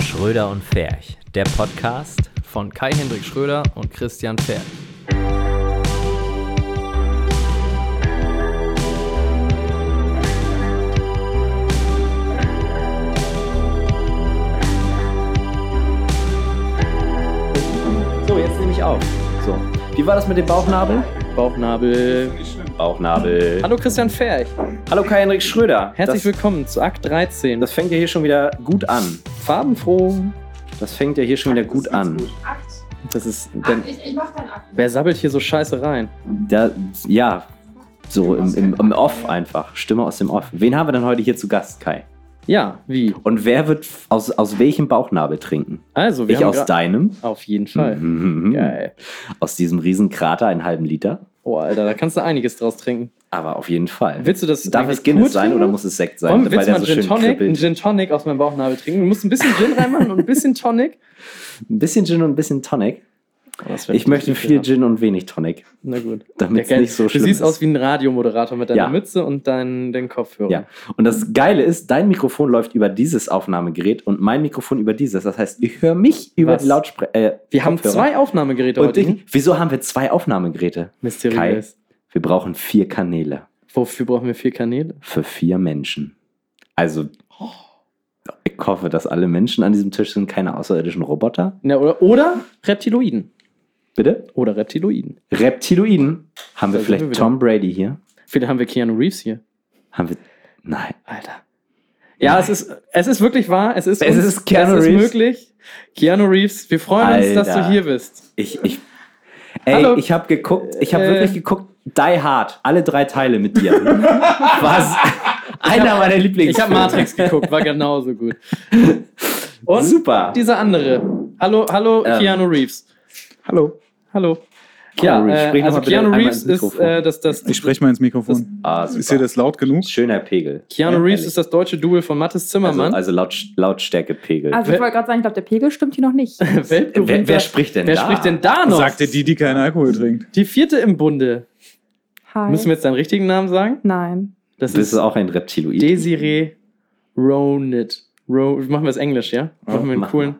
Schröder und Ferch, der Podcast. Von Kai-Hendrik Schröder und Christian Pferd. So, jetzt nehme ich auf. So, wie war das mit dem Bauchnabel? Bauchnabel. Bauchnabel. Hallo Christian Ferch. Hallo Kai-Henrik Schröder. Herzlich das, willkommen zu Akt 13. das fängt ja hier schon wieder gut an. farbenfroh. Das fängt ja hier schon wieder gut an. Akt. Das ist. Akt. Denn, Ich, ich mach dann Akt. wer sabbelt hier so scheiße rein? Da, ja, so im, im, im Off einfach. Stimme aus dem Off. Wen haben wir denn heute hier zu Gast, Kai? Ja, wie? Und wer wird f- aus, aus welchem Bauchnabel trinken? Also, wir Ich haben aus gra- deinem. Auf jeden Fall. Mhm. Geil. Aus diesem riesen Krater einen halben Liter. Oh, Alter, da kannst du einiges draus trinken. Aber auf jeden Fall. Willst du das Darf eigentlich es Guinness pur sein trinken? oder muss es Sekt sein? Wollen, willst du mal der einen Gin Tonic, einen Gin Tonic aus meinem Bauchnabel trinken? Du musst ein bisschen Gin reinmachen und ein bisschen Tonic. Oh, Ein bisschen Gin und ein bisschen Tonic. Oh, das wär Ich möchte richtig viel geil. Gin und wenig Tonic, Na gut. damit es geil. nicht so du schlimm siehst ist. aus wie ein Radiomoderator mit deiner Ja. Mütze und deinen den Kopfhörer. ja. Und das Geile ist, dein Mikrofon läuft über dieses Aufnahmegerät und mein Mikrofon über dieses. Das heißt, ich höre mich über Was? die Lautsprecher. Äh, Wir haben Kopfhörer. zwei Aufnahmegeräte und heute. ich, Wieso haben wir zwei Aufnahmegeräte? Mysteriös. Wir brauchen vier Kanäle Wofür brauchen wir vier Kanäle? für vier Menschen. Also, ich hoffe, dass alle Menschen an diesem Tisch sind keine außerirdischen Roboter. Na, oder, oder Reptiloiden. Bitte? Oder Reptiloiden. Reptiloiden. Haben Da wir sind vielleicht wir wieder. Tom Brady hier? Vielleicht haben wir Keanu Reeves hier. Haben wir. Nein. Alter. Ja, es ist, es ist wirklich wahr. Es ist, Es uns- ist Keanu es Reeves. Ist möglich. Keanu Reeves, wir freuen uns, dass Alter. du hier bist. Ich, ich, ey, Hallo. ich habe geguckt, ich habe Äh. wirklich geguckt, Die Hard, alle drei Teile mit dir. Was? Einer meiner Lieblings. Ich habe Matrix geguckt, war genauso gut. Und Super. dieser andere. Hallo, hallo Ähm. Keanu Reeves. Hallo. Hallo. Keanu Reeves, ja, äh, sprich noch also mal bitte Keanu einmal Reeves ins ist Mikrofon. äh, das, das, Ich spreche mal ins das Mikrofon. Ah, ist hier super. das laut genug? Schöner Pegel. Keanu Ja, Reeves Äh, ehrlich. ist das deutsche Double von Mathis also, Zimmermann. also laut, Lautstärke-Pegel. Also ich wollte gerade sagen, ich glaube, der Pegel stimmt hier noch nicht. Weltberühmter- also, wer, wer spricht denn Wer da? spricht denn da noch? Sagte die, die keinen Alkohol trinkt. Die vierte im Bunde. Hi. Müssen wir jetzt deinen richtigen Namen sagen? Nein. Das Das ist ist auch ein Reptiloid. Desiree Ronit. Ro machen wir es Englisch, ja? Machen wir einen mach coolen.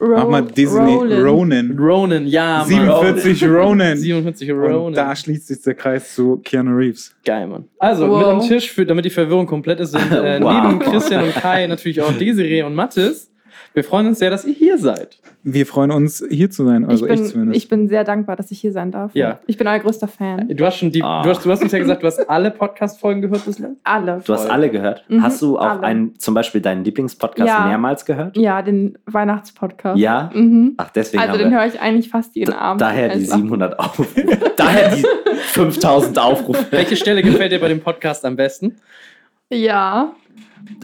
Mach mal Disney Ronan. Ronan, ja, Mann. 47 Ronan. 47 Ronan. Und da schließt sich der Kreis zu Keanu Reeves. Geil, Mann. Also, Wow. mit am Tisch, für, damit die Verwirrung komplett ist, sind äh, Wow. neben Christian und Kai natürlich auch Desiree und Mathis. Wir freuen uns sehr, dass ihr hier seid. Wir freuen uns, hier zu sein. Also ich, ich, bin, ich, zumindest. bin sehr dankbar, dass ich hier sein darf. Ja. Äh, Ich bin euer größter Fan. Du hast schon die, Ah. du, hast, du hast uns ja gesagt, du hast alle Podcast-Folgen gehört bislang. Alle. Du hast alle gehört. Mhm, Hast du auch alle. einen, zum Beispiel deinen Lieblingspodcast Ja. mehrmals gehört? Ja, den Weihnachtspodcast. Ja? Mhm. Ach, deswegen Also haben den wir. höre ich eigentlich fast jeden Abend. Daher die Also, 700 Aufrufe. daher die 5000 Aufrufe. Welche Stelle gefällt dir bei dem Podcast am besten? Ja,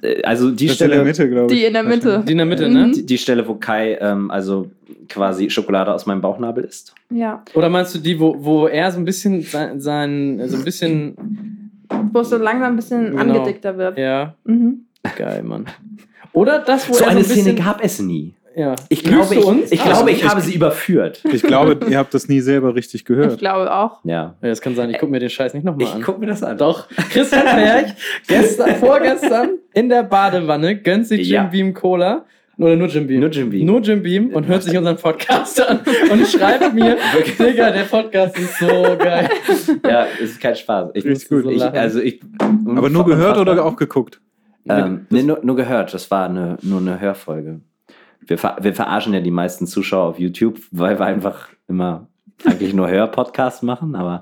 Äh, Also die das ist in Stelle, der Mitte, glaube ich. die in der Mitte. Die in der Mitte, ne? die, die Stelle, wo Kai ähm, also quasi Schokolade aus meinem Bauchnabel isst. Ja. Oder meinst du die, wo, wo er so ein bisschen sein, sein so ein bisschen, Wo es so langsam ein bisschen Genau. angedickter wird. ja, Mhm. geil, Mann. Oder das, wo So er eine so ein Szene bisschen, gab es nie. ja. Ich Lügst glaube, du ich, uns? ich, Ah, glaube, ich ich- habe sie überführt. Ich glaube, ihr habt das nie selber richtig Ich gehört. glaube auch. Ja. Ja, das kann sein, ich gucke mir den Scheiß nicht nochmal an. Ich gucke mir das an. Doch, Christian Berg, gestern, vorgestern in der Badewanne, gönnt sich Jim Ja. Beam Cola. Oder nur Jim Beam. Nur Jim Beam. Nur Jim Beam und hört sich unseren Podcast an und schreibt mir, Digga, der Podcast ist so geil. Ja, es ist kein Spaß. Ich, Richtig gut. ich, also ich, Aber nur gehört oder auch geguckt? Ähm, nee, nur, nur gehört. Das war eine, nur eine Hörfolge. Wir, ver wir verarschen ja die meisten Zuschauer auf YouTube, weil wir einfach immer eigentlich nur Hörpodcasts machen. Aber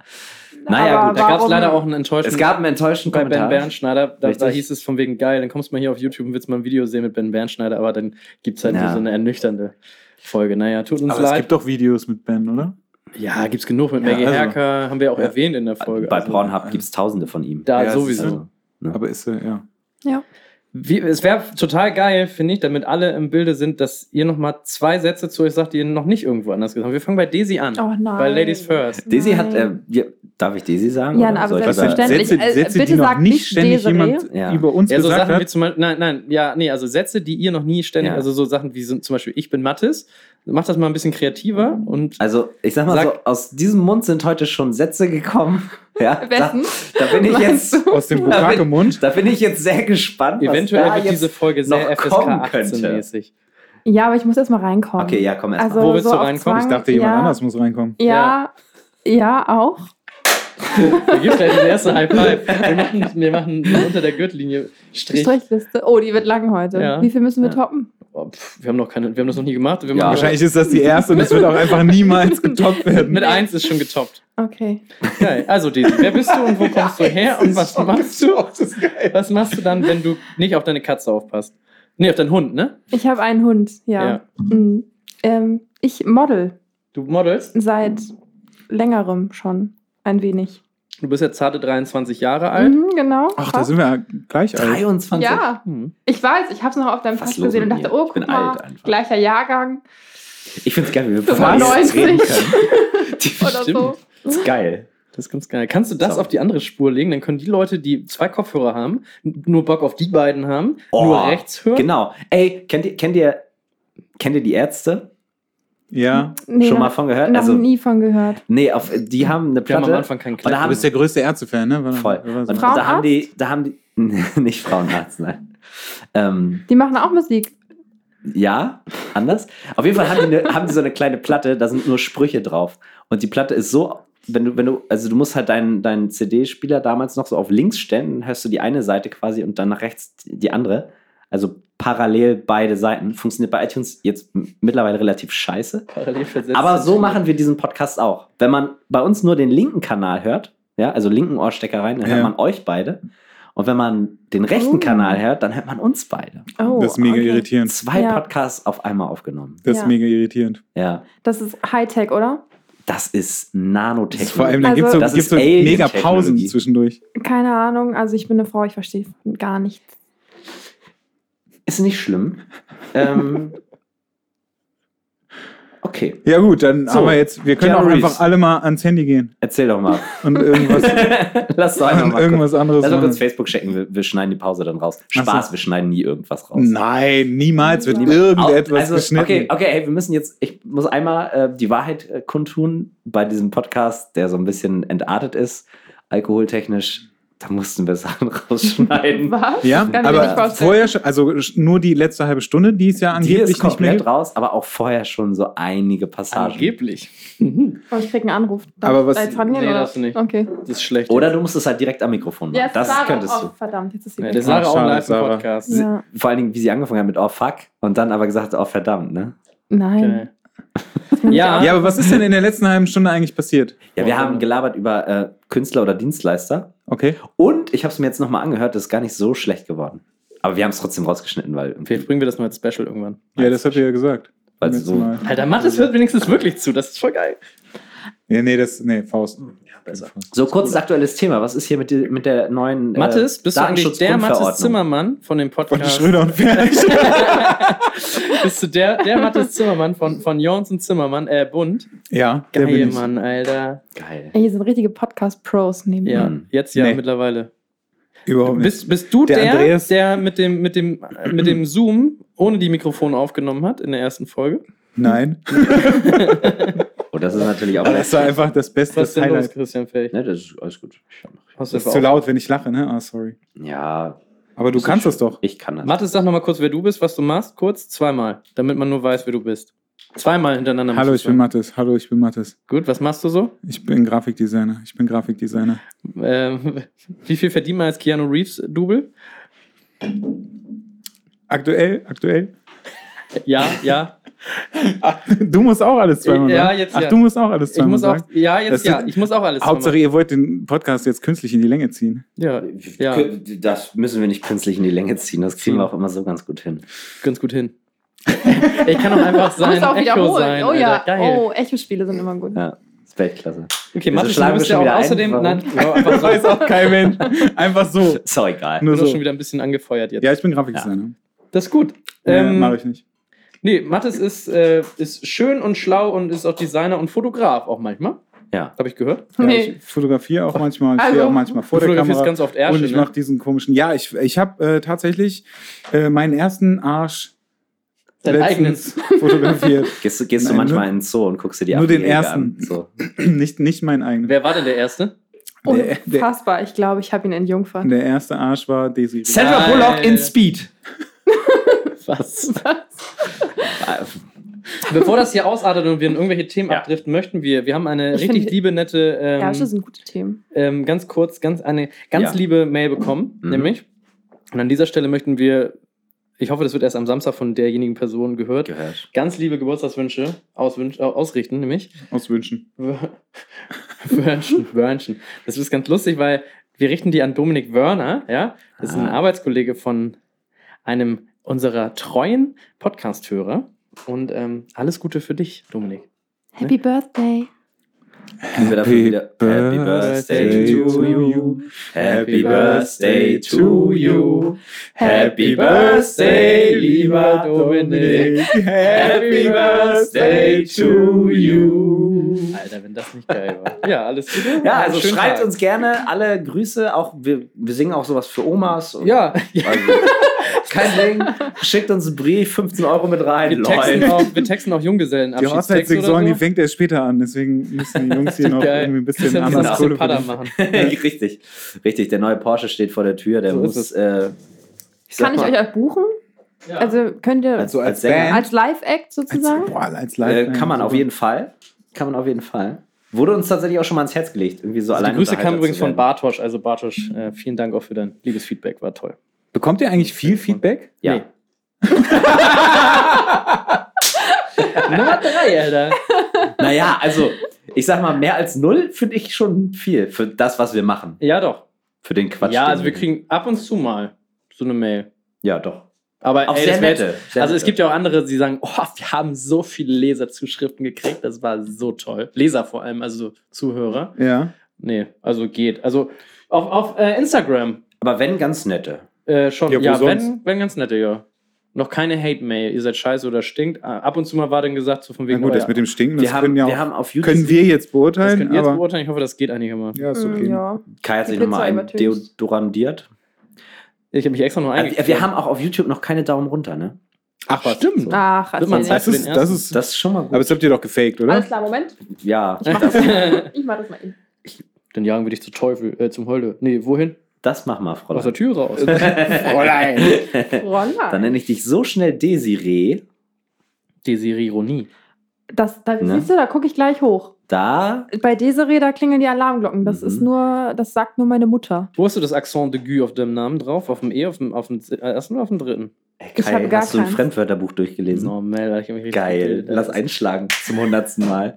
naja, Aber gut. Da gab es Warum? leider auch einen enttäuschenden Es gab einen enttäuschenden bei Ben Kommentar. Bernschneider. Da, da Richtig. hieß es von wegen geil, dann kommst du mal hier auf YouTube und willst mal ein Video sehen mit Ben Bernschneider, aber dann gibt es halt Ja. so eine ernüchternde Folge. Naja, tut uns Aber es leid. gibt doch Videos mit Ben, oder? ja, gibt's genug mit Ja, Maggie also. Herker, haben wir auch Ja. erwähnt in der Folge. Bei Also, Pornhub gibt es tausende von ihm. Also, Da Ja, es ist sowieso. so. Aber ist äh, ja. Wie, es wäre total geil, finde ich, damit alle im Bilde sind, dass ihr nochmal zwei Sätze zu euch sagt, die ihr noch nicht irgendwo anders gesagt habt. Wir fangen bei Daisy an. Oh nein. Bei Ladies First. Daisy Nein. hat, äh, ja, darf ich Daisy sagen? Ja, Oder na, aber soll ich Was lieber- sind Selbstverständlich. Sätze, Äh, Sätze Also die bitte noch sag nicht nicht ständig Desiree. jemand Ja. über uns Ja, so gesagt ne? Sachen wie hat? zum Beispiel, nein, nein, ja, nee, also Sätze, die ihr noch nie ständig, Ja. also so Sachen wie so, zum Beispiel, ich bin Mattes, macht das mal ein bisschen kreativer und Also, ich sag mal Sag- so, aus diesem Mund sind heute schon Sätze gekommen. Ja, da, Wessen? da bin ich jetzt, Aus dem Da bin- Bukake-Mund? da bin ich jetzt sehr gespannt. was eventuell da wird jetzt- diese Folge noch sehr FSK kommen könnte. 18-mäßig. Ja, aber ich muss erst mal reinkommen. Okay, ja, komm erst also, mal. Wo willst so du auf reinkommen? Zwang, Ich dachte, jemand ja, anders muss reinkommen. Ja, ja, auch. Da gibt's gleich den ersten High Five. Wir machen, wir machen unter der Gürtellinie Strich. Strichliste. Oh, die wird lang heute. Ja. Wie viel müssen wir Ja. toppen? Oh, pff, wir haben noch keine, wir haben das noch nie gemacht. Wir Ja. machen Wahrscheinlich ist das die erste und es wird auch einfach niemals getoppt werden. mit eins ist schon getoppt. Okay. Geil. Also Desi, wer bist du und wo kommst du her und was machst du? Das ist geil. Was machst du dann, wenn du nicht auf deine Katze aufpasst? Nee, auf deinen Hund, ne? Ich habe einen Hund, ja. Ja. Mhm. Ähm, ich model Du modelst. seit längerem schon ein wenig. Du bist jetzt zarte 23 Jahre alt. Mhm, genau. Ach, da sind wir ja gleich alt. 23. ja, Mhm. ich weiß, ich habe es noch auf deinem Was Pass los gesehen und mit dachte, mir? oh, Ich bin guck mal, alt einfach. gleicher Jahrgang Ich find's geil, wie wir Über über alles 90. reden können. Die oder so. Das ist geil. Das ist ganz geil. Kannst du das So. auf die andere Spur legen? Dann können die Leute, die zwei Kopfhörer haben, n- nur Bock auf die beiden haben, Oh, nur rechts hören. Genau. Ey, kennt ihr, kennt ihr, kennt ihr die Ärzte? Ja. Nee, Schon mal noch, von gehört? noch Also, nie von gehört. nee, auf, die haben eine Wir haben am Platte. Anfang keinen Und da Kleid. Du haben bist der größte Ärztefan, ne? War- Voll. war Und so. Frau- da haben die, da haben die, nicht Frauenarzt, nein. Ähm, Die machen auch Musik. ja, anders. Auf jeden Fall haben die, eine, haben die so eine kleine Platte, da sind nur Sprüche drauf. Und die Platte ist so, wenn du, wenn du, also du musst halt deinen, deinen CD-Spieler damals noch so auf links stellen, dann hörst du die eine Seite quasi und dann nach rechts die andere. Also parallel beide Seiten. Funktioniert bei iTunes jetzt m- mittlerweile relativ scheiße. Parallel versetzt. Aber so machen wir diesen Podcast auch. Wenn man bei uns nur den linken Kanal hört, ja, also linken Ohrstecker rein, dann hört Ja. man euch beide. Und wenn man den rechten Oh. Kanal hört, dann hört man uns beide. Oh, das ist mega okay. irritierend. Zwei Ja. Podcasts auf einmal aufgenommen. Das Ja. ist mega irritierend. Ja, Das ist Hightech, oder? das ist Das ist Nanotechnik. vor allem, dann Also- gibt's so, Das gibt's ist so mega Alien-Technologie. Pausen zwischendurch. Keine Ahnung, also ich bin eine Frau, ich verstehe gar nichts. ist nicht schlimm. ähm, okay, Ja gut, dann So. haben wir jetzt, wir können Keanu auch Reeves. einfach alle mal ans Handy gehen erzähl doch mal. und irgendwas, Lass doch einfach und mal irgendwas anderes Lass doch kurz machen. Facebook checken, wir, wir schneiden die Pause dann raus. Ach so. Spaß, wir schneiden nie irgendwas raus. Nein, niemals wird Niemals. irgendetwas Also, geschnitten. Okay, okay, hey, wir müssen jetzt, ich muss einmal äh, die Wahrheit äh, kundtun bei diesem Podcast, der so ein bisschen entartet ist, alkoholtechnisch. Da mussten wir Sachen rausschneiden. Was? Ja, Kann ich mir nicht aber vorstellen. vorher schon, also sch- nur die letzte halbe Stunde, die ist ja die angeblich ist nicht mehr. komplett gibt. raus, aber auch vorher schon so einige Passagen. Angeblich. Mhm. Oh, ich krieg einen Anruf. Darf Aber ich was- da jetzt rangehen, Nee, oder? darfst du nicht. Okay. Das ist schlecht. Oder du musst es halt direkt am Mikrofon machen. Ja, das Sarah. könntest oh, verdammt, jetzt ist sie Nee, weg. der Sarah Ach, auch schade, live im Sarah. Podcast. ja. du. Vor allen Dingen, wie sie angefangen hat mit Oh fuck und dann aber gesagt hat, Oh verdammt, ne? Nein. Geil. Ja. Ja, aber was ist denn in der letzten halben Stunde eigentlich passiert? Ja, wir Oh, haben Mann. gelabert über äh, Künstler oder Dienstleister Okay. und ich habe es mir jetzt nochmal angehört, das ist gar nicht so schlecht geworden. Aber wir haben es trotzdem rausgeschnitten, weil. Vielleicht bringen wir das mal als Special irgendwann. Ja, das habt ihr ja gesagt. Weil sie Letztes so- Mal. Alter, Mattes hört wenigstens wirklich zu. Das ist voll geil. Ja, nee, das, nee, Faust. Ja, besser. So, kurzes aktuelles Thema. Was ist hier mit, die, mit der neuen äh, Mattes, bist du eigentlich der Mattes Datenschutzgrundverordnung? Zimmermann von dem Von Podcast? Schröder und Fertig. Bist du der, der Mattes Zimmermann von, von Jons und Zimmermann, äh, Bund? ja, der Geil, bin ich. Mann, Alter. Geil. Ey, hier sind richtige Podcast-Pros neben Ja, mir. Mann. jetzt ja Hm. Nee. mittlerweile. Überhaupt nicht. Bist, bist du Der der, der, Andreas- mit, dem, mit, dem, äh, mit dem Zoom ohne die Mikrofone aufgenommen hat in der ersten Folge? Nein. Oh, das ist natürlich auch. Aber das war einfach das beste Was ist denn los, Highlight. Christian Fähig? ne, das ist alles gut. Ich mach- Hast du Das ist einfach zu auf- laut, wenn ich lache, ne? Ah, sorry. Ja. Aber du ist kannst nicht das doch. Ich kann das. Mathis, sag nochmal kurz, wer du bist, was du machst, kurz, zweimal, damit man nur weiß, wer du bist. Zweimal hintereinander. Hallo, musst ich du bin sagen. Mathis. Hallo, ich bin Mathis. Gut, was machst du so? Ich bin Grafikdesigner. Ich bin Grafikdesigner. Ähm, wie viel verdient man als Keanu Reeves-Double? Aktuell, aktuell. Ja, ja. Ach, du musst auch alles zweimal Ja, sagen. jetzt Ach, ja. du musst auch alles Ich zweimal muss auch, sagen. ja, Das jetzt sind- ja. Ich muss auch alles Hauptsache, ihr wollt den Podcast jetzt künstlich in die Länge ziehen. Ja, ja, Das müssen wir nicht künstlich in die Länge ziehen. Das kriegen wir auch immer so ganz gut hin. ganz gut hin. ich kann auch einfach Du sein musst auch Echo wiederholen. sein. oh ja. Alter, geil. Oh, Echo-Spiele sind immer gut. Ja, ist Weltklasse. Okay, Wieso Mathis, du schlagen wir bist ja schon auch wieder ein? außerdem. Warum? Nein, ja, einfach so. Weiß auch kein Mensch. Einfach so. Ist auch egal. Nur Ich bin auch so. schon wieder ein bisschen angefeuert jetzt. Ja, ich bin Grafikdesigner. Das ist gut. Ähm, Ähm, Mache ich nicht. Nee, Mathis ist, äh, ist schön und schlau und ist auch Designer und Fotograf auch manchmal. Ja. Habe ich gehört. Ja, Nee. Ich fotografiere auch manchmal. Ich Also, stehe auch manchmal vor du der fotografierst Kamera. ganz oft Ärsche, und ich ne? mache diesen komischen. Ja, ich, ich habe äh, tatsächlich äh, meinen ersten Arsch Dein letztens fotografiert. Gehst, du- gehst Nein, du manchmal nur- in den Zoo und guckst dir die nur den Affenjäger ersten. An. So. nicht, nicht meinen eigenen. Wer war denn der Erste? Der- der- Unfassbar. Ich glaube, ich habe ihn entjungfert. Der erste Arsch war Desiree. Sandra Bullock in Speed. Was? Äh, Bevor das hier ausartet und wir in irgendwelche Themen Ja. abdriften, möchten wir, wir haben eine Ich richtig finde- liebe, nette, ähm, Ja, das sind gute Themen. ähm, ganz kurz, ganz eine ganz Ja. liebe Mail bekommen, Mhm. nämlich. Und an dieser Stelle möchten wir, ich hoffe, das wird erst am Samstag von derjenigen Person gehört, gehört. ganz liebe Geburtstagswünsche auswünsch, äh, ausrichten, nämlich. Auswünschen. Wörnchen, Wörnchen. Das ist ganz lustig, weil wir richten die an Dominik Wörner, ja. Das ist ein Ah. Arbeitskollege von einem unserer treuen Podcast-Hörer. Und ähm, alles Gute für dich, Dominik. Happy Birthday. Können wir dafür wieder Happy Birthday to you. Happy Birthday to you. Happy Birthday, lieber Dominik. Happy Birthday to you. Alter, wenn das nicht geil war. Ja, alles Gute. Ja, also Schönen schreibt Tag. uns gerne alle Grüße. Auch wir, wir singen auch sowas für Omas. und- Ja, ja. Also, kein Ding. Schickt uns einen Brief, 15 Euro mit rein. Wir texten, läuft. auch, wir texten auch Die Junggesellenabschiedstexte oder Hochzeitssaison, so. die fängt erst später an, deswegen müssen die Jungs hier noch Geil. Genau. irgendwie ein bisschen Christian, die anders lassen Kohle den Padda verdienen. machen. richtig, richtig. Der neue Porsche steht vor der Tür. Der ne? So ist es. muss äh, sag Kann ich mal, euch auch buchen? Also könnt ihr als, Also als als Sänger Band als Live-Act Als, sozusagen? boah, als äh, Live kann man auf jeden Fall. Kann man auf jeden Fall. Wurde uns tatsächlich auch schon mal ans Herz gelegt. Irgendwie so Also die allein Grüße kamen Unterhalter übrigens zu von werden. Bartosch. Also Bartosch, äh, vielen Dank auch für dein liebes Feedback, war toll. Bekommt ihr eigentlich viel Feedback? Ja. Nee. Nummer drei, Alter. Naja, also ich sag mal, mehr als null finde ich schon viel für das, was wir machen. Ja, doch. Für den Quatsch. ja, den also wir kriegen ab und zu mal so eine Mail. Ja, doch. Aber Auch ey, sehr das wär nette. jetzt- Sehr Also es nette. gibt ja auch andere, die sagen, oh, wir haben so viele Leserzuschriften gekriegt, das war so toll. Leser vor allem, also Zuhörer. Ja. Nee, also geht. Also auf, auf äh, Instagram Aber wenn ganz nette. Äh, schon. Ja, Ja, wo wenn, wenn ganz nette, ja. Noch keine Hate-Mail, ihr seid scheiße oder stinkt. Ah, Ab und zu mal war dann gesagt, so von Na wegen, gut, oh, das ja, mit dem Stinken, das Wir haben, können, ja wir auch, haben auf YouTube. können wir jetzt das beurteilen. könnt ihr jetzt aber, beurteilen. Ich hoffe, das geht einigermaßen. Ja, ist okay. Mm, ja. Kai hat Die sich nochmal Blitzer ein übertüncht. deodorandiert. Ich habe mich extra noch Also, eingekriegt. wir haben auch auf YouTube noch keine Daumen runter, ne? Ach, was? So. Stimmt. Ach, Wird man erzähl Zeit Das für den ist, das ersten. ist, Das ist schon mal gut. aber das habt ihr doch gefaked, nicht. Alles oder? klar, Moment. ja, Ich mach das mal. Ich mach das mal eben. Dann jagen wir dich zu Teufel, äh, zum Holde. Nee, wohin? das mach mal, Frau. Aus der Tür raus. Oh Fräulein. Dann Roller. nenne ich dich so schnell Desiree. Desirironie. Das, da, Ne? Siehst du, da gucke ich gleich hoch. Da. Bei Desiree, da klingeln die Alarmglocken. Das Mhm. ist nur, das sagt nur meine Mutter. Wo hast du das Accent de Gue auf deinem Namen drauf? Auf dem E, auf dem, auf dem Z- äh, ersten oder auf dem dritten? Ey, Ich Kai, habe gar hast du ein keins. Fremdwörterbuch durchgelesen? Normal, Alter, ich hab mich richtig Geil. gebildet, Lass Alter. einschlagen zum hundertsten Mal.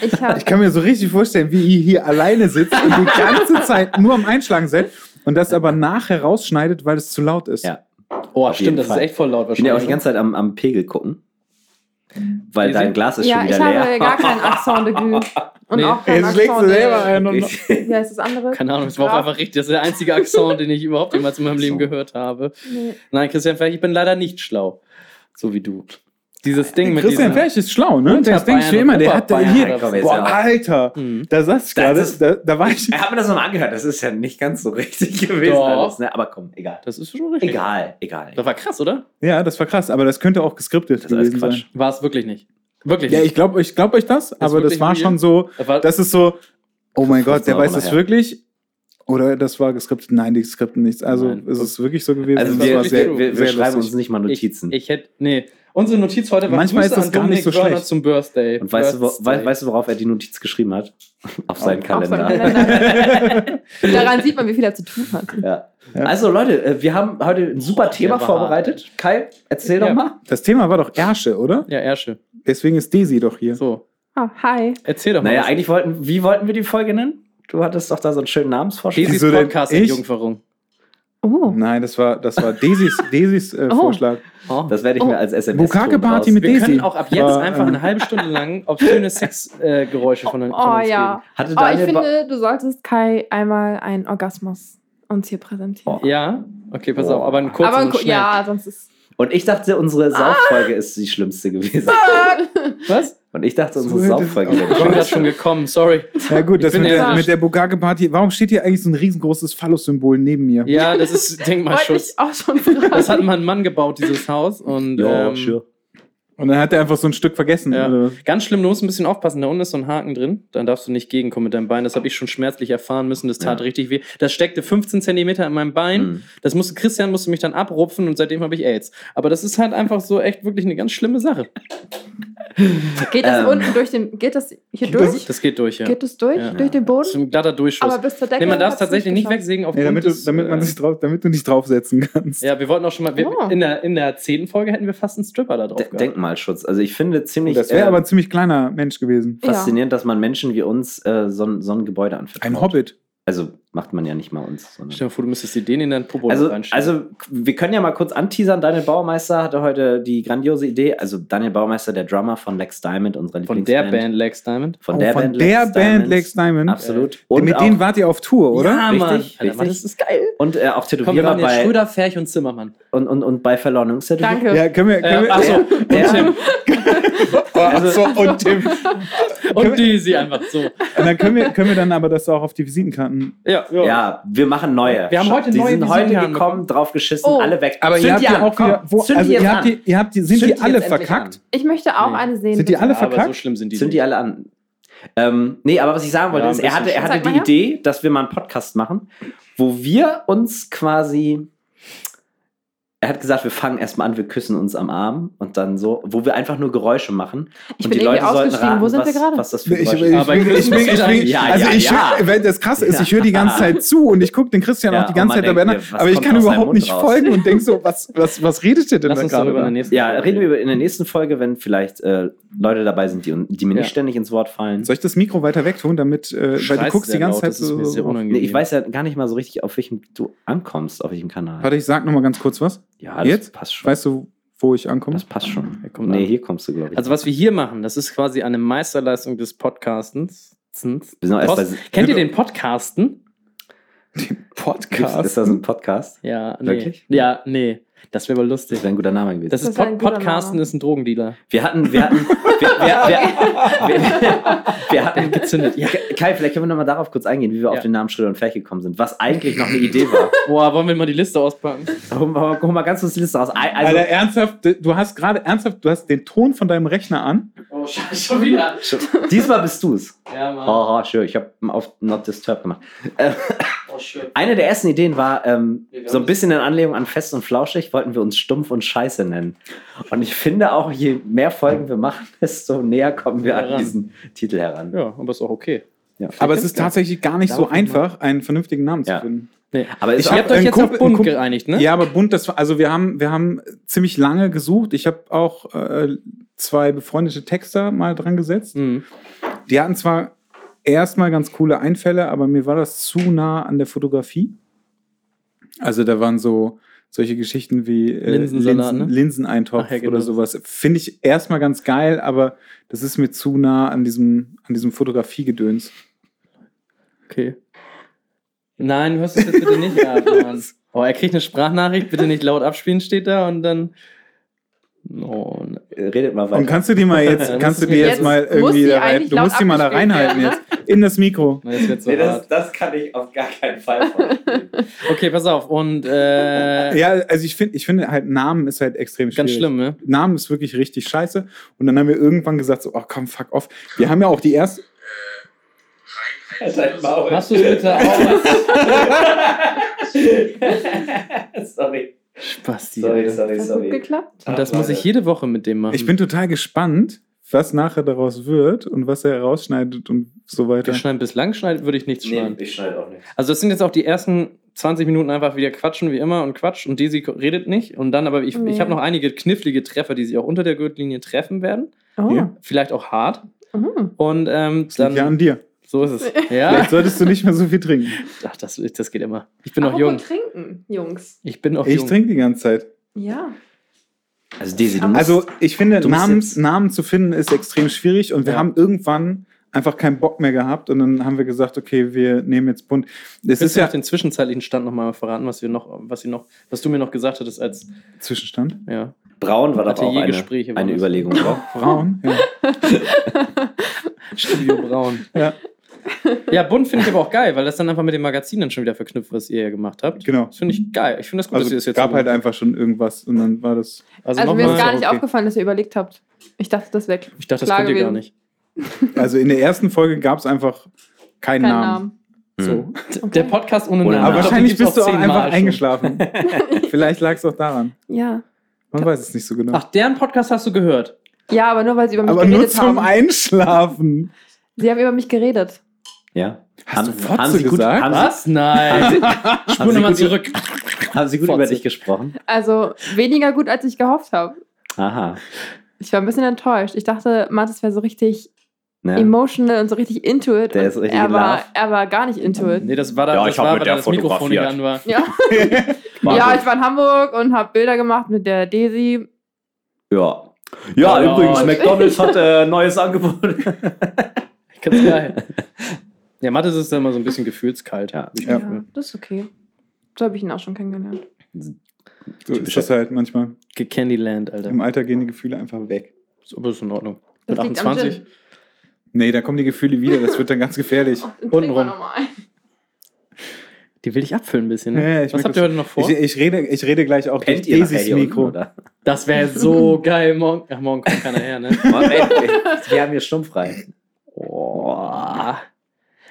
Ich habe Ich kann mir so richtig vorstellen, wie ihr hier alleine sitzt und die ganze Zeit nur am Einschlagen seid und das aber nachher rausschneidet, weil es zu laut ist. Ja. Oh, Auf jeden stimmt, das ist Fall. echt voll laut Ich bin ja auch wahrscheinlich. die ganze Zeit am, am Pegel gucken. Weil Wir dein sind- Glas ist ja, schon ich wieder habe leer. gar keinen Accent de Gue. Und Nee. auch keinen Jetzt schlägst du Accent selber de... ein und Ich- Wie heißt das andere? Keine Ahnung, es war auch Ja. einfach richtig. Das ist der einzige Accent, den ich überhaupt jemals in meinem Leben So. gehört habe. Nee. Nein, Christian Ferch, ich bin leider nicht schlau. So wie du. Dieses Ding mit Christian diesem- Ferch ist schlau, ne? Der Unterbayern denkt immer, und der hat Oberbayern hier. oder Komm, was. jetzt Boah, ja. Alter, Mhm. da saß ich Das gerade, ist- da, da war ich. Er hat mir das nochmal angehört. Das ist ja nicht ganz so richtig gewesen. Doch. Alles, ne? Aber komm, egal. Das ist schon richtig. Egal, egal. Das war krass, oder? Ja, das war krass, aber das könnte auch geskriptet Das ist alles gewesen Quatsch. sein. War es wirklich nicht. Wirklich Ja, nicht. ich glaube ich glaub euch das, aber das wirklich war real? schon so, Das war, das ist so, oh mein Gott, der Euro weiß das nachher. wirklich. Oder das war geskriptet. Nein, die skripten nichts. Also Nein. ist es wirklich so gewesen. Also das wir, war wirklich wir, true. wir, wir sehr schreiben lustig. uns nicht mal Notizen. Ich, ich hätte. Nee. Unsere Notiz heute war Manchmal Grüße ist das an gar Dominik nicht so Wörner schlecht. zum Birthday. und weißt du, wo, Birthday. wei- weißt du, worauf er die Notiz geschrieben hat? Auf seinen Auf seinem Kalender. Kalender. Daran sieht man, wie viel er zu tun hat. Ja. Ja. Also Leute, äh, wir haben heute ein super Boah, Thema der war vorbereitet. Kai, erzähl Ja. doch mal. Das Thema war doch Ärsche, oder? Ja, Ersche. Deswegen ist Desi doch hier. So. Ah, hi. Erzähl doch mal. Naja, was. eigentlich wollten, wie wollten wir die Folge nennen? Du hattest doch da so einen schönen Namensvorschlag. Desis Wieso denn Podcast ich? in Jungferung. Oh. Nein, das war, das war Desis, Desis äh, Oh. Vorschlag. Oh. Das werde ich Oh. mir als SMS Bukake Ton Party raus- mit Wir Desi. können auch ab jetzt War, einfach äh, eine halbe Stunde lang auf schöne Sexgeräusche äh, Geräusche von, von Oh uns ja. Hatte Oh, ich Daniel Ba- finde, du solltest Kai einmal einen Orgasmus uns hier präsentieren. Oh, reden. Ja? Okay, pass Boah. auf, aber einen kurzen Aber und gu- schnell. ja, sonst ist. und ich dachte, unsere Sauffolge ist die schlimmste gewesen. Was? Und ich dachte, unsere So hätte- Sauffolge Oh wäre die Ich bin schlimmste. gerade schon gekommen, sorry. Ja gut, Ich das bin mit der, überrascht. mit der Bukake Party. Warum steht hier eigentlich so ein riesengroßes Phallus-Symbol neben mir? Ja, das ist Wollte Denkmalschutz. ich auch schon Das hat fragen. mal ein Mann gebaut, dieses Haus. Und Ja, ähm, sure. Und dann hat er einfach so ein Stück vergessen. Ja. Oder? ganz schlimm, du musst ein bisschen aufpassen. Da unten ist so ein Haken drin. Dann darfst du nicht gegenkommen mit deinem Bein. Das habe ich schon schmerzlich erfahren müssen. Das tat Ja. richtig weh. Das steckte 15 Zentimeter in meinem Bein. Mhm. Das musste Christian musste mich dann abrupfen und seitdem habe ich AIDS. Aber das ist halt einfach so echt wirklich eine ganz schlimme Sache. Geht das Ähm. unten durch den. Geht das hier Geht durch? Das geht durch, ja. Geht es durch? Ja. Durch den Das ist Boden? ein glatter Durchschuss. Aber bis zur Decke. nee, man darf es hat's tatsächlich nicht geschafft. wegsehen aufgrund Nee, damit, du, des, damit, man äh, sich drauf, damit du nicht draufsetzen kannst. Ja, wir wollten auch schon mal. Wir, Oh. In der in der zehnten Folge hätten wir fast einen Stripper da drauf De gehabt. Denkmalschutz. Also ich finde ziemlich Oh, das wäre äh, aber ein ziemlich kleiner Mensch gewesen. faszinierend, dass man Menschen wie uns äh, so, ein- so ein Gebäude anfängt. Ein Hobbit. Also macht man ja nicht mal uns. Sondern Stell dir mal vor, du müsstest dir den in deinen Popo also, reinstecken. also wir können ja mal kurz anteasern. Daniel Baumeister hatte heute die grandiose Idee. Also Daniel Baumeister, der Drummer von Lex Diamond, unserer von Lieblingsband. der Band Lex Diamond. Von Oh, der von Band, der Lex, Band Diamonds. Lex Diamond. Absolut. Mit auch, denen wart ihr auf Tour, oder? Ja, Mann. Richtig, Alter, Mann, richtig. das ist geil. und äh, auch Komm, wir Tätowierer machen jetzt bei, Schröder, Ferch und Zimmermann. und, und, und bei Verleumdungstätowierer. Danke. Ja, können wir. Können Äh, wir Achso, und der- Tim. Oh, achso, und Tim. Und Daisy einfach so. Und dann können wir, können wir dann aber das auch auf die Visitenkarten. Ja, Ja, wir machen neue. Wir haben heute die neue sind heute Visitenkarten gekommen, drauf geschissen, Oh. alle weg. Aber Zünd ihr habt die ja an, auch komm, wieder. Wo, zünd also die jetzt ihr habt, an. die, ihr habt die, sind Zünd die die alle jetzt endlich verkackt? an. Ich möchte auch Nee. eine sehen. Sind die bitte. alle aber so verkackt? schlimm sind die. Zünd nicht. die alle an. Ähm, nee, aber was ich sagen wollte, Ja, ein ist, er bisschen hatte, er schon. hatte Sag die mal her. Idee, dass wir mal einen Podcast machen, wo wir uns quasi. Er hat gesagt, wir fangen erstmal an, wir küssen uns am Arm und dann so, wo wir einfach nur Geräusche machen. Ich und bin die irgendwie Leute sollten ausgestiegen. raten, Wo sind was, wir gerade? was das für Nee, Ich, ich, Geräusche bin- Aber ich, bin- ich, bin- ich, Christian- bin- Ja, also ja, ich ja. höre, wenn das krass ist, ich höre die ganze Zeit zu und ich gucke den Christian Ja, oh auch die und ganze man Zeit denkt, dabei was nach, aber ich kommt kann aus seinem überhaupt Mund nicht raus? folgen und denk so, was, was, was redet ihr denn Lass da uns darüber in der gerade? nächsten Ja, Folge reden wir über- in der nächsten Folge, wenn vielleicht äh, Leute dabei sind, die, un- die mir Ja. nicht ständig ins Wort fallen. Soll ich das Mikro weiter weg tun, damit, äh, weil du Schreist guckst die sehr ganze laut, Zeit das ist so. mir so- sehr so. unangenehm. Nee, ich weiß ja gar nicht mal so richtig, auf welchem du ankommst, auf welchem Kanal. Warte, ich sag nochmal ganz kurz was. ja, das Jetzt? passt schon. Weißt du, wo ich ankomme? das passt schon. Er kommt Nee, an. hier kommst du, glaube ich. Also was wir hier machen, das ist quasi eine Meisterleistung des Podcastens. Zins. wir sind noch erst Post. bei, Kennt ihr den Podcasten? Gibt's- Ist Podcast. das ein Podcast? Ja, nee. Wirklich? Ja, nee. Das wäre aber lustig. Das wäre ein guter Name gewesen. Das ist Das wär ein Pod guter Podcasten Name. ist ein Drogendealer. wir hatten, wir hatten, wir, wir, wir, wir hatten Gezündet. Ja. Kai, vielleicht können wir nochmal darauf kurz eingehen, wie wir auf Ja. den Namen Schröder und Ferch gekommen sind, was eigentlich noch eine Idee war. Boah, wollen wir mal die Liste auspacken? Hol mal, hol mal ganz kurz die Liste raus. Ei- Also, Alter, ernsthaft, du hast gerade ernsthaft, du hast den Ton von deinem Rechner an. Oh, scheiße, schon wieder. schon- diesmal bist du's. Ja, Mann. Oh, Haha, schön. Ich habe auf Not Disturbed gemacht. Äh, schön. Eine der ersten Ideen war, ähm, Wir werden so ein bisschen in Anlehnung an Fest und Flauschig wollten wir uns Stumpf und Scheiße nennen. Und ich finde auch, je mehr Folgen wir machen, desto näher kommen wir an Heran. diesen Titel heran. Ja, aber ist auch okay. Ja. Aber es ist tatsächlich gar nicht so Lauf nochmal. einfach, einen vernünftigen Namen Ja. zu finden. Nee. Aber Ich ist habt auch, euch ein jetzt Kumpel- auf bunt ein Kumpel- geeinigt, ne? Ja, aber bunt, das war, also wir haben, wir haben ziemlich lange gesucht. Ich habe auch äh, zwei befreundete Texter mal dran gesetzt. Mhm. Die hatten zwar erstmal ganz coole Einfälle, aber mir war das zu nah an der Fotografie. Also da waren so solche Geschichten wie äh, Linsensalat, Linsen, ne? Linseneintopf Ach ja, genau. oder sowas. Finde ich erstmal ganz geil, aber das ist mir zu nah an diesem, an diesem Fotografiegedöns. Okay. Nein, du hörst es jetzt bitte nicht ab, Mann. Oh, er kriegt eine Sprachnachricht, bitte nicht laut abspielen, steht da und dann. Oh, ne. Äh, redet mal Und weiter. kannst du die mal jetzt, Ja, kannst du das die ist- jetzt, Jetzt mal muss irgendwie die da rein, eigentlich du laut musst die mal da abgespielt reinhalten werden, jetzt. In das Mikro. Na, jetzt wird's so hart. kann ich auf gar keinen Fall vorstellen. Okay, pass auf. Und äh, Ja, also ich finde, ich finde halt Namen ist halt extrem schwierig. ganz schlimm, ne? Namen ist wirklich richtig scheiße. Und dann haben wir irgendwann gesagt, so, ach komm, fuck off. Wir haben ja auch die erste, Machst du es bitte auch? sorry, Spasti. sorry, Alter. sorry, Hat gut sorry. geklappt? Und das muss ich jede Woche mit dem machen. ich bin total gespannt, was nachher daraus wird und was er rausschneidet und so Wir weiter. schneiden bislang schneiden, würde ich nichts Nee, schneiden. ich schneide auch nicht. Also das sind jetzt auch die ersten 20 Minuten einfach wieder quatschen wie immer und quatsch und Daisy redet nicht. Und dann aber ich, Nee. ich habe noch einige knifflige Treffer, die sie auch unter der Gürtellinie treffen werden. Oh. Hier. Vielleicht auch hart. Mhm. Und ähm, Das liegt ja an dann. dir. So ist es. Ja. Vielleicht solltest du nicht mehr so viel trinken. Ach, das, das geht immer. Ich bin noch Apropos jung. trinken, Jungs. Ich bin noch Ich jung. trinke die ganze Zeit. Ja. Also, Desi, du musst. Also ich finde, Du musst Namen, jetzt- Namen zu finden ist extrem schwierig und wir Ja. haben irgendwann einfach keinen Bock mehr gehabt und dann haben wir gesagt, okay, wir nehmen jetzt bunt. Es Es ist ist du ja ja den zwischenzeitlichen Stand nochmal verraten, was wir noch, was sie noch, was du mir noch gesagt hattest als Zwischenstand. ja. Braun war doch Hatte auch je eine, Gespräche, war eine das. Überlegung. oder? Braun. Ja. Studio Braun. Ja. Ja, bunt finde ich aber auch geil, weil das dann einfach mit den Magazinen schon wieder verknüpft, was ihr ja gemacht habt. Genau. Das finde ich geil. Ich finde das gut, dass Also ihr es es jetzt gab so halt macht. einfach schon irgendwas und dann war das. Also, Also, mir nochmal. ist gar Ist nicht auch okay. aufgefallen, dass ihr überlegt habt. Ich dachte, das wäre Ich dachte, das klar könnt ihr gar gewesen. nicht. Also in der ersten Folge gab es einfach kein keinen Namen. Name. Hm. So. Der Podcast ohne Namen. Oder- Ja, ich Aber Ich glaub, wahrscheinlich den gibt's bist du auch zehnmal einfach schon. eingeschlafen. Vielleicht lag es auch daran. Ja. Man weiß es nicht so genau. ne? Ach, deren Podcast hast du gehört. Ja, aber nur weil sie über mich Aber nur geredet zum haben. Einschlafen. Sie haben über mich geredet. Ja. Hast du Fotze haben sie gut, gesagt? Haben Was? Nein. Sie, Spur haben nochmal sie gut, zurück. haben sie gut über Fotze. dich gesprochen? Also weniger gut, als ich gehofft habe. Aha. Ich war ein bisschen enttäuscht. Ich dachte, Mathis wäre so richtig Ne? emotional und so richtig into it. Der und ist richtig er, in war, love. er war gar nicht into it. Nee, das war da, Ja, das ich hab war, mit weil der da das Mikrofon nicht fotografiert. an war. Ja. ja, ich war in Hamburg und habe Bilder gemacht mit der Daisy. Ja. Ja, Ja. übrigens, McDonalds hat äh, neues Angebot. Ganz geil. Ja, Mathis ist dann immer so ein bisschen gefühlskalt. Ja. Ja. das ist okay. So habe ich ihn auch schon kennengelernt. So ist das halt manchmal. Ge- Candyland, Alter. Im Alter gehen die Gefühle einfach weg. Ist aber ist in Ordnung. Mit Das liegt am 28. Gin. Nee, da kommen die Gefühle wieder. Das wird dann ganz gefährlich. Dann Untenrum. trinken wir noch mal ein. Die will ich abfüllen ein bisschen. Ne? Ja, ja, ich Was merk habt das. ihr heute noch vor? Ich, ich, rede, ich rede gleich auch durch Kennt ihr nachher Daisys hier unten, Mikro. oder? das wäre so geil. Morgen, ach, morgen kommt keiner her, ne? Mann, ey, ey, wir haben hier stummfrei. Oh.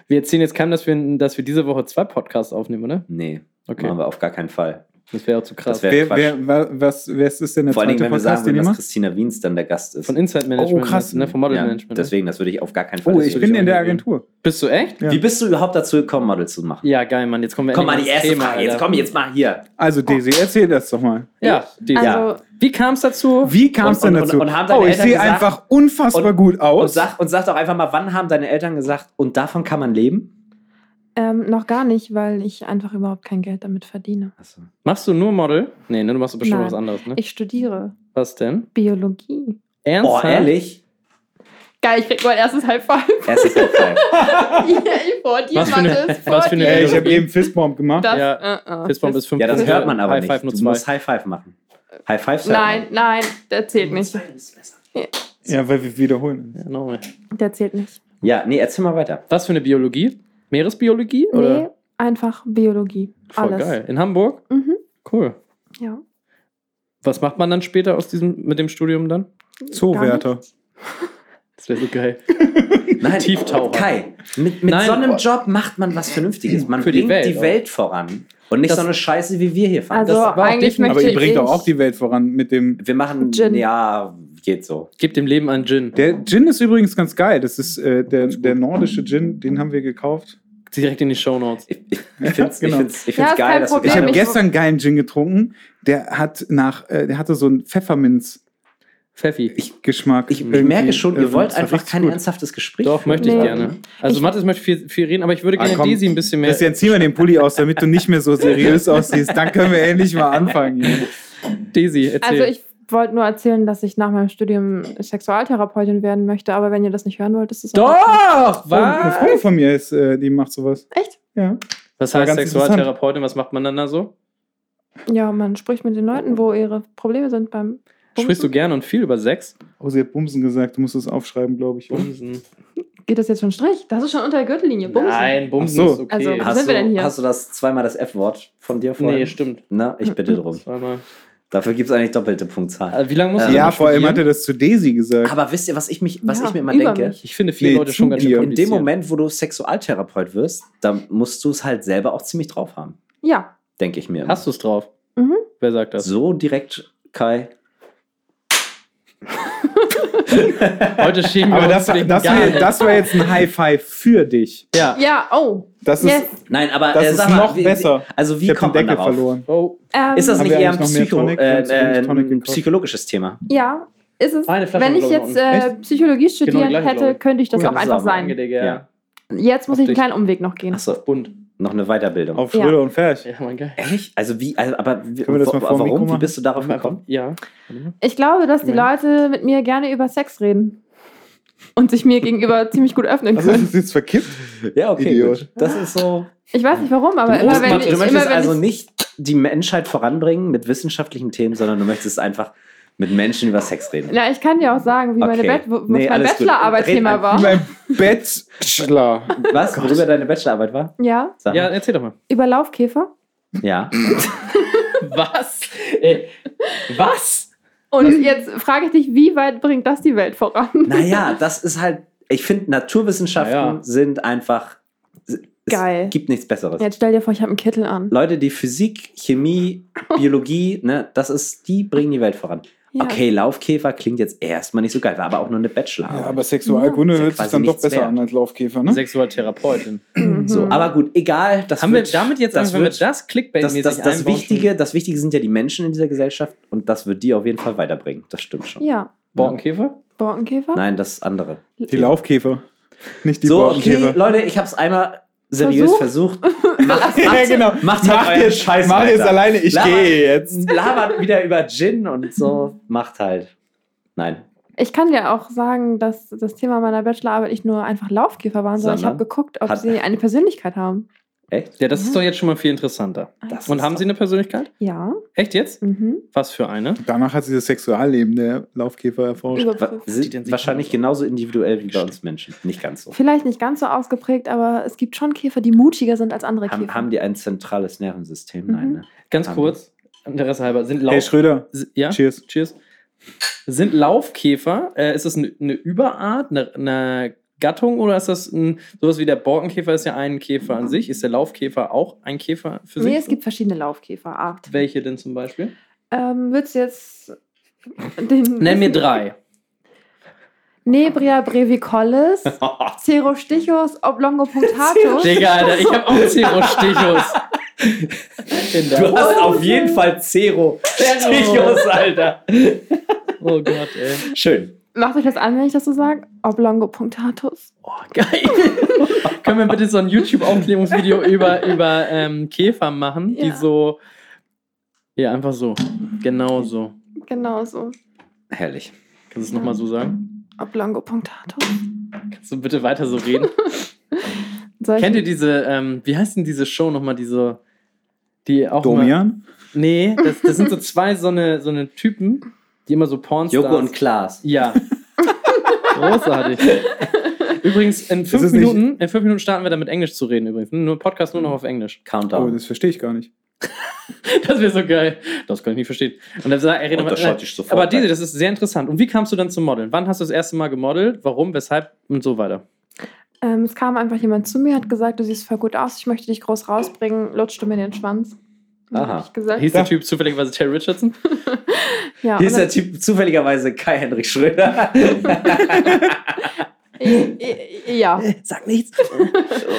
Wir erzählen jetzt keinem, dass wir, dass wir diese Woche zwei Podcasts aufnehmen, oder? Nee, machen Okay. wir auf gar keinen Fall. Das wäre auch zu krass. Das wär- Wer, Quatsch. wer, wa- was, wer ist denn der Vor allen zweite Dingen, wenn wir Podcast, sagen, würden, den ihr dass macht? Christina Wiens dann der Gast ist. von Inside Management. Oh, krass. Ne? Von Model ja, Management. deswegen, das würde ich auf gar keinen Fall. Oh, das ich würde bin in der unbedingt- Agentur. Bist du echt? Ja. Wie bist du überhaupt dazu gekommen, Model zu machen? Ja, geil, Mann. Jetzt kommen wir Komm mal, die endlich erste ans Thema, Frage. Jetzt Alter. komm jetzt mal hier. Also, Daisy, erzähl das doch mal. Ja, die, Also, Wie kam es dazu? Wie kam es Und- denn und- dazu? und- und haben deine oh, ich Eltern sehe gesagt- einfach unfassbar und- gut aus. Und sag, und sag doch einfach mal, wann haben deine Eltern gesagt, und davon kann man leben? ähm, noch gar nicht, weil ich einfach überhaupt kein Geld damit verdiene. Achso. Machst du nur Model? Nee, ne, du machst bestimmt Nein. was anderes, ne? Ich studiere Was denn? Biologie. Boah, Ernsthaft? ehrlich? Geil, ich krieg mein erstes High Five. Erstes Halbzeit. Hier, vor dir, Was für eine- Mathis, vor was für eine dir. Ey, ich habe Biologie. eben Fistbomb gemacht. Das, Ja. äh, äh, Fistbomb ist 5 Ja, das hört man aber High nicht. Five nur Du 2. musst High Five machen. High Five sagt Nein, nein, der zählt nicht. Ja, weil wir wiederholen. Ja, nochmal. Der zählt nicht. man. Ja, nee, erzähl mal weiter. Was für eine Biologie? Meeresbiologie? Nee, Oder? einfach Biologie. Voll Alles. geil. In Hamburg? Mhm, Cool. ja. Was macht man dann später aus diesem, mit dem Studium dann? Zoowärter. Das wäre so geil. Nein, Tieftaucher. Kai, mit, mit Nein. so einem Job macht man was Vernünftiges. Man Für die bringt die Welt Welt, auch. voran. Und nicht Das- so eine Scheiße, wie wir hier fahren. Also war auch eigentlich definitiv- möchte Aber ihr bringt ich doch auch die Welt voran mit dem. wir machen, Gin. ja, geht so. Gib dem Leben einen Gin. Der Gin ist übrigens ganz geil. Das ist äh, der, der nordische Gin, den haben wir gekauft. Direkt in die Shownotes. Ich, ich, ich finde es Genau. ich find's Ja, ist geil, kein dass du Problem. Ich habe Nämlich- gestern geilen Gin getrunken. Der hat nach, äh, der hatte so einen Pfefferminz-Geschmack. Pfeffi. ich, ich irgendwie. merke schon, Irgendwie, ihr wollt das war einfach richtig kein gut. ernsthaftes Gespräch. Doch, möchte ich Nee. gerne. Also, Ich- Mathis möchte viel, viel reden, aber ich würde Ah, gerne komm. Daisy ein bisschen mehr. Christian, zieh mal den Pulli aus, damit du nicht mehr so seriös aussiehst. Dann können wir endlich mal anfangen. hier. Daisy, erzähl. Also ich wollte nur erzählen, dass ich nach meinem Studium Sexualtherapeutin werden möchte, aber wenn ihr das nicht hören wollt, ist es in Ordnung. Doch! Oh, eine Was? Freundin von mir ist, äh, die macht sowas. Echt? Ja. Was War heißt ganz Sexualtherapeutin? Was macht man dann da so? Ja, man spricht mit den Leuten, wo ihre Probleme sind beim Sprichst du gern und viel über Sex? Oh, sie hat Bumsen gesagt. Du musst es aufschreiben, glaube ich. oder? Bumsen. Geht das jetzt schon Strich? Das ist schon unter der Gürtellinie. Bumsen. Nein, Bumsen Ach so. ist okay. Also- Was Hast, sind wir denn du, hier? hast du das zweimal das F-Wort von dir vorhin? nee, stimmt. Na, ich bitte drum. Zweimal. Dafür gibt es eigentlich doppelte Punktzahl. Also, wie lange musst du Ja, noch vor allem studieren? hat er das zu Daisy gesagt. Aber wisst ihr, was ich, mich, was Ja, ich mir immer über denke? mich. Ich finde viele Nee, Leute zu schon ganz schön dir. In dem kompliziert. Moment, wo du Sexualtherapeut wirst, da musst du es halt selber auch ziemlich drauf haben, Ja. denke ich mir. immer. Hast du es drauf? Mhm. Wer sagt das? so direkt, Kai? Heute schieben wir Aber uns das, wegen das, gar war, nicht. das war jetzt ein High Five für dich. Ja. Ja, oh. Das ist, Yes. Nein, aber das äh, ist sag mal, noch wie, besser. Also wie ich habe kommt den man Deckel darauf? verloren. Oh, Ähm, Ist das Haben nicht wir eher ein, eigentlich noch mehr Psycho, Tonic? Wir haben zu äh, wenig äh, Tonic ein gekauft. psychologisches Thema? Ja, ist es. Eine Flasche Wenn ich glaub ich, jetzt noch äh, Genau Psychologie studieren gleiche, glaub hätte, ich. könnte ich das Ja, auch das ist einfach aber sein. Digga. Ja. Jetzt muss Auf ich einen dich. kleinen Umweg noch gehen. Achso, Bunt. noch eine Weiterbildung. Auf Ja. Schröder und Ferch. Ja, mein Geil. Ehrlich? Also wie, also, aber wie, Können wir das mal wa- vor dem Mikro warum? Wie machen? bist du darauf gekommen? Ja. Ich glaube, dass die Ja. Leute mit mir gerne über Sex reden und sich mir gegenüber ziemlich gut öffnen Also ist können. es jetzt verkippt? Ja, okay, Idiot. gut. Das ist so. Ich weiß nicht warum, aber du immer musst- wenn ich, du immer, möchtest wenn also ich nicht die Menschheit voranbringen mit wissenschaftlichen Themen, sondern du möchtest einfach mit Menschen über Sex reden. na, ich kann dir auch sagen, wie meine Okay. Bet was Nee, mein alles gut. Red Bachelorarbeitsthema war. Mein Bachelor. Was? Worüber deine Bachelorarbeit war? Ja, Sag Ja, mal. erzähl doch mal. über Laufkäfer. ja. Was? Ey, was? Und jetzt frage ich dich, wie weit bringt das die Welt voran? Naja, das ist halt. Ich finde, Naturwissenschaften Naja. sind einfach. es- Geil. Es gibt nichts Besseres. Jetzt stell dir vor, ich habe einen Kittel an. Leute, die Physik, Chemie, Biologie, ne, das ist, die bringen die Welt voran. Ja. Okay, Laufkäfer klingt jetzt erstmal nicht so geil, war aber auch nur eine Bachelorarbeit. Ja, aber Sexualkunde Ja. hört Ist ja sich dann quasi doch nichts besser wert. an als Laufkäfer, ne? Sexualtherapeutin. Mhm. Mhm. so, aber gut, egal. Das Hm? Haben wir wird, damit jetzt das einfach wird, mit das clickbait das, das, das, Wichtige, das Wichtige sind ja die Menschen in dieser Gesellschaft und das wird die auf jeden Fall weiterbringen. Das stimmt schon. Ja. Borkenkäfer? Borkenkäfer? Nein, das andere. Die Laufkäfer. Nicht die so, okay, Borkenkäfer. Leute, ich habe es einmal seriös versucht. Macht, Ja, genau. macht halt euren jetzt, Scheiß mach jetzt weiter. alleine, ich Laber- gehe jetzt. labert wieder über Gin und so. Macht halt. Nein. Ich kann dir auch sagen, dass das Thema meiner Bachelorarbeit nicht nur einfach Laufkäfer waren, sondern ich Sondern? habe geguckt, ob Hat- sie eine Persönlichkeit haben. Echt? Ja, das ist doch jetzt schon mal viel interessanter. Das Und ist haben doch- Sie eine Persönlichkeit? Ja. Echt jetzt? Mhm. Was für eine? Danach hat sie das Sexualleben der Laufkäfer erforscht. Wa- Überprüft. sind Die denn sich wahrscheinlich kommen. genauso individuell wie bei uns Menschen. Nicht ganz so. Vielleicht nicht ganz so ausgeprägt, aber es gibt schon Käfer, die mutiger sind als andere Haben, Käfer. haben die ein zentrales Nervensystem? Mhm. Nein, ne? Ganz Haben kurz, Interesse halber, sind Hey Lauf... Schröder, S- ja? cheers. Cheers. Sind Laufkäfer, äh, ist das eine, eine Überart, eine, eine Gattung oder ist das ein, sowas wie der Borkenkäfer ist ja ein Käfer an sich? Ist der Laufkäfer auch ein Käfer für sich? nee, es gibt verschiedene Laufkäferarten. Welche denn zum Beispiel? Ähm, willst du jetzt den. Nenn mir drei. Nebria brevicollis, Cerostichus, Oblongopunctatus. Digga, Alter, ich hab auch Cerostichus. In der Du hast Oh, auf okay. jeden Fall Zero. Stichos, Alter. Oh Gott, ey. Schön. Macht euch das an, wenn ich das so sage? Oblongopunctatus. Oh, geil. Können wir bitte so ein YouTube-Aufklärungsvideo über, über ähm, Käfer machen, die Ja. so. Ja, einfach so. Genau so. Genau so. Herrlich. Kannst du es nochmal so sagen? Oblongopunctatus. Kannst du bitte weiter so reden? Soll ich- Kennt ihr diese, ähm, wie heißt denn diese Show nochmal, diese, die auch Mal, Domian? Nee, das, das sind so zwei so eine, so eine Typen, die immer so Pornstars. Joko und Klaas. Ja. Großartig. Übrigens, in fünf, ist nicht- Minuten, in fünf Minuten starten wir damit Englisch zu reden übrigens. Nur Podcast nur noch auf Englisch. Oh, Countdown. das verstehe ich gar nicht. Das wäre so geil. Das kann ich nicht verstehen. Und dann sagt er, redet Und das mal- äh, schaut ich sofort Aber weg. diese, das ist sehr interessant. Und wie kamst du dann zum Modeln? Wann hast du das erste Mal gemodelt? Warum, weshalb und so weiter? Ähm, es kam einfach jemand zu mir, hat gesagt, du siehst voll gut aus, ich möchte dich groß rausbringen, lutschte mir den Schwanz. Und dann Aha. hab Ich gesagt, Hieß der Typ zufälligerweise Terry Richardson? ja, Hier ist und der Typ zufälligerweise Kai-Henrik Schröder. dann, äh, äh, ja. Sag nichts. Oh,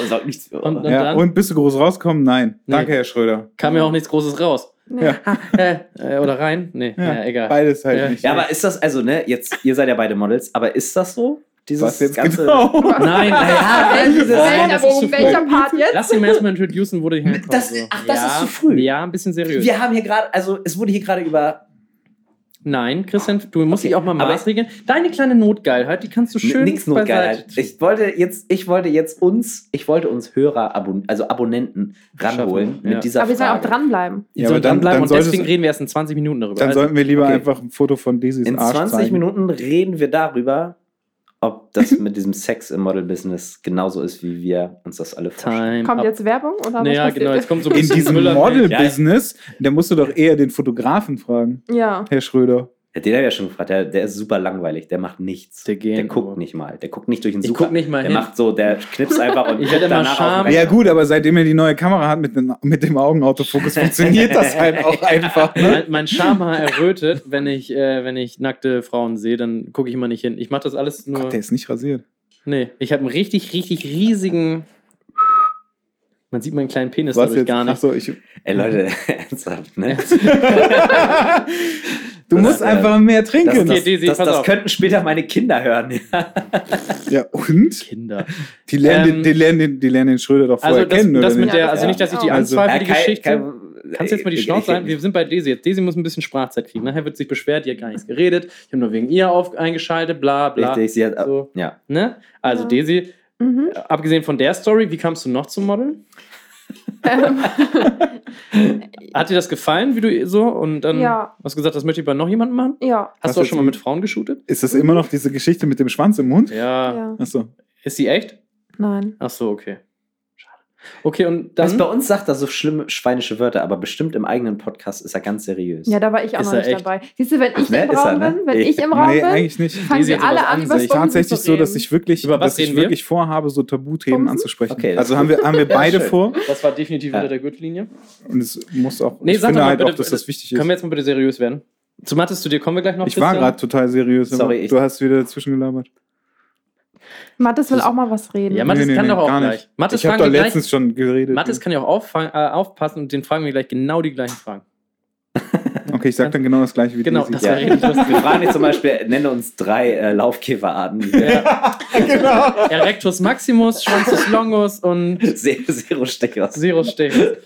Sag nichts. Und- Oh. und- Ja, dann? und bist du groß rauskommen? Nein. Nee. Danke, Herr Schröder. Kam ja auch nichts Großes raus. Nee. Ja. Äh, äh, oder rein? Nee, ja, egal. Beides halt Ja. nicht. Ja, aber ist das, also, ne, jetzt, ihr seid ja beide Models, aber ist das so? Dieses was jetzt ganze- genau? Nein, Ja, naja, dieses- nein, das ist zu welcher, früh. welcher Part jetzt? Lass ihn mir erstmal introducen, wo du hinkommst. Das- so. ach, das ist zu früh. Ja, ein bisschen seriös. Wir haben hier gerade, also, es wurde hier gerade über Nein, Christian, du musst Okay, dich auch mal aber- maßregeln. Deine kleine Notgeilheit, die kannst du schön Nix Notgeilheit. Ich wollte jetzt, ich wollte jetzt uns, ich wollte uns Hörer, Abon also Abonnenten ranholen Schaffen, mit ja. dieser Aber wir sollen auch Frage. dranbleiben. Ja, Ja, soll aber dann- dranbleiben dann und solltest- deswegen reden wir erst in 20 Minuten darüber. Dann Also, sollten wir lieber okay. einfach ein Foto von Daisys In Arsch 20 zeigen. Minuten reden wir darüber, ob das mit diesem Sex im Model-Business genauso ist, wie wir uns das alle vorstellen. Time Kommt up. jetzt Werbung? Oder Naja, was passiert? genau, jetzt kommt so ein In bisschen diesem Müller- Model-Business, da musst du doch eher den Fotografen fragen, Ja. Herr Schröder. Ja, den habe ich ja schon gefragt, der, der ist super langweilig, der macht nichts. Der geht nur. guckt nicht mal, der guckt nicht durch den Ich Sucher. guck nicht mal der hin. macht so, der knipst einfach und Ich werd immer danach auf den schamhaft. Rechner. Ja gut, aber seitdem er die neue Kamera hat mit, den, mit dem Augenautofokus, funktioniert das halt auch einfach. Ne? Mein, mein Schamhaar errötet, wenn ich, äh, wenn ich nackte Frauen sehe, dann gucke ich immer nicht hin. Ich mache das alles nur. Gott, der ist nicht rasiert. Nee, ich habe einen richtig, richtig riesigen. Man sieht meinen kleinen Penis Was dadurch jetzt? gar Ach nicht. so, ich, Ey Leute, ernsthaft, ne? du Das musst ist, äh, einfach mehr Das, trinken. das, Daisy, das, pass das auf. könnten später meine Kinder hören. ja, und? Kinder. Die lernen, den, Ähm, die, lernen den, die lernen den Schröder doch vorher Also, das, kennen, das oder mit nicht? der, Ja, also das nicht, dass ich die auch. anzweifle, die Kai- Geschichte. Kai- Kannst jetzt mal die äh, ich- Schnauze Äh, ich- halten? Wir sind bei Daisy jetzt. Daisy muss ein bisschen Sprachzeit kriegen. Nachher wird sich beschwert, die hat gar nichts geredet. Ich habe nur wegen ihr auf, eingeschaltet, bla bla. Richtig, sie hat, So, ja. ne? Also Ja. Daisy, Mhm. abgesehen von der Story, wie kamst du noch zum Modeln? Ähm, Hat dir das gefallen, wie du so? Und dann Ja. hast du gesagt, das möchte ich bei noch jemandem machen? ja. Hast Was du auch jetzt schon mal wie- mit Frauen geshootet? Ist das immer noch diese Geschichte mit dem Schwanz im Mund? Ja. ja. Achso. Ist sie echt? Nein. Ach so, okay. Schade. Okay, und Das bei dann. uns sagt er so schlimme schweinische Wörter, aber bestimmt im eigenen Podcast ist er ganz seriös. Ja, da war ich auch Ist noch er nicht echt? dabei. Siehst du, wenn ich Ne, im ist er, Raum ne? bin, wenn Nee. ich im Raum Nee, bin, eigentlich nicht. Also, fangen Lisi sie hat sowas alle an an, über sich. Ich tatsächlich so, dass ich wirklich, Über was dass ich reden wir? wirklich vorhabe, so Tabuthemen Bumsen? anzusprechen. Okay, das also ist haben wir, haben wir beide schön. vor Das war definitiv Ja. unter der Gürtellinie. und es muss auch. Nee, ich sag doch finde mal halt bitte, auch, dass das wichtig ist. Können wir jetzt mal bitte seriös werden? Zu Mattes, zu dir kommen wir gleich noch. Ich war Christian. gerade total seriös. aber Sorry, ich- du hast wieder zwischengelabert. Mathis will Das- auch mal was reden. Ja, Mathis Nee, nee, kann nee, doch auch gar gleich. nicht. Mathis, ich habe fragen doch wir letztens gleich, schon geredet. Mathis kann ja auch auffang, äh, aufpassen und den fragen wir gleich genau die gleichen Fragen. okay, ich sag dann genau das gleiche wie Genau, Desi. das Ja. wäre richtig lustig. Wir fragen dich zum Beispiel, nenne uns drei äh, Laufkäferarten. die wir- Genau. Erectus Maximus, Schwanzus Longus und Se- Serosteros. Sirus Stegus.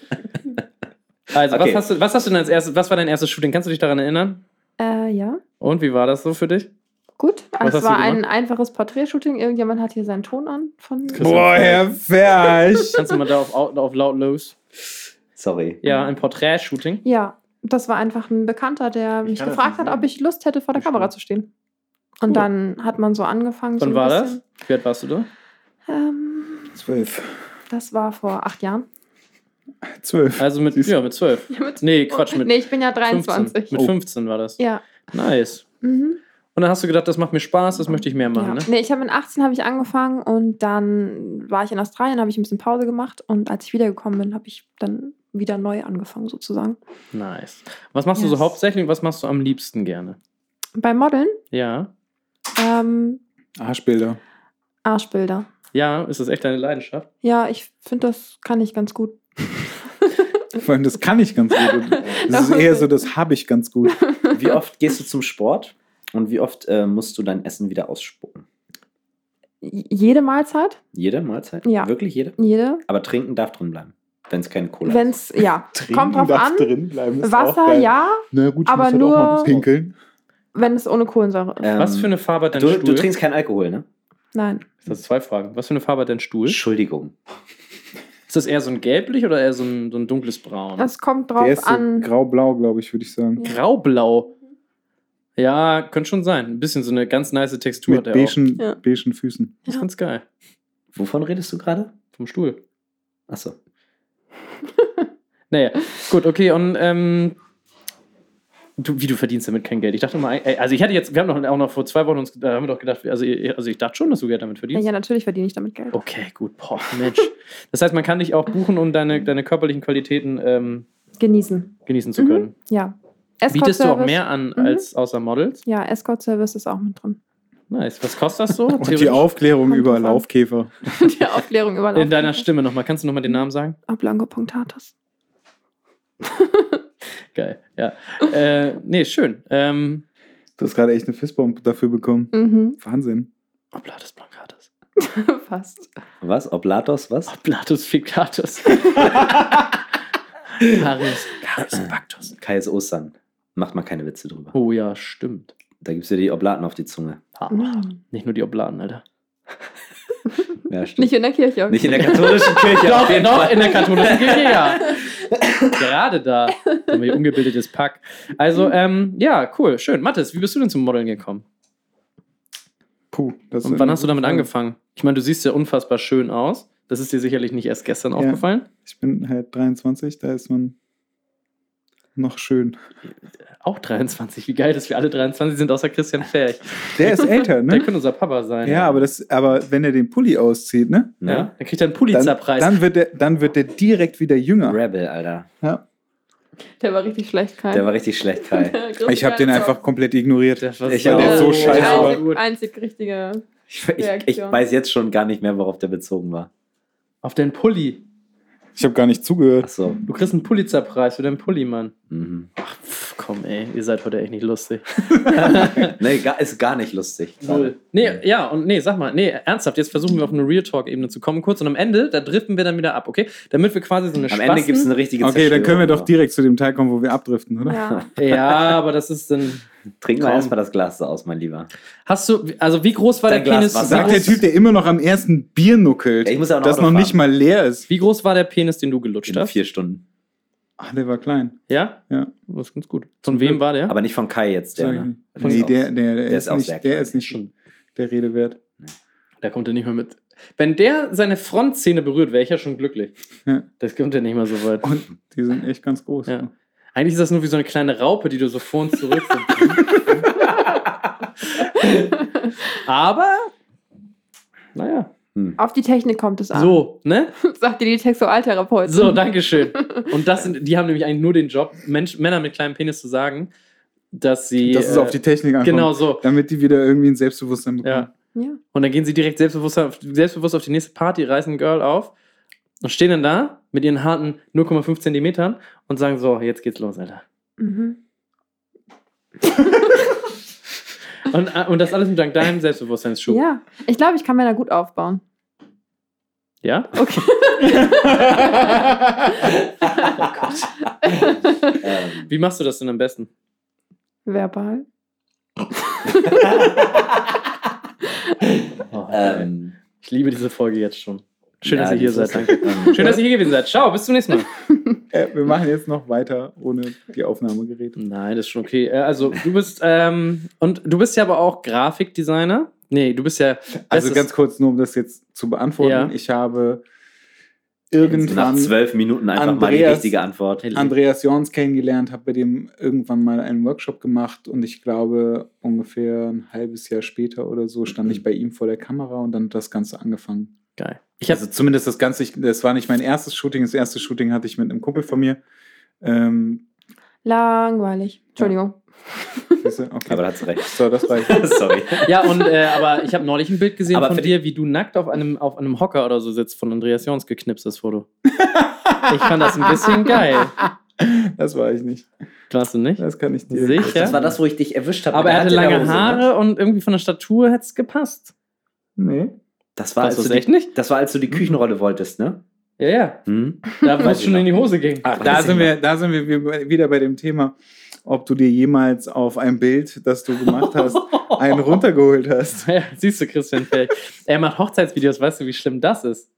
Also, Okay. was, hast du, was hast du denn als erstes, was war dein erstes Shooting? Kannst du dich daran erinnern? Äh, ja. Und wie war das so für dich? Gut, Was hast es du war gemacht? ein einfaches Porträtshooting. Irgendjemand hat hier seinen Ton an von. Boah, Herr Ferch. Kannst du mal da auf, au- auf laut los? Sorry. Ja, ein Porträt-Shooting. Ja, das war einfach ein Bekannter, der mich kann das gefragt nicht hat, sehen. ob ich Lust hätte, vor der Nicht Kamera schlimm. zu stehen. Und Cool. dann hat man so angefangen. Wann so ein war das? bisschen. Wie alt warst du da? Ähm, Zwölf. das war vor acht Jahren. Zwölf. Also mit, Siehst du. ja, mit zwölf. Ja, mit- Nee, Quatsch, mit nee, ich bin ja 15. 23. Oh. Mit 15 war das. Ja. Nice. Mhm. Und dann hast du gedacht, das macht mir Spaß, das möchte ich mehr machen, ja. ne? Nee, ich habe mit 18 habe ich angefangen und dann war ich in Australien, habe ich ein bisschen Pause gemacht und als ich wiedergekommen bin, habe ich dann wieder neu angefangen sozusagen. Nice. Was machst du so Yes. hauptsächlich und was machst du am liebsten gerne? Beim Modeln Ja. ähm, Arschbilder. Arschbilder. Ja, ist das echt deine Leidenschaft? Ja, ich finde, das kann ich ganz gut. Vor allem, das kann ich ganz gut. Das ist eher so, das habe ich ganz gut. Wie oft gehst du zum Sport und wie oft äh, musst du dein Essen wieder ausspucken? J- Jede Mahlzeit, Jede Mahlzeit? Ja. Wirklich jede? jede. Aber trinken darf drin bleiben, wenn es keine Oh, Cola Wenn es, ja, kommt drauf an. Drin bleiben, ist auch Wasser, geil. ja, Na gut, ich aber muss halt auch nur- mal was pinkeln. wenn es ohne Kohlensäure ist. ist. Ähm, Was für eine Farbe hat dein du, Stuhl? du trinkst keinen Alkohol, ne? Nein, das sind zwei Fragen. Was für eine Farbe hat dein Stuhl? Entschuldigung. Ist das eher so ein gelblich oder eher so ein, so ein dunkles Braun? es kommt Der drauf ist so an. grau-blau, glaube ich, würde ich sagen. Graublau. Ja, könnte schon sein. Ein bisschen so eine ganz nice Textur Mit hat er auch. beigen, Ja. beigen Füßen. Das ist ganz geil. Wovon redest du gerade? Vom Stuhl. Achso. Naja, gut, okay, und ähm, du, wie du verdienst damit kein Geld? Ich dachte mal, ey, also ich hatte jetzt, wir haben doch auch noch vor zwei Wochen uns, da haben wir doch gedacht, also, ich- also ich dachte schon, dass du Geld damit Ja, verdienst. ja, natürlich verdiene ich damit Oh. Geld. Okay, gut, boah, Mensch. Das heißt, man kann dich auch buchen, um deine, deine körperlichen Qualitäten ähm, Genießen. genießen zu Mhm. können. Ja. Mhm. Bietest du auch Escort-Service- mehr an als außer Models? Ja, Escort-Service ist auch mit drin. Nice. Was kostet das so? Und die Aufklärung Kommt über drauf an. Laufkäfer. Die Aufklärung überlassen. In deiner Stimme nochmal. Kannst du nochmal den Namen sagen? Oblongo punctatus. Geil, ja. Äh, nee, schön. Ähm, Du hast gerade echt eine Fistbomb dafür bekommen. Mhm, Wahnsinn. Oblatus Blancatus. fast. Was? Oblatos, was? Oblatus Ficatus. Caris, Caris Pactus. Kai ist Ostern. Macht mal keine Witze drüber. Oh ja, stimmt. Da gibst du dir die Oblaten auf die Zunge. Ah, Mhm. Nicht nur die Oblaten, Alter. Ja, stimmt. Nicht in der Kirche. Nicht in der katholischen Kirche. auf jeden Fall. in der katholischen Kirche, ja. Gerade da haben wir ungebildetes Pack. Also, ähm, ja, cool, schön. Mathis, wie bist du denn zum Modeln gekommen? Puh. Das Und ist wann eine hast du gute damit Frage. angefangen? Ich meine, du siehst ja unfassbar schön aus. Das ist dir sicherlich nicht erst gestern aufgefallen. Ich bin halt 23, da ist man noch schön. Auch 23. Wie geil, dass wir alle 23 sind, außer Christian Fähig. Der ist älter, Der ne? könnte unser Papa sein. Ja, aber, das, aber wenn er den Pulli auszieht, ne? Ja, Ne? dann kriegt er einen Dann, Pulitzerpreis. dann, wird der, dann wird der direkt wieder jünger. Rebel, Alter. Ja. Der war richtig schlecht, Kai. Der war richtig schlecht, Kai. Ich habe den einfach komplett ignoriert. Das war Ich so- hab den so scheiße Ja, war. gut. einzig richtige. Ich, ich, ich Reaktion. weiß jetzt schon gar nicht mehr, worauf der bezogen war. Auf deinen Pulli. Ich habe gar nicht zugehört. Achso. Du kriegst einen Pulitzerpreis für deinen Pulli, Mann. Mhm. Pff, komm, ey, ihr seid heute echt nicht lustig. Nee, gar, ist gar nicht lustig. gerade. Nee, ja, und nee, sag mal, nee, ernsthaft, jetzt versuchen wir auf eine Real Talk-Ebene zu kommen kurz und am Ende, da driften wir dann wieder ab, okay? Damit wir quasi so eine Am Ende gibt es eine richtige Okay, dann können wir doch Zerstörung. direkt zu dem Teil kommen, wo wir abdriften, oder? Ja. Ja, aber das ist dann. Trink mal Komm. erstmal das Glas aus, mein Lieber. Hast du, also wie groß war der Dein Glas Penis? Wasser. Wie Sagt der groß, Typ, der immer noch am ersten Bier nuckelt, Ey, ich muss ja auch noch das noch Auto nicht fahren. mal leer ist. wie groß war der Penis, den du gelutscht In hast? vier Stunden. Ach, der war klein. Ja? Ja. Das ist ganz gut. Von wem war der? Aber nicht von Kai jetzt, der. Sag ich Ne? nicht. Nee, ist der, aus. der, der, ist ist, auch sehr nicht, der klein. ist nicht Schon. der Rede wert. Da kommt er nicht mehr mit. Wenn der seine Frontzähne berührt, wäre ich ja schon glücklich. Ja. Das kommt ja nicht mal so weit. Und die sind echt ganz groß. Ja. Eigentlich ist das nur wie so eine kleine Raupe, die du so vor uns zurück. Aber, naja. Hm. Auf die Technik kommt Ah. es an. So, ne? Sagt dir die Sexualtherapeutin. So, Dankeschön. Und das sind, die haben nämlich eigentlich nur den Job, Mensch, Männer mit kleinem Penis zu sagen, dass sie. Das ist auf die Technik ankommt. Genau so. Damit die wieder irgendwie ein Selbstbewusstsein bekommen. Ja. Ja. Und dann gehen sie direkt selbstbewusst auf, selbstbewusst auf die nächste Party, reißen Girl auf und stehen dann da mit ihren harten 0,5 Zentimetern und sagen so, jetzt geht's los, Alter. Mhm. Und, äh, und das alles mit dank deinem Selbstbewusstseinsschuh. ja. Ich glaube, ich kann Männer gut aufbauen. ja? Okay. Oh Ähm, Wie machst du das denn am besten? Verbal. ähm, ich liebe diese Folge jetzt schon. Schön, ja, dass ihr hier das seid. ist- Danke. ähm, Schön, dass ihr hier gewesen seid. Ciao, bis zum nächsten Mal. Äh, wir machen jetzt noch weiter ohne die Aufnahmegeräte. Nein, das ist schon okay. Äh, Also, du bist, ähm, und du bist ja aber auch Grafikdesigner. Nee, du bist ja. Also das ganz kurz, nur um das jetzt zu beantworten. Ja. Ich habe Nach irgendwann zwölf Minuten einfach mal die Andreas- richtige Antwort. Andreas Jorns kennengelernt, habe bei dem irgendwann mal einen Workshop gemacht und ich glaube, ungefähr ein halbes Jahr später oder so stand ich bei ihm vor der Kamera und dann hat das Ganze angefangen. geil. Ich habe also zumindest das Ganze, ich, das war nicht mein erstes Shooting, das erste Shooting hatte ich mit einem Kumpel von mir. Ähm, Langweilig. Entschuldigung. siehst du? okay. Aber da hat sie recht. so, das war ich. Sorry. ja und äh, aber ich habe neulich ein Bild gesehen Aber von für die- dir, wie du nackt auf einem auf einem Hocker oder so sitzt von Andreas Jons geknipstes Foto. Ich fand das ein bisschen geil. Das war ich nicht. Warst du nicht? Das kann ich dir. Sicher. Das war das, wo ich dich erwischt habe. Aber mit er hatte der Hand in der lange Hose, ne? Haare und irgendwie von der Statur hätte es gepasst. Nee. Das war, Hast als du du es die, echt Hm? nicht? das war, als du die Küchenrolle wolltest, ne? Ja, ja. Hm? Da wo Weiß es ich schon noch. in die Hose ging. Ach, Da Weiß ich sind, wir, da sind wir wie- wieder bei dem Thema, ob du dir jemals auf ein Bild, das du gemacht hast, einen runtergeholt hast. Ja, siehst du, Christian Fähig. er macht Hochzeitsvideos, weißt du, wie schlimm das ist?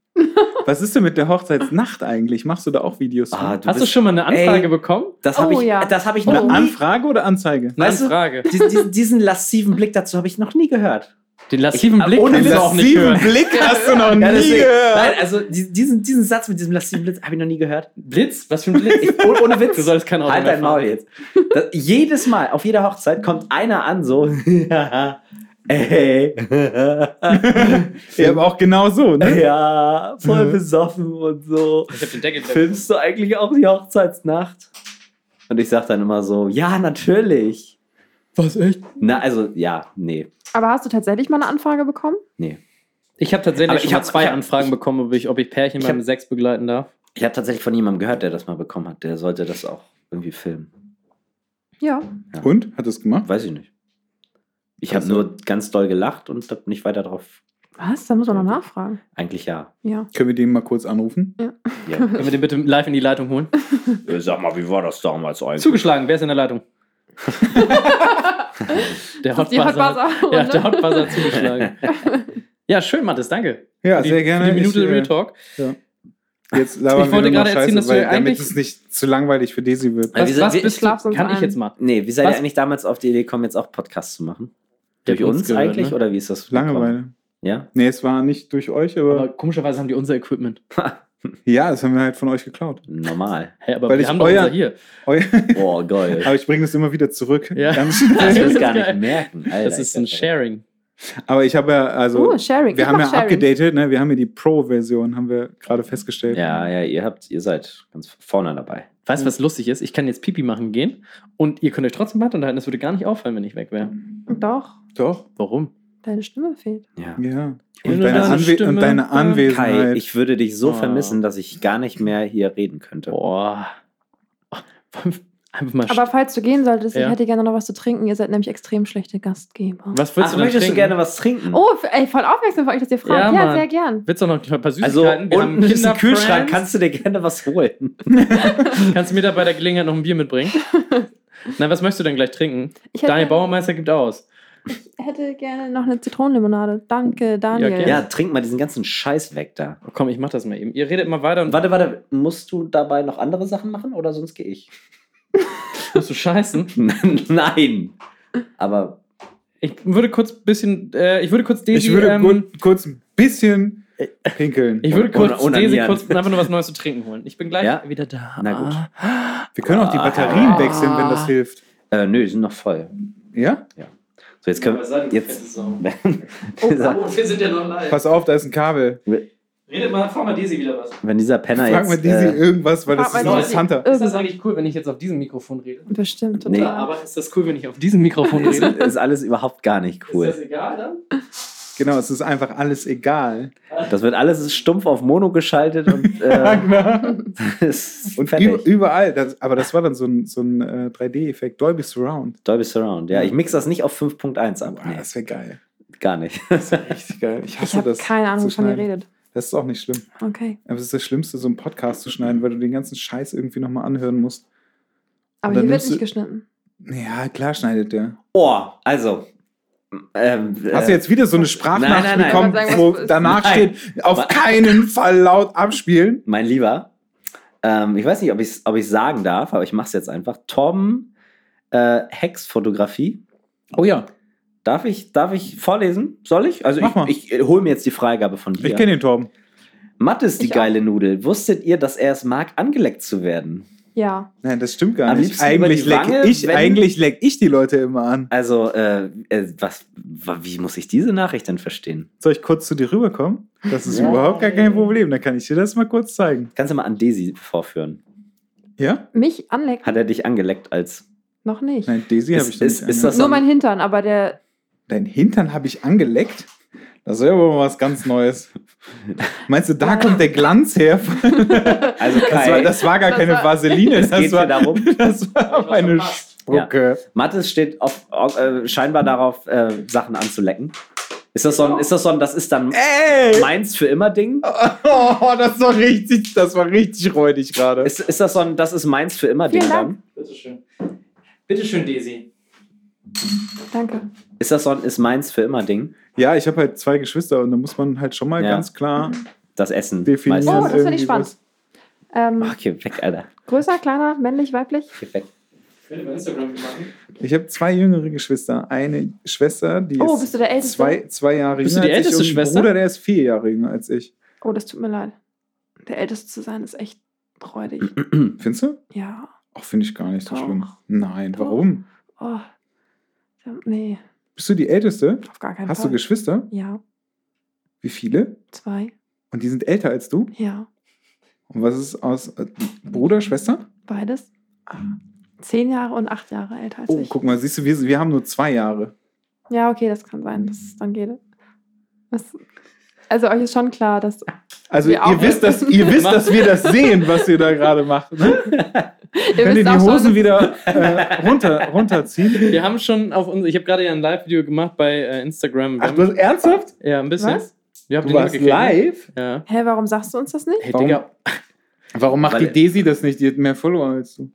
Was ist denn mit der Hochzeitsnacht eigentlich? Machst du da auch Videos? zu? Ah, du Hast du bist- schon mal eine Anfrage Ey. bekommen? Das habe Oh, ich, ja. das hab ich Oh. noch Eine nie. Anfrage oder Anzeige? Eine Weißt du- Anfrage. Diesen, diesen, diesen lassiven Blick dazu habe ich noch nie gehört. Den lassiven Ich- Blick ohne kannst du auch nicht Lassiven hören. Blick hast du noch nie deswegen- Nein, gehört. also die- diesen, diesen Satz mit diesem lassiven Blitz habe ich noch nie gehört. Blitz? Was für ein Blitz? Ich, oh, ohne, ohne Witz. Du solltest kein Auto halt mehr dein Maul jetzt. Das, jedes Mal, auf jeder Hochzeit, kommt einer an so. Ey. Ja, aber auch genau so. Hm? Ne? ja, voll besoffen und so. Ich hab den Deckel drin. Filmst du eigentlich auch die Hochzeitsnacht? Und ich sag dann immer so, ja, natürlich. Was, echt? Na, also, ja, nee. Aber hast du tatsächlich mal eine Anfrage bekommen? Ich habe tatsächlich Aber schon ich mal hab- zwei ich hab- Anfragen ich- bekommen, ob ich, ob ich Pärchen Ich beim hab- Sex begleiten darf. Ich habe tatsächlich von jemandem gehört, der das mal bekommen hat. Der sollte das auch irgendwie filmen. Ja. Und? Hat es gemacht? Weiß ich nicht. Ich habe Also- nur ganz doll gelacht und habe nicht weiter drauf. Was? Da muss man noch nachfragen. Eigentlich ja. Ja. Können wir den mal kurz anrufen? ja. Können wir den bitte live in die Leitung holen? Äh, Sag mal, wie war das damals eigentlich? Zugeschlagen, wer ist in der Leitung? der Die Hot Hotbuzzer. Ja, ne? der Hotbuzzer hat zugeschlagen. ja, schön, Mathis, danke. Ja, Für die, sehr gerne. Für die Minute Ich, äh, Real Talk. Jetzt labern Ich wir wollte nur noch gerade erzählen, Scheiße, dass wir weil- damit eigentlich- es nicht zu langweilig für Daisy wird. Ja, Was, wir sind- was wir- bist ich schlaf du? sonst Kann ich ein. jetzt mal. Nee, wie seid Was? ihr eigentlich damals auf die Idee gekommen, jetzt auch Podcasts zu machen? Der Durch hat uns uns, gehört, eigentlich ne? oder wie ist das? gekommen? Langeweile. Ja? Nee, es war nicht durch euch, Aber aber komischerweise haben die unser Equipment. ja, das haben wir halt von euch geklaut. Normal. Hä, aber Weil wir ich haben doch euer- unser hier. Eu- Oh, geil. Aber ich bringe das immer wieder zurück. Ja. Ganz schnell. Das Das willst ist gar nicht geil. merken. Alter, Das ist ich ein sag- Sharing. Aber ich habe ja, also, oh, Sharing. wir Ich haben ja mach Sharing. abgedatet, ne? wir haben ja die Pro-Version, haben wir gerade festgestellt. Ja, ja, ihr habt, ihr seid ganz vorne dabei. Weißt du, Hm. was lustig ist? Ich kann jetzt Pipi machen gehen und ihr könnt euch trotzdem weiter unterhalten. Das würde gar nicht auffallen, wenn ich weg wäre. Doch, Doch. Warum? deine Stimme fehlt. Ja. Ja. will Und nur deine, deine Anwe Stimme und deine hören. Kai, Anwesenheit. Oh. ich würde dich so Ah. vermissen, dass ich gar nicht mehr hier reden könnte. Boah. Einfach mal. Aber falls du gehen solltest, Ja. ich hätte gerne noch was zu trinken. Ihr seid nämlich extrem schlechte Gastgeber. was willst Ach, du denn möchtest du trinken? gerne was trinken? Oh, f- ey, voll aufmerksam von euch, dass ihr Ja, fragt. Ja, Mann. sehr gern. Willst du noch ein paar also, Süßigkeiten? Wir haben unten ist ein Kinder-Friends. Kühlschrank, kannst du dir gerne was holen. Kannst du mir da bei der Gelegenheit noch ein Bier mitbringen? Nein, was möchtest du denn gleich trinken? Ich Daniel hätte, Baumeister gibt aus. hätte gerne noch eine Zitronenlimonade. Danke, Daniel. gerne. Ja, trink mal diesen ganzen Scheiß weg da. Oh, komm, ich mach das mal eben. Ihr redet mal weiter und Warte, warte, musst du dabei noch andere Sachen machen oder sonst gehe ich? musst du scheißen. Nein. Aber Ich würde kurz ein bisschen, äh, ich würde kurz Daisy, ich würde ähm, gut, kurz ein bisschen Äh. pinkeln. ich würde Und- kurz und- und Daisy ernähren. kurz einfach nur was Neues zu trinken holen. Ich bin gleich Ja? wieder da. Na gut. wir können auch Ah. die Batterien wechseln, wenn das hilft. äh, nö, die sind noch voll. Ja? So, jetzt können wir. Jetzt. Oh, wir sind ja noch live. Pass auf, da ist ein Kabel. Redet mal, frag mal Desi wieder was. Wenn dieser Penner Frag mal jetzt. Desi äh, irgendwas, weil das frag ist mal Desi. interessanter. Ist das Irgendwas. eigentlich cool, wenn ich jetzt auf diesem Mikrofon rede? Bestimmt, Nee. total. Aber ist das cool, wenn ich auf diesem Mikrofon ist, rede? ist alles überhaupt gar nicht Ist das cool. egal dann? Genau, es ist einfach alles egal. Das wird alles stumpf auf Mono geschaltet und, Ja, äh, genau. ist Und fertig. üb- überall. Das, aber das war dann so ein, so ein äh, 3D-Effekt. Dolby Surround. Dolby Surround. Ja, ich mix das nicht auf 5.1 ab. Wow, Nee, Ah, Das wäre geil. gar nicht. Das wäre richtig geil. Ich ich hasse habe das. keine Ahnung, zu wovon ihr schneiden. redet. Das ist auch nicht schlimm. Okay. Aber es ist das Schlimmste, so einen Podcast zu schneiden, weil du den ganzen Scheiß irgendwie nochmal anhören musst. Aber Und dann hier wird nimmst nicht du- geschnitten. Ja, klar schneidet der. Oh, also. Ähm, Hast du äh, jetzt wieder so eine Sprachnachricht nein, nein, nein. bekommen, Ich wollte sagen, wo was ist- danach Nein. steht, auf Aber- keinen Fall laut abspielen? äh, Mein Lieber, ähm, ich weiß nicht, ob ich es ob ich's sagen darf, aber ich mache es jetzt einfach. Tom äh, Hex-Fotografie. Oh ja. Darf ich, darf ich vorlesen? Soll ich? Also Mach mal. ich, ich hole mir jetzt die Freigabe von dir. Ich kenne den Torben. Mattes die Ich auch. geile Nudel. Wusstet ihr, dass er es mag, angeleckt zu werden? Ja. Nein, das stimmt gar Am nicht. liebsten über Eigentlich die leck, Wange, ich, wenn- eigentlich leck ich die Leute immer an. Also, äh, äh, was, wa- wie muss ich diese Nachricht denn verstehen? Soll ich kurz zu dir rüberkommen? Das ist Ja. überhaupt gar kein Problem. Dann kann ich dir das mal kurz zeigen. Kannst du mal an Desi vorführen? Ja? Mich anlecken? Hat er dich angeleckt als. Noch nicht. Nein, Daisy Ist- habe ich noch ist- nicht ist ange- das- Nur mein Hintern, aber der. Dein Hintern habe ich angeleckt? Das ist ja aber mal was ganz Neues. Meinst du, da kommt der Glanz her? Also, Das war, Kai, das war gar Das keine war- Vaseline. es geht Das hier war, darum. das war meine Spucke. Mattes steht auf, auf, äh, scheinbar darauf, äh, Sachen anzulecken. Ist das so ein, ist das so ein, das ist dann Ey! meins für immer Ding? Oh, das war richtig, das war richtig räudig gerade. Ist, ist das so ein, das ist meins für immer Ding Vielen dann? Dank. Bitteschön. Bitteschön, Desi. Danke. Ist das so ein, ist meins für immer Ding? Ja, ich habe halt zwei Geschwister und da muss man halt schon mal Ja. ganz klar Das Essen. definieren. Oh, das meistens. finde ich irgendwie spannend. was- Ähm, Ach, geh weg, Alter. größer, kleiner, männlich, weiblich? Geh weg. Könnt ihr bei Instagram machen? Ich habe zwei jüngere Geschwister. Eine Schwester, die Oh, ist bist du der Älteste? zwei, zwei Jahre Bist du jünger die als ich älteste und ein Schwester? Bruder, der ist vier Jahre jünger als ich. Oh, das tut mir leid. Der Älteste zu sein ist echt räudig. Findest du? Ja. Ach, finde ich gar nicht so Doch. schlimm. Nein, Doch. warum? Oh. Ja, Nee, Bist du die Älteste? auf gar keinen Hast du Fall. Geschwister? Ja, Wie viele? zwei. Und die sind älter als du? Ja, Und was ist aus äh, Bruder, Schwester? beides. Ah. Zehn Jahre und acht Jahre älter als Oh, ich. guck mal, siehst du, wir, wir haben nur zwei Jahre. Ja, okay, das kann sein. Das, dann geht das, Also euch ist schon klar, dass Also Wir ihr auch. wisst, dass, ihr wisst, dass wir das sehen, was ihr da gerade macht. Ne? Könnt ihr die Hosen wieder äh, runter, runterziehen? Wir haben schon auf uns, ich habe gerade ja ein Live-Video gemacht bei äh, Instagram. Wir Ach, haben- du hast ernsthaft? ja, ein bisschen. Was? Wir haben Du warst live? ne? Ja. Hä, warum sagst du uns das nicht? Hey, Warum? Digga. Warum macht Weil- die Desi das nicht? Die hat mehr Follower als du.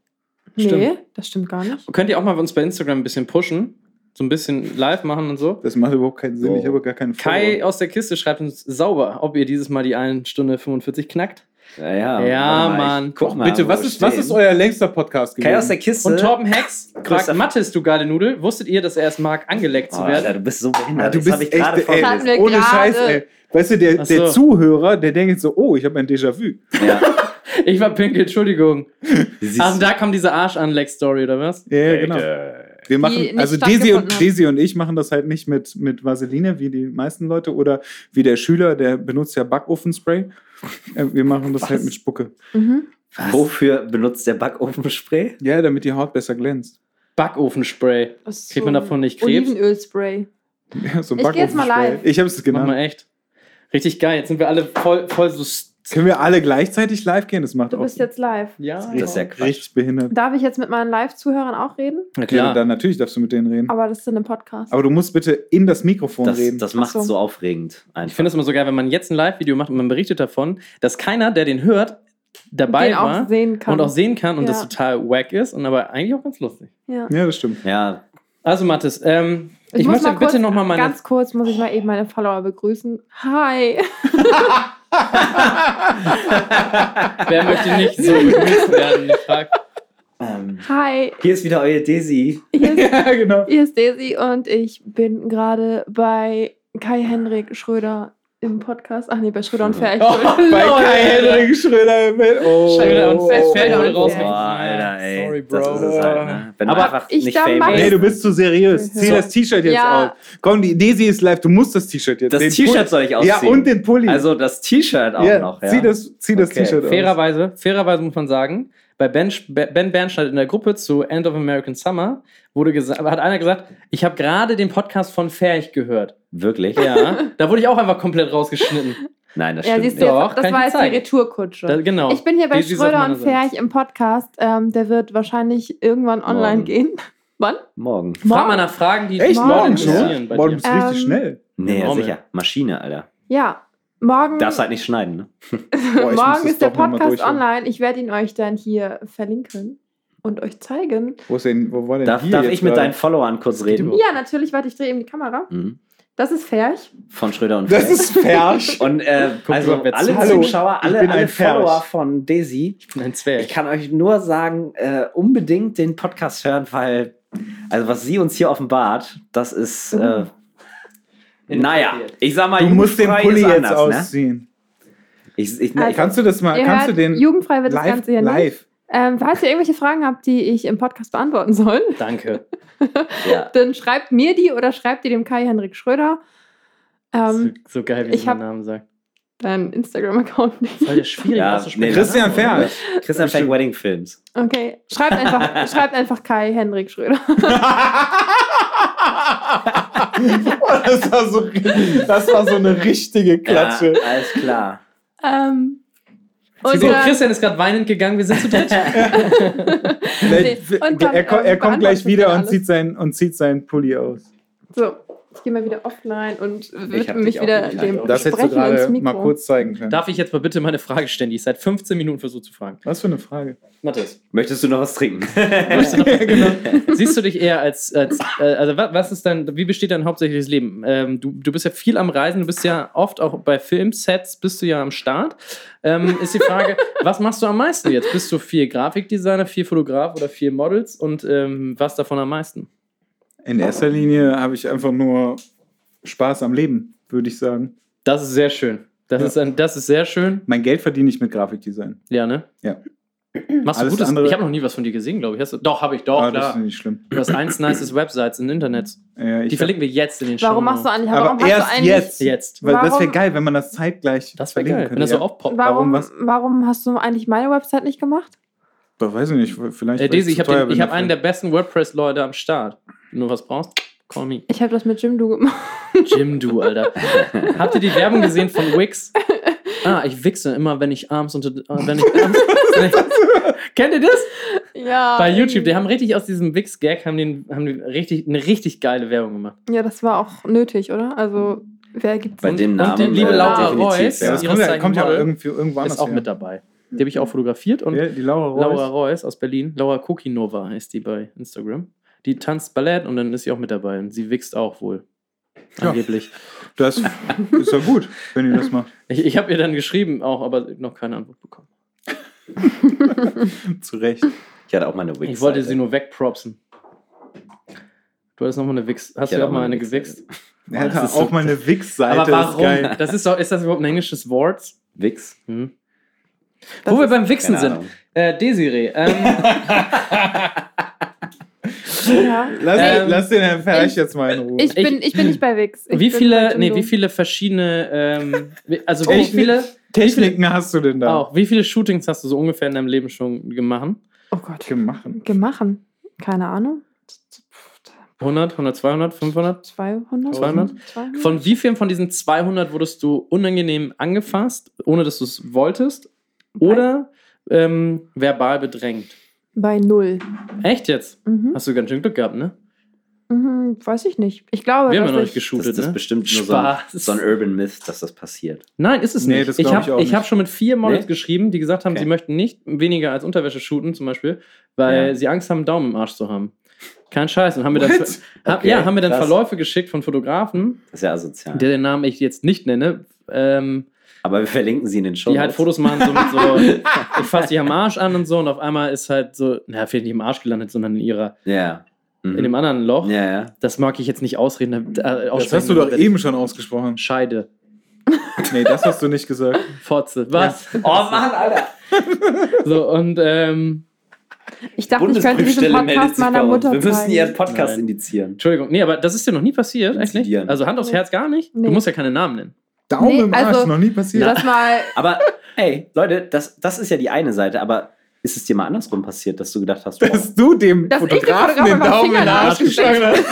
Nee, das stimmt gar nicht. Könnt ihr auch mal uns bei Instagram ein bisschen pushen? So ein bisschen live machen und so? Das macht überhaupt keinen Sinn. Oh. Ich habe gar keinen Follower. Kai aus der Kiste schreibt uns sauber, ob ihr dieses Mal die 1 Stunde 45 knackt. Ja, ja, Ja, warte mal, ich Mann. Guck mal. Bitte, wo was wir ist, was stehen. ist euer längster Podcast gewesen? Kai aus der Kiste. Und Torben Hex fragt, Christoph- Mathis, du geile Nudel, wusstet ihr, dass er es mag, angeleckt Oh, zu werden? Alter, du bist so behindert. Ja, Ah, du Das bist hab ich echt, gerade ey, vorgelesen. Hatten wir ohne gerade. Scheiß, ey. Weißt du, der, Ach so. der Zuhörer, der denkt jetzt so, oh, ich habe ein Déjà-vu. Ja. Ich war pinkel, Entschuldigung. Siehst Ach, und da kam diese Arsch-Anleck-Story, oder was? Ja, ja, genau. Wir Die machen, nicht also Desi stattgefunden und, hat. Desi und ich machen das halt nicht mit, mit Vaseline, wie die meisten Leute, oder wie der Schüler, der benutzt ja Backofenspray. Äh, Wir machen das Was? halt mit Spucke. Mhm. Wofür benutzt der Backofenspray? Ja, damit die Haut besser glänzt. Backofenspray. Das ist Kriegt man davon nicht Krebs? Olivenölspray. Ja, so ein Ich geh jetzt mal Backofenspray. live. Ich habe es Genau. Mach mal genannt. echt. Richtig geil. Jetzt sind wir alle voll, voll so. s- Können wir alle gleichzeitig live gehen? Das macht Du auch bist jetzt live. Ja, Das ist ja Quatsch. richtig behindert. Darf ich jetzt mit meinen Live-Zuhörern auch reden? Na Ja, klar. dann natürlich darfst du mit denen reden. Aber, Aber das ist in einem Podcast. du musst bitte in das Mikrofon Das, reden. das macht Ach es so. so aufregend. Einfach. ich finde es immer so geil, wenn man jetzt ein Live-Video macht und man berichtet davon, dass keiner, der den hört, dabei den war auch sehen kann. und auch sehen kann und Ja. das total wack ist und aber eigentlich auch ganz lustig. ja. ja, das stimmt. ja, Also, Mathis, ähm, ich, muss möchte mal kurz- bitte nochmal meine. Ganz kurz muss ich mal eben meine Follower begrüßen. Hi. wer möchte nicht so begrüßt werden? Ich frag. ähm, Hi. hier ist wieder euer Desi. Hier ist, Ja, genau. hier ist Daisy und ich bin gerade bei Kai Henrik Schröder im Podcast. Ach nee, bei Schröder und Fair. Ich Oh, bei Kai Henrik Schröder Oh. im Bild. Schröder und Fett Fett Oh. Fett und raus. Fett. Oh, Alter, ey. Sorry, Bro. Das ist es halt, ne? Wenn Aber du einfach ich nicht glaub, famous Max- Nee, du bist zu seriös. Zieh So. das T-Shirt jetzt Ja. aus. Komm, die Desi ist live. Du musst das T-Shirt jetzt. Das Den T-Shirt soll ich Pulli- ausziehen. Ja, und den Pulli. Also das T-Shirt auch ja, noch, ja. Zieh das, zieh das Okay. T-Shirt aus. Fairerweise, fairerweise muss man sagen, bei Ben, Sch- Be- ben Bernstein in der Gruppe zu End of American Summer wurde gesa- hat einer gesagt, ich habe gerade den Podcast von Ferch gehört. Wirklich? Ja, da wurde ich auch einfach komplett rausgeschnitten. Nein, das Ja, stimmt siehst nicht. du, Doch, jetzt, das kann war ich jetzt dir zeigen. die Retourkutsche. Da, genau. Ich bin hier bei Die- die ist auf Schröder und meiner Seite. Ferch im Podcast. Ähm, der wird wahrscheinlich irgendwann online Morgen. gehen. Wann? Morgen. Frag mal nach Fragen, die dich Echt? Morgen morgen Morgen interessieren schon? bei Morgen dir. ist richtig Ähm, schnell. Nee, ja, Normal. sicher. Maschine, Alter. Ja, morgen, Darfst halt nicht schneiden, ne? Oh, Boah, ich morgen muss das ist der doch noch mal Podcast durchhören. online. Ich werde ihn euch dann hier verlinken und euch zeigen. Wo, ist denn, wo war denn Darf, hier darf jetzt ich mit gerade? deinen Followern kurz reden? Ja, natürlich, warte, ich drehe eben um die Kamera. Mhm. Das ist Ferch. Von Schröder und Das Feld. ist Fersch. Und äh, Guck also mal, wer alle zuhört. Zuschauer, Hallo, ich alle, bin alle ein Ferch. Follower von Daisy, Ich bin ein ich Zwerg. kann euch nur sagen, äh, unbedingt den Podcast hören, weil, also was sie uns hier offenbart, das ist, äh, naja, ich sag mal, Du musst den jugendfrei Pulli ist jetzt anders, ausziehen. Ne? Ich, ich, na, ich, Kannst du das mal, Also, Ihr kannst du hört, den jugendfrei wird das live, Ganze hier nicht. live. Ähm, falls ihr irgendwelche Fragen habt, die ich im Podcast beantworten soll, Ähm, Danke. Also- ja. dann schreibt mir die oder schreibt die dem Kai-Henrik Schröder. So, Ähm, so geil, wie ich ich meinen hab- Namen sagt. dein Instagram-Account nicht. Voll der schwierig Ja, auszusprechen. nee, Christian Fersch. Christian Fake Wedding Films. Okay, schreibt einfach, schreibt einfach Kai-Henrik Schröder. Boah, Oh, das, war so, das war so eine richtige Klatsche. Ja, alles klar. Ähm, und So, dann, Christian ist gerade weinend gegangen, wir sind zu dritt. Vielleicht- Nee, und dann, er, ko- ähm, er kommt gleich beantwortet wieder er und alles. zieht, seinen, und zieht seinen Pulli aus. so, ich gehe mal wieder offline und hab widme dich mich auch wieder nicht dem eingeordnet. Das hättest du Sprechen ins gerade Mikro. mal kurz zeigen können. Darf ich jetzt mal bitte meine Frage stellen, die ich seit 15 Minuten versuche zu fragen? Was für eine Frage. Matthias, Möchtest du noch was trinken? genau. siehst du dich eher als, als äh, also wa- was ist dein, wie besteht dein hauptsächliches Leben? Ähm, du, du bist ja viel am Reisen, du bist ja oft auch bei Filmsets, bist du ja am Start. Ähm, ist die Frage, was machst du am meisten jetzt? Bist du viel Grafikdesigner, viel Fotograf oder viel Models und ähm, was davon am meisten? In erster Linie habe ich einfach nur Spaß am Leben, würde ich sagen. Das ist sehr schön. Das, Ja. ist, ein, das ist sehr schön. Mein Geld verdiene ich mit Grafikdesign. Ja, ne? Ja. Machst du Alles gutes? andere- Ich habe noch nie was von dir gesehen, glaube ich. Hast du, doch, habe ich doch, Aber Ah, das klar. ist nicht schlimm. Du hast eins nices Websites im Internet. Ja, ich Die verlinken wir jetzt in den Show. Warum machst du eigentlich? Aber Warum hast erst du eigentlich, jetzt. jetzt? Weil das wäre Warum- geil, wenn man das zeitgleich Das wäre verlinken geil, wenn könnte, das ja. so aufpoppt. Warum Warum, was? warum hast du eigentlich meine Website nicht gemacht? Doch, weiß ich nicht, vielleicht. Äh, weil Daisy, zu ich teuer habe bin hab dafür. einen der besten WordPress-Leute am Start. Wenn du was brauchst, call me. Ich habe das mit Jimdo gemacht. Jim, du, Alter. Habt ihr die Werbung gesehen von Wix? Ah, ich wichse immer, wenn ich abends unter. äh, Wenn ich abends, kennt ihr das? Ah, Ja. Bei YouTube, die haben richtig aus diesem Wix-Gag haben den, haben die richtig, eine richtig geile Werbung gemacht. Ja, das war auch nötig, oder? Also, Mhm. wer gibt's Bei dem Und Namen. äh, die liebe Laura Reus. Ja, Ja. das ihres kommt ja, Zeichen kommt ja Model irgendwie, irgendwo anders. ist auch her. mit dabei. Die habe ich auch fotografiert und Ja, die Laura Reus. Laura Reus aus Berlin. Laura Kokinova heißt die bei Instagram. Die tanzt Ballett und dann ist sie auch mit dabei. Und sie wächst auch wohl. Ja. Angeblich. Das ist ja gut, wenn ihr das macht. Ich, ich habe ihr dann geschrieben, auch, aber noch keine Antwort bekommen. Zu Recht. Ich hatte auch meine Wix. Ich wollte sie nur wegpropsen. Du hattest nochmal eine Wichs. Hast Ja, du da auch war mal eine eine Wichs- gewichst? Er hat das ist auch so- mal eine Wix-Seite. Aber ist warum? geil. Das ist, doch, ist das überhaupt ein englisches Wort? Wix? Hm. Das Wo wir ist- beim Wichsen Keine sind. Ahnung. Äh, Desiree. Ähm, Ja. Lass, Ähm, lass den Herrn Ferch jetzt mal in Ruhe. Ich bin, ich bin nicht bei Wix. Ich wie, bin bei viele, Jimdo. nee, wie viele verschiedene. Ähm, wie- also, wie Technik- viele. Techniken hast du denn da Auch. Wie viele Shootings hast du so ungefähr in deinem Leben schon gemacht? Oh Gott. gemacht? Gemacht. Keine Ahnung. 100, 100, 200, 500? 200? 200? 200? Von wie vielen von diesen 200 wurdest du unangenehm angefasst, ohne dass du es wolltest? Oder ähm, verbal bedrängt? Bei null. Echt jetzt? Mhm. Hast du ganz schön Glück gehabt, ne? Mhm, weiß ich nicht. Ich glaube, Wir haben ja dass noch ich- nicht Das, geshootet, das ist ne? bestimmt nur so ein, Spaß. so ein Urban Myth, dass das passiert. Nein, ist es Nee, nicht. das ich glaub habe ich auch ich hab nicht. schon mit vier Models Nee? geschrieben, die gesagt haben, Okay. sie möchten nicht weniger als Unterwäsche shooten, zum Beispiel, weil Ja. sie Angst haben, einen Daumen im Arsch zu haben. Kein Scheiß. Und haben wir dann, What? hab, Okay, ja, haben wir dann krass. Verläufe geschickt von Fotografen, Das ist ja asozial. deren Namen ich jetzt nicht nenne. Ähm, Aber wir verlinken sie in den Show. die halt Fotos machen, so mit so, ich fasse dich am Arsch an und so, und auf einmal ist halt so, naja, vielleicht nicht im Arsch gelandet, sondern in ihrer, Ja. Mhm. in dem anderen Loch. ja, ja. Das mag ich jetzt nicht ausreden. Äh, Das aussprechen, hast du doch aber eben schon ausgesprochen. Scheide. Nee, das hast du nicht gesagt. Fotze. Was? Oh Mann, Alter. So, und ähm, Ich dachte, ich könnte diesen Podcast meiner Mutter Wir müssen zeigen. ihren Podcast Nein. indizieren. Entschuldigung, nee, aber das ist dir noch nie passiert, echt nicht? Insidieren. Also Hand aufs Herz gar nicht. Nee. Du musst ja keine Namen nennen. Daumen Nee, im Arsch, also- noch nie passiert. Lass mal Aber hey, Leute, das, das ist ja die eine Seite, aber ist es dir mal andersrum passiert, dass du gedacht hast, wow, Dass du dem Dass ich dem Fotografen Fotografen den einfach Daumen in den Arsch geschlagen hast.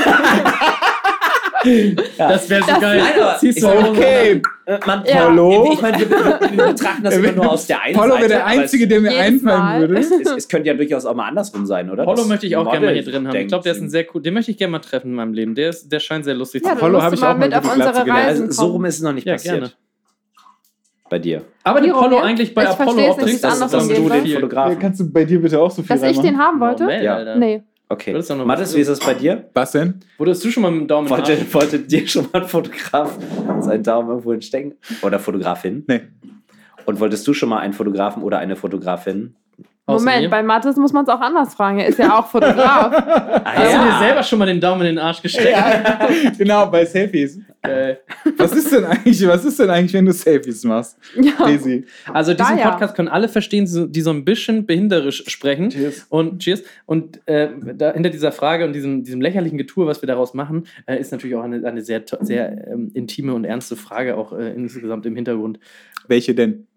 Ja. Das wäre so Das- geil. Nein, aber Siehst du, ich sag- Okay, äh, Mann, Ja. Hallo? Ich meine, wir, wir betrachten das immer nur aus der einen Paulo Seite. wäre der aber Einzige, der mir jedes Mal. einfallen würde. Es, es, es könnte ja durchaus auch mal andersrum sein, oder? Polo Dass möchte ich auch gerne mal hier drin haben. Ich denkt, glaube, der ist ein sehr cool. Den möchte ich gerne mal treffen in meinem Leben. Der, ist, der scheint sehr lustig Ja, zu dann sein. Polo musst hab du ich mal auch mal mit auf gute Glatze unsere gelernt. Reisen also, kommen. so rum ist es noch nicht Ja, passiert. gerne. Bei dir. Aber den Wie, Polo Romeo? eigentlich bei Ich Apollo auch versteh's nicht, dringend wie es andersrum du geht, den ne? Ja, Fotografen. kannst du bei dir bitte auch so viel dass ich den reinmachen? haben wollte? Ja. Alter. Nee. Okay. Wolltest du noch- Mathis, wie ist das bei dir? Was denn? Wurdest du schon mal mit dem Daumen in den Arsch? Wollte, wollte dir schon mal ein Fotograf seinen Daumen irgendwo hinstecken? Oder Fotografin? Nee. Und wolltest du schon mal einen Fotografen oder eine Fotografin? Außer Moment, mir? bei Mathis muss man es auch anders fragen. Er ist ja auch Fotograf. Ah, Hast du dir selber schon mal den Daumen in den Arsch gesteckt? Ja, genau, bei Selfies. Geil. Was ist denn eigentlich, was ist denn eigentlich, wenn du Selfies machst? ja. Daisy. Also Da diesen ja. Podcast können alle verstehen, so- die so ein bisschen behinderisch sprechen. Cheers. Und cheers. Und äh, da, hinter dieser Frage und diesem, diesem lächerlichen Getue, was wir daraus machen, äh, ist natürlich auch eine, eine sehr, to- sehr ähm, intime und ernste Frage auch äh, insgesamt im Hintergrund. Welche denn?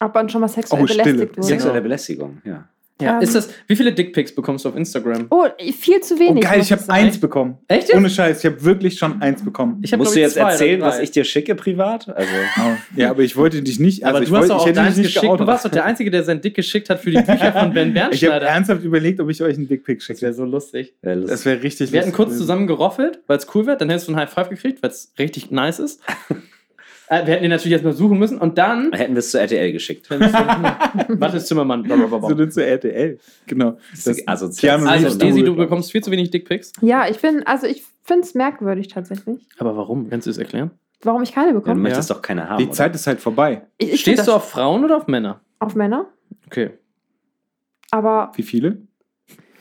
Ob man schon mal sexuell Oh, Stille. belästigt wurde. Sexuelle Belästigung, ja. Ja. Ähm. Ist das, wie viele Dickpics bekommst du auf Instagram? Oh, viel zu Oh, wenig. geil, muss ich habe sagen. eins bekommen. Echt? Ohne Scheiß, ich habe wirklich schon eins bekommen. Ich hab, Musst glaub du ich, jetzt zwei oder erzählen, drei. was ich dir schicke privat? Also, Oh, Ja, aber ich wollte dich nicht. Also aber ich du hast wollte, doch ich auch hätte deins dich nicht geschickt. Du geoutet. warst doch der Einzige, der sein Dick geschickt hat für die Bücher von Ben Ich habe Bernschneider. ernsthaft überlegt, ob ich euch einen Dickpick Das wäre schicke. so lustig. äh, das- Das wäre richtig Wir hatten lustig kurz gewesen. zusammen geroffelt, weil es cool wird. Dann hättest du einen High Five gekriegt, weil es richtig nice ist. Äh, wir hätten ihn natürlich erstmal suchen müssen. Und dann. hätten wir es zu RTL geschickt. Mathis Zimmermann. bla, bla, bla, bla. So eine zu RTL. Genau. Das ist Keanu asozial. Reeves Also, Cool, Daisy, du glaub ich. bekommst viel zu wenig Dickpics. Ja, ich bin, also ich finde es merkwürdig tatsächlich, Aber warum? Kannst du es erklären? warum ich keine Ja, du bekomme. möchtest doch keine haben. Die Zeit ist halt vorbei. Ich, ich Stehst find du das auf Frauen oder auf Männer? auf Männer? Okay. Aber Wie viele? Oder?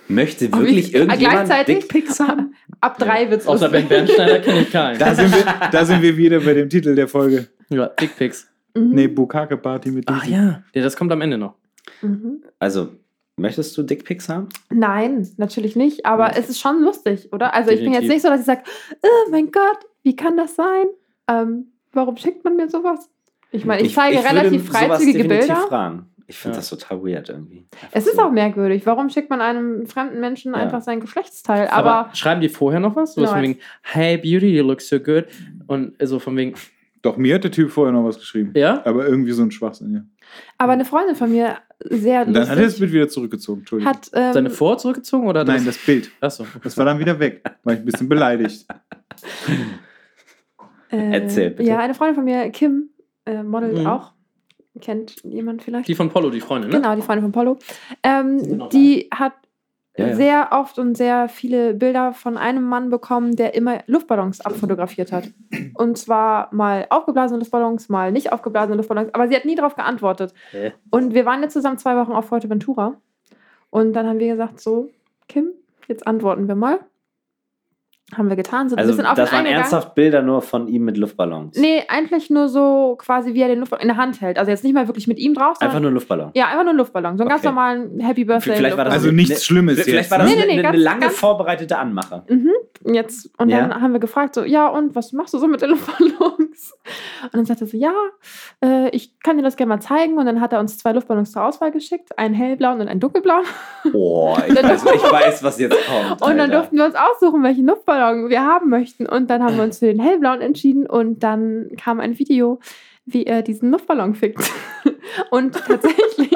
Möchte Ob wirklich ich- irgendjemand gleichzeitig? Dickpics haben? ab drei wird's Außer Ben Bernsteiner kenne ich keinen. Da sind, wir, da sind wir wieder bei dem Titel der Folge. ja, Dickpics. Mhm. Nee, Bukake Party mit Daisy. Ah, ja. ja. Das kommt am Ende noch. Mhm. Also, möchtest du Dickpics haben? Nein, natürlich nicht. Aber es ist schon lustig, oder? Also ich bin jetzt Definitiv. nicht so, dass ich sage, oh mein Gott, wie kann das sein? Ähm, warum schickt man mir sowas? Ich meine, ich, zeige würde relativ sowas freizügige definitiv Bilder. Fragen. Ich finde Ja. das total weird irgendwie. Einfach Es ist so. auch merkwürdig. Warum schickt man einem fremden Menschen Ja. einfach sein Geschlechtsteil? Aber, schreiben die vorher noch was? So was von Nein. wegen, hey Beauty, you look so good. Und so von wegen, Doch, mir hat der Typ vorher noch was geschrieben. ja? Aber irgendwie so ein Schwachsinn, ja. aber eine Freundin von mir, sehr Und dann hat er das lustig, Bild wieder zurückgezogen. Entschuldigung. hat, ähm, Seine Vor zurückgezogen oder Nein, das Bild. das? Achso. Das war dann wieder weg. War ich ein bisschen beleidigt. äh, Erzähl, bitte. Ja, eine Freundin von mir, Kim, äh, modelt Mhm. auch. Kennt jemand vielleicht? Die von Polo, die Freundin, ne? Genau, die Freundin von Polo. Ähm, noch die hat Ja, ja. sehr oft und sehr viele Bilder von einem Mann bekommen, der immer Luftballons abfotografiert hat. Und zwar mal aufgeblasene Luftballons, mal nicht aufgeblasene Luftballons, aber sie hat nie darauf geantwortet. Hä? Und wir waren jetzt zusammen zwei Wochen auf Fuerteventura. Und dann haben wir gesagt, so, Kim, jetzt antworten wir mal. Haben wir getan, sind Also, ein bisschen auf das ihn waren eingegangen. ernsthaft Bilder nur von ihm mit Luftballons. Nee, eigentlich nur so quasi, wie er den Luftballon in der Hand hält. Also jetzt nicht mal wirklich mit ihm drauf, Einfach sondern... nur ein Luftballon. ja, einfach nur einen Luftballon. So einen ganz Okay. normalen Happy Birthday. Vielleicht war das Also nichts Schlimmes Vielleicht jetzt. ne? war das Nee, nee, nee, eine, eine ganz- lange ganz- vorbereitete Anmache. jetzt. Und Ja. dann haben wir gefragt, so, ja, und was machst du so mit den Luftballons? Und dann sagte er so, ja, äh, ich kann dir das gerne mal zeigen. Und dann hat er uns zwei Luftballons zur Auswahl geschickt, einen hellblauen und einen dunkelblauen. Oh, ich weiß, ich weiß, was jetzt kommt. Und dann Alter. durften wir uns aussuchen, welchen Luftballon wir haben möchten. Und dann haben wir uns für den hellblauen entschieden. Und dann kam ein Video, wie er diesen Luftballon fickt. Und tatsächlich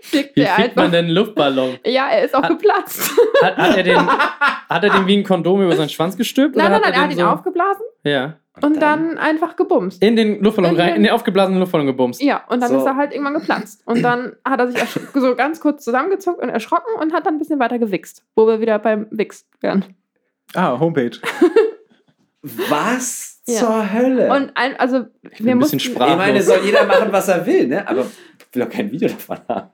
fickt Wie er fickt einfach. man denn einen Luftballon? Ja, er ist auch Ah. geplatzt. Hat, hat, er den, hat er den wie ein Kondom über seinen Schwanz gestülpt? Nein, oder nein, nein, er hat ihn den so- aufgeblasen Ja. und dann einfach gebumst. In den Luftballon In rein, den- in den aufgeblasenen Luftballon gebumst. Ja, und dann So. ist er halt irgendwann geplatzt. Und dann hat er sich ersch- so ganz kurz zusammengezuckt und erschrocken und hat dann ein bisschen weiter gewichst, wo wir wieder beim Wichs wären. Ah, Homepage. Was Ja. zur Hölle? Und ein, also bin wir ein bisschen mussten, sprach- ich meine, soll jeder machen, was er will, ne? Aber ich will auch kein Video davon haben.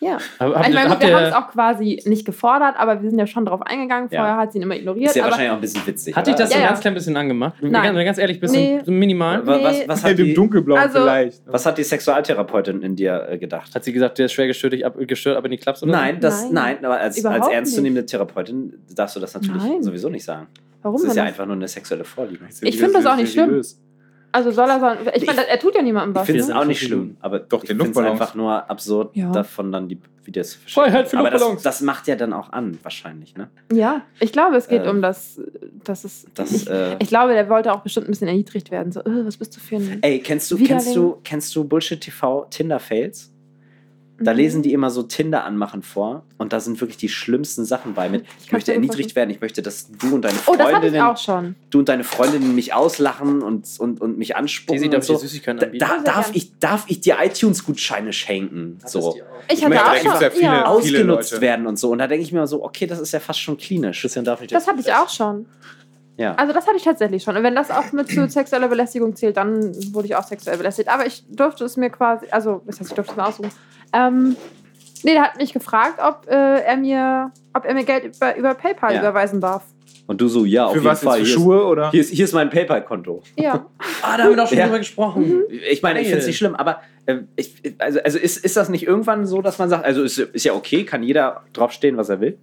Ja. Aber habt ihr- ich meine, habt wir haben ihr, es auch quasi nicht gefordert, aber wir sind ja schon drauf eingegangen. Ja. Vorher hat sie ihn immer ignoriert. Ist ja aber wahrscheinlich auch ein bisschen witzig. hat dich oder? das Ja, ein ja. ganz klein bisschen angemacht? Nein. Ganz, ganz ehrlich, bisschen Nee. so minimal. Wa- was, Nee. was, hat Mit dem die, Dunkelblauen Also- vielleicht. was hat die Sexualtherapeutin in dir äh, gedacht? Hat sie gesagt, der ist schwer gestört, ich ab, gestört aber in die Klaps? Oder? Nein, das, Nein. nein, aber als, als Überhaupt ernstzunehmende Therapeutin darfst du das natürlich Nein. sowieso nicht sagen. warum Das denn? ist ja das? einfach nur eine sexuelle Vorliebe. Ich Ich finde das auch nicht Also soll er sein. Ich meine, er tut ja niemandem was. finde es ne? auch nicht schlimm, aber Doch, ich den finde es Luftballons. einfach nur absurd, Ja. davon dann die Videos zu verschicken. Freiheit für Aber das, Luftballons. das macht ja dann auch an, wahrscheinlich. Ne? Ja, ich glaube, es geht Äh, um das. das ist, Das, ich, äh, ich glaube, der wollte auch bestimmt ein bisschen erniedrigt werden. So, äh, was bist du für ein. ey, kennst du, Widerling. kennst du, kennst du Bullshit TV Tinder Fails? Mhm. Da Hm? lesen die immer so Tinder anmachen vor und da sind wirklich die schlimmsten Sachen bei mit. Ich kann's möchte mir gut erniedrigt werden, ich möchte, dass du und deine Oh, das hatte ich Freundinnen, auch schon. du und deine Freundinnen mich auslachen und, und, und mich Die anspucken. sieht und auf Oh, die so. Süßigkeiten Da, anbieten. da, Sehr darf, gern. ich, darf ich dir iTunes-Gutscheine schenken? So. Ich Ich hatte möchte, auch da schon. gibt's ja viele- ja. Aus- Ausgenutzt Leute. werden und so. Und da denke ich mir so, okay, das ist ja fast schon klinisch. Christian darf nicht. Das hatte ich auch schon. Ja. Also das hatte ich tatsächlich schon. Und wenn das auch mit zu sexueller Belästigung zählt, dann wurde ich auch sexuell belästigt. Aber ich durfte es mir quasi, also das heißt, ich durfte es mir aussuchen. Ähm, nee, der hat mich gefragt, ob äh, er mir, ob er mir Geld über, über PayPal Ja. überweisen darf. Und du so, ja, auf Für jeden was jetzt? Fall. Für hier, Schuhe oder? Ist, hier, ist, hier ist mein PayPal-Konto. Ja. Ah, da haben wir doch schon Ja. drüber Mhm. gesprochen. Ich meine, ich finde es nicht schlimm, aber äh, ich, also, also ist, ist das nicht irgendwann so, dass man sagt, also ist, ist ja okay, kann jeder draufstehen, was er will.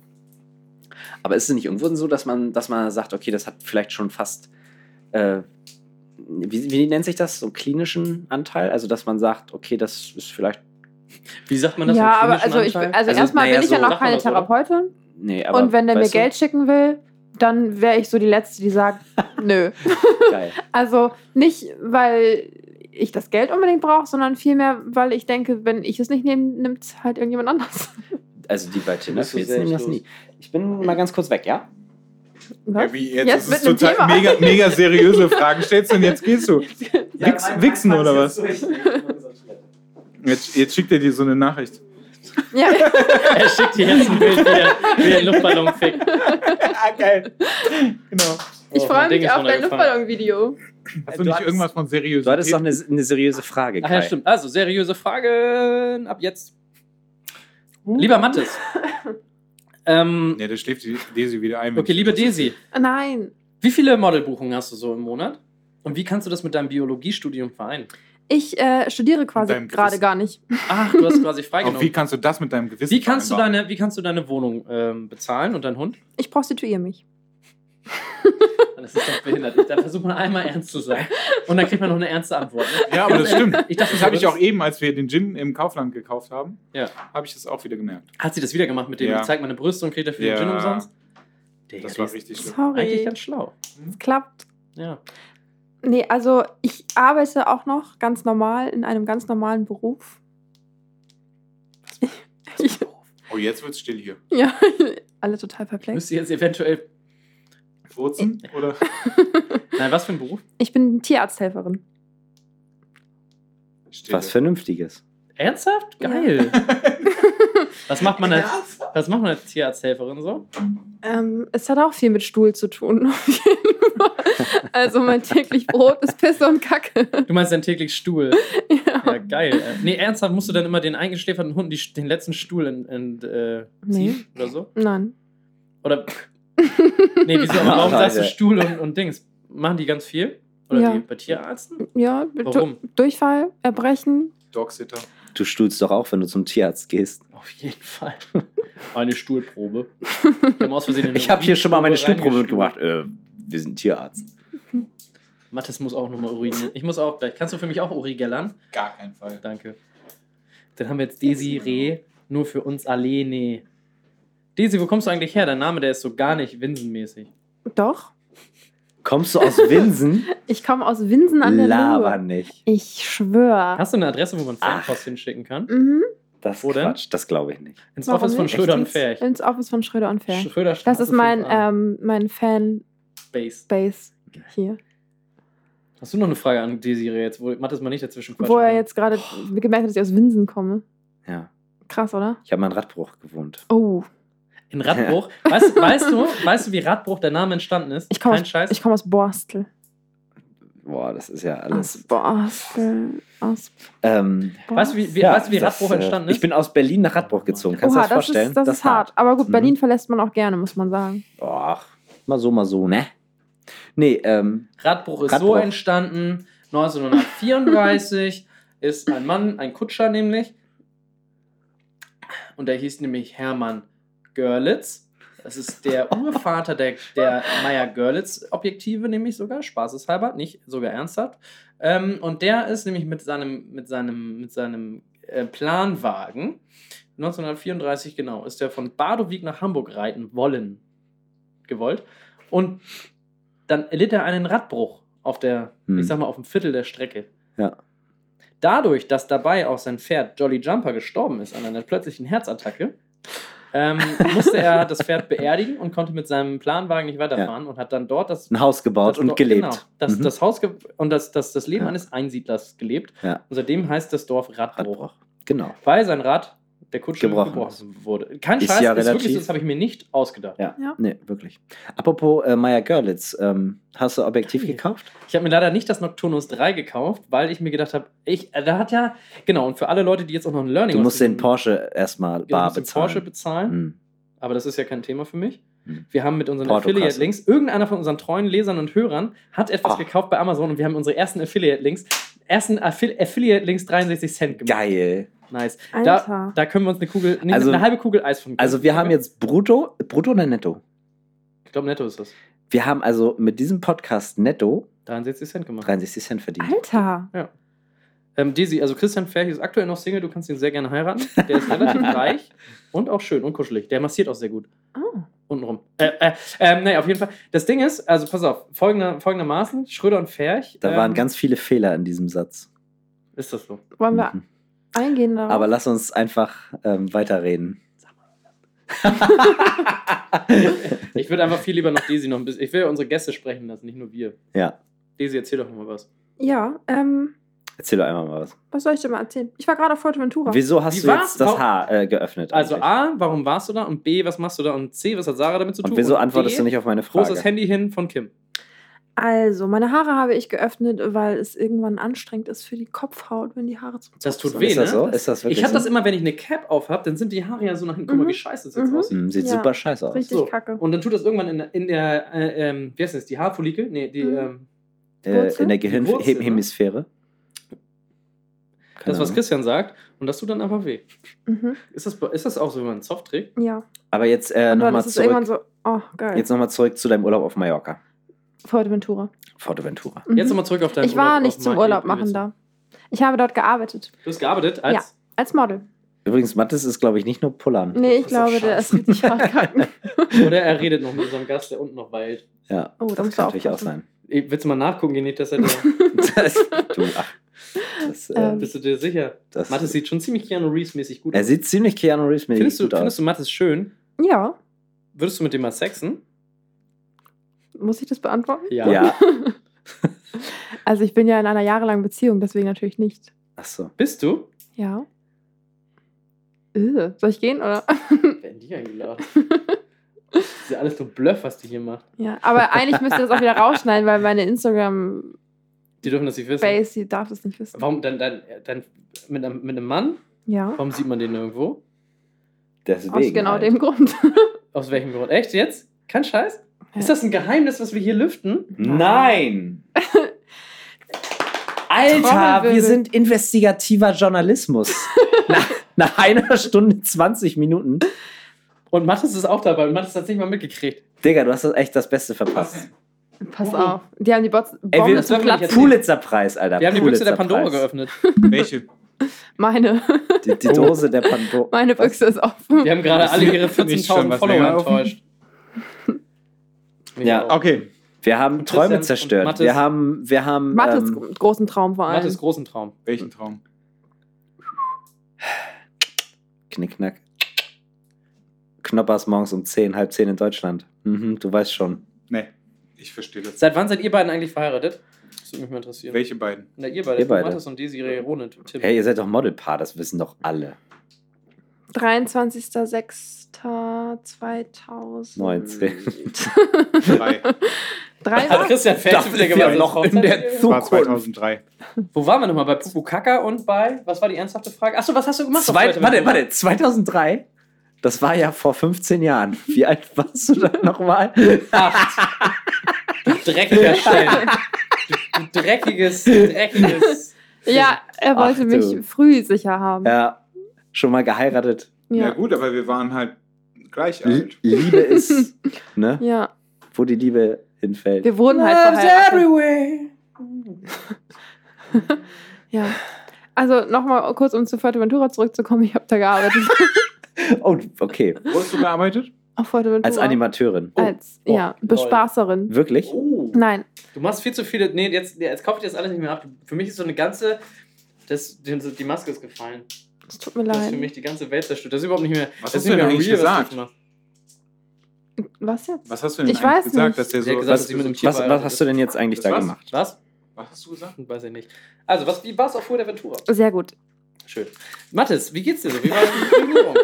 Aber ist es nicht irgendwann so, dass man, dass man sagt, okay, das hat vielleicht schon fast, äh, wie, wie nennt sich das, so einen klinischen Anteil? Also, dass man sagt, okay, das ist vielleicht, Wie sagt man das? im Ja, aber klinischen also, ich, Anteil? also, Also, erstmal naja, bin ich so ja noch sagt man keine das, oder? Therapeutin. nee, aber. Und wenn der mir weißt du, Geld schicken will, dann wäre ich so die Letzte, die sagt, nö. Geil. Also nicht, weil ich das Geld unbedingt brauche, sondern vielmehr, weil ich denke, wenn ich es nicht nehme, nimmt es halt irgendjemand anders. Also, die bei Tinder Bist du Fails nehmen das nie. selbstlos? Ich bin mal ganz kurz weg, ja? Was? Ja, wie, jetzt Jetzt ist es mit einem total Thema. mega, mega seriöse Fragen stellst du und jetzt gehst du. Wichs, wichsen oder was? Jetzt, jetzt schickt er dir so eine Nachricht. Ja, er schickt dir jetzt ein Bild, wie der, wie der Luftballon fickt. ah, geil. Genau. ich Oh, mein freue Ding mich ist auf runtergefallen. dein Luftballon-Video. Hast Du du nicht hattest- irgendwas von seriös? Du hattest doch eine, eine seriöse Frage, Ach Kai. ja, stimmt. Also, seriöse Fragen ab jetzt. Lieber Mattes. Ähm, Ne, da schläft die Desi wieder ein. wenn okay, ich- liebe Desi, Ah, Nein, wie viele Modelbuchungen hast du so im Monat? Und wie kannst du das mit deinem Biologiestudium vereinen? ich äh, studiere quasi deinem gerade Gewissen. gar nicht. Ach, du hast quasi Auch wie freigenommen. kannst du das mit deinem Gewissen genau. Wie kannst, du vereinbaren? deine, wie kannst du deine Wohnung ähm, bezahlen und deinen Hund? Ich prostituiere mich. Das ist doch behindert. Da versucht man einmal ernst zu sein. Und dann kriegt man noch eine ernste Antwort. ne? Ja, aber das stimmt. Ich dachte, Das habe ich das- auch eh- eben, als wir den Gin im Kaufland gekauft haben, Ja. habe ich das auch wieder gemerkt. Hat sie das wieder gemacht mit dem, Ja. ich zeig meine Brüste und kriegt dafür Ja. den Gin umsonst? Digga, Das die war ist richtig schlimm. Eigentlich Sorry, ganz schlau. es klappt. Ja. Nee, also ich arbeite auch noch ganz normal in einem ganz normalen Beruf. Ich, Oh, jetzt wird's still hier. ja, alle total perplex. Müsst ihr jetzt eventuell. Furzen? Äh. Oder? Nein, was für ein Beruf? Ich bin Tierarzthelferin. Stille. Was Vernünftiges. Ernsthaft? Geil. was, macht man als, was macht man als Tierarzthelferin so? Ähm, es hat auch viel mit Stuhl zu tun. auf jeden Fall. also mein täglich Brot ist Pisse und Kacke. Du meinst dann täglich Stuhl. Ja. Ja, geil. Äh, Nee, ernsthaft musst du dann immer den eingeschläferten Hunden die, den letzten Stuhl in, in, äh, ziehen oder so? Nein. Oder. nee, wieso? Aber warum sagst du Alter. Stuhl und, und Dings? Machen die ganz viel? Oder Ja. wie? Bei Tierärzten? Ja, du Warum? Durchfall, Erbrechen. Dogsitter. Du stuhlst doch auch, wenn du zum Tierarzt gehst. Auf jeden Fall. Eine Stuhlprobe. Wir haben aus Versehen eine Ich habe hier schon mal meine Stuhlprobe reingestuhlt. mitgebracht. Äh, wir sind Tierarzt. Mathis muss auch nochmal urinieren. Ich muss auch gleich. Kannst du für mich auch Uri gellern? Gar keinen Fall. Danke. Dann haben wir jetzt Desiree, nur für uns alleine. Desi, wo kommst du eigentlich her? Dein Name, der ist so gar nicht winsenmäßig. Doch. Kommst du aus Winsen? Ich komme aus Winsen an der Laber Laber. nicht. Ich schwöre. Hast du eine Adresse, wo man Ah. Fanpost hinschicken kann? Mhm. Das Wo ist denn? Quatsch, das glaube ich nicht. Ins Warum Office von nicht? Schröder und Echt jetzt? Ferch. Ins Office von Schröder und Ferch. Schröder Das ist mein, Straße ähm, mein 5a. Base. Fan-Base hier. Hast du noch eine Frage an Desiree jetzt, wo Mathis mal nicht dazwischen quatschen Wo er kann? jetzt gerade gemerkt hat, dass ich aus Winsen komme. Ja. Krass, oder? Ich habe mal in Radbruch gewohnt. Oh, In Radbruch. Weißt, weißt, du, weißt du, wie Radbruch der Name entstanden ist? ich komme Kein aus, Scheiß. ich komm aus Borstel. boah, das ist ja alles. Asp, Asp, Asp, Ähm, Weißt du, wie, wie, ja, weißt du, wie das, Radbruch äh, entstanden Ich ist? bin aus Berlin nach Radbruch gezogen. Kannst du Oha, das Mhm. das vorstellen? ist, das ist hart. Aber gut, Berlin verlässt man auch gerne, muss man sagen. Och, mal so, mal so, ne? Nee, ähm, Radbruch ist so Radbruch. entstanden. 1934 ist ein Mann, ein Kutscher nämlich. Und der hieß nämlich Hermann Görlitz. Das ist der Urvater der, der Meyer-Görlitz-Objektive, nämlich sogar, spaßeshalber, nicht sogar ernsthaft. Ähm, und der ist nämlich mit seinem, mit seinem, mit seinem äh, Planwagen, 1934 genau, ist der von Badowig nach Hamburg reiten wollen, gewollt. Und dann erlitt er einen Radbruch auf der, Hm. ich sag mal, auf dem Viertel der Strecke. Ja. Dadurch, dass dabei auch sein Pferd Jolly Jumper gestorben ist an einer plötzlichen Herzattacke, ähm, musste er das Pferd beerdigen und konnte mit seinem Planwagen nicht weiterfahren und hat dann dort das ein Haus gebaut das und Dor- gelebt. Genau, das, Mhm. das Haus ge und das, das, das Leben Ja. eines Einsiedlers gelebt. Ja. Und seitdem heißt das Dorf Radbruch. Radbruch. Genau. Weil sein Rad der Kutsche Gebrochen gebrochen, wurde. Kein Ist Scheiß, ja ist wirklich, relativ- so, das habe ich mir nicht ausgedacht. Ja. Ja. Nee, wirklich. Apropos äh, Maya Görlitz, ähm, hast du Objektiv Geil. gekauft? Ich habe mir leider nicht das Nocturnus 3 gekauft, weil ich mir gedacht habe, ich, äh, da hat ja, genau, und für alle Leute, die jetzt auch noch ein Learning Du musst aus diesem- den Porsche erstmal genau, ich bar muss den bezahlen. Porsche bezahlen, Mhm. aber das ist ja kein Thema für mich. Mhm. Wir haben mit unseren Portokasse. Affiliate-Links, irgendeiner von unseren treuen Lesern und Hörern hat etwas Ah. gekauft bei Amazon und wir haben unsere ersten Affiliate-Links, ersten Affi- Affiliate-Links 63 Cent gemacht. Hm. Geil. Nice. Da, Alter. da können wir uns eine Kugel, nee, Also- eine halbe Kugel Eis von. Also wir haben jetzt brutto, brutto oder netto? Ich glaube, netto ist das. Wir haben also mit diesem Podcast netto 63 Cent gemacht. 63 Cent verdient. Alter. Ähm, Desi, also Christian Ferch ist aktuell noch Single, du kannst ihn sehr gerne heiraten. Der ist relativ reich und auch schön und kuschelig. Der massiert auch sehr gut. Oh. Untenrum. Äh, äh, ähm, naja, auf jeden Fall. Das Ding ist, also pass auf, folgender, folgendermaßen, Schröder und Ferch. Da ähm, waren ganz viele Fehler in diesem Satz. Ist das so? Wollen wir Mhm. eingehen darauf? Aber lass uns einfach ähm, weiterreden. Ich würde einfach viel lieber noch Desi noch ein bisschen. Ich will ja unsere Gäste sprechen lassen, nicht nur wir. Ja, Desi, erzähl doch mal was. ja, ähm, erzähl doch einmal mal was. was soll ich dir mal erzählen? Ich war gerade auf Fuerteventura. Wieso hast Wie du war's? jetzt das Warum- Haar äh, geöffnet? Also eigentlich? A, warum warst du da? Und B, was machst du da? Und C, was hat Sarah damit zu tun? Und wieso antwortest D, du nicht auf meine Frage? Großes Handy hin von Kim. Also, meine Haare habe ich geöffnet, weil es irgendwann anstrengend ist für die Kopfhaut, wenn die Haare zu Das tut sind. weh, Ist das ne? so? Ist das wirklich Ich habe so? das immer, wenn ich eine Cap auf habe, dann sind die Haare ja so nach hinten. Guck mal, Mhm. wie scheiße das jetzt Mhm. aussieht. Hm, Sieht Ja. super scheiße aus. Richtig kacke. Und dann tut das irgendwann in, der- in der, äh, ähm, wie heißt das, die Haarfollikel? Nee, die, Mhm. ähm, Äh, in der Die Wurzel, ne? Gehirnhemisphäre. das, was Christian sagt. Und das tut dann einfach weh. Mhm. Ist das, ist das auch so, wenn man einen Soft trägt? Ja. Aber jetzt äh, Und dann nochmal ist es irgendwann zurück. so, oh, geil. jetzt noch mal zurück zu deinem Urlaub auf Mallorca. Fuerteventura. Forteventura. Mhm. Jetzt nochmal zurück auf deinen ich war Urlaub nicht auf zum Malle- Urlaub machen Ibiza. da. Ich habe dort gearbeitet. Du hast gearbeitet als. Als Model. Übrigens, Mattes ist, glaube ich, nicht nur Pullern. Nee, ich Das ist auch glaube, der scheiße. ist richtig hart krank. Oder er redet noch mit unserem Gast, der unten noch weilt. Ja, Oh, da das musst du kann natürlich auch aufpassen. sein. Ey, Willst du mal nachgucken, Genie, dass er da. Das, du, ach, das, äh, Ähm, Bist du dir sicher? das, Mathis sieht schon ziemlich Keanu Reeves-mäßig gut er sieht ziemlich Keanu Reeves mit Findest, du, gut findest aus. du Mathis schön? Ja. Würdest du mit dem mal sexen? Muss ich das beantworten? ja. Also ich bin ja in einer jahrelangen Beziehung, deswegen natürlich nicht. Ach so. Bist du? Ja. Äh, soll ich gehen, oder? Werden die eingeladen? das ist ja alles so Bluff, was die hier macht. Ja. Aber eigentlich müsst ihr das auch wieder rausschneiden, weil meine Instagram-Base, Die dürfen das nicht wissen. die darf das nicht wissen. Warum dann, dann, dann mit, einem, mit einem Mann? Ja. Warum sieht man den irgendwo? Deswegen. Aus genau halt. dem Grund. Aus welchem Grund? Echt jetzt? Kein Scheiß? Ist das ein Geheimnis, was wir hier lüften? Nein! Alter, Trommelwirbel. wir sind investigativer Journalismus. nach, nach einer Stunde 20 Minuten. Und Mathis ist auch dabei und Mathis hat es nicht mal mitgekriegt. Digga, du hast das echt das Beste verpasst. Pass Oh. auf. Die haben die Bots Ey, wir Bombe das zum dürfen wir nicht Platz. erzählen. Pulitzer-Preis, Alter. Wir haben die Büchse der Pulitzer-Preis. Pandora geöffnet. Oh. Welche? Meine, Die, die Dose der Pandora. meine Was? Büchse ist offen. Wir haben gerade alle ihre Nicht schon 14.000 was Follower länger offen? enttäuscht. Mich Ja. auch. Okay. Wir haben Christian Träume und zerstört. Mathis. Wir haben, wir haben Mathes ähm, großen Traum vor allem. Mathis, großen Traum. Welchen Traum? Knickknack. Knoppers morgens um 10, halb 10 in Deutschland. Mhm, du weißt schon. Nee, ich verstehe das. Seit wann seid ihr beiden eigentlich verheiratet? Das würde mich mal interessieren. Welche beiden? Na, ihr beide. Ihr beide. Mathis und Desiree Ronet. Tim. Hey, ihr seid doch Modelpaar, das wissen doch alle. 23.06.2019. Äh, 19. Drei. Drei Hat Mal? Ah, Christian Feld wieder gemacht. noch Das in der Hochzeit- War Zukunft. 2003. Wo waren wir nochmal? Bei Pukaka und bei. Was war die ernsthafte Frage? Achso, was hast du gemacht? auf Zwei, Zweite warte, Welt? warte, 2003? Das war ja vor 15 Jahren. Wie alt warst du da nochmal? Acht. Du dreckiger Schwein. Du, du dreckiges, dreckiges. Ja, er Ach wollte du. mich früh sicher haben. Ja, schon mal geheiratet. Ja. Ja. gut, aber wir waren halt gleich L- alt. Liebe ist, ne? ja. Wo die Liebe hinfällt. Wir wurden halt verheiratet. everywhere. Ja. Also nochmal kurz, um zu Fuerteventura zurückzukommen. Ich habe da gearbeitet. Oh, okay. Wo hast du gearbeitet? Auf Fuerteventura. Als Animateurin. Als, Oh, Hm. ja, lol. Bespaßerin. Wirklich? Oh. Nein. Du machst viel zu viele. Nee, jetzt, nee, jetzt kaufe ich das alles nicht mehr ab. Für mich ist so eine ganze. Das, die, die Maske ist gefallen. Es tut mir Das ist für leid. mich die ganze Welt zerstört. Das ist überhaupt nicht mehr. Was das ist hast du denn mehr eigentlich real, was gesagt? du machst. Was jetzt? Was hast du denn Ich eigentlich weiß gesagt, nicht. dass der Sie so. hat gesagt, was, dass sie mit dem Tier Was, was hast du denn jetzt eigentlich da Was? gemacht? Was? was hast du gesagt? Weiß ich nicht. Also, was, wie war es auf Fuerteventura? Sehr gut. Schön. Mathis, wie geht's dir so? Wie war die Übung?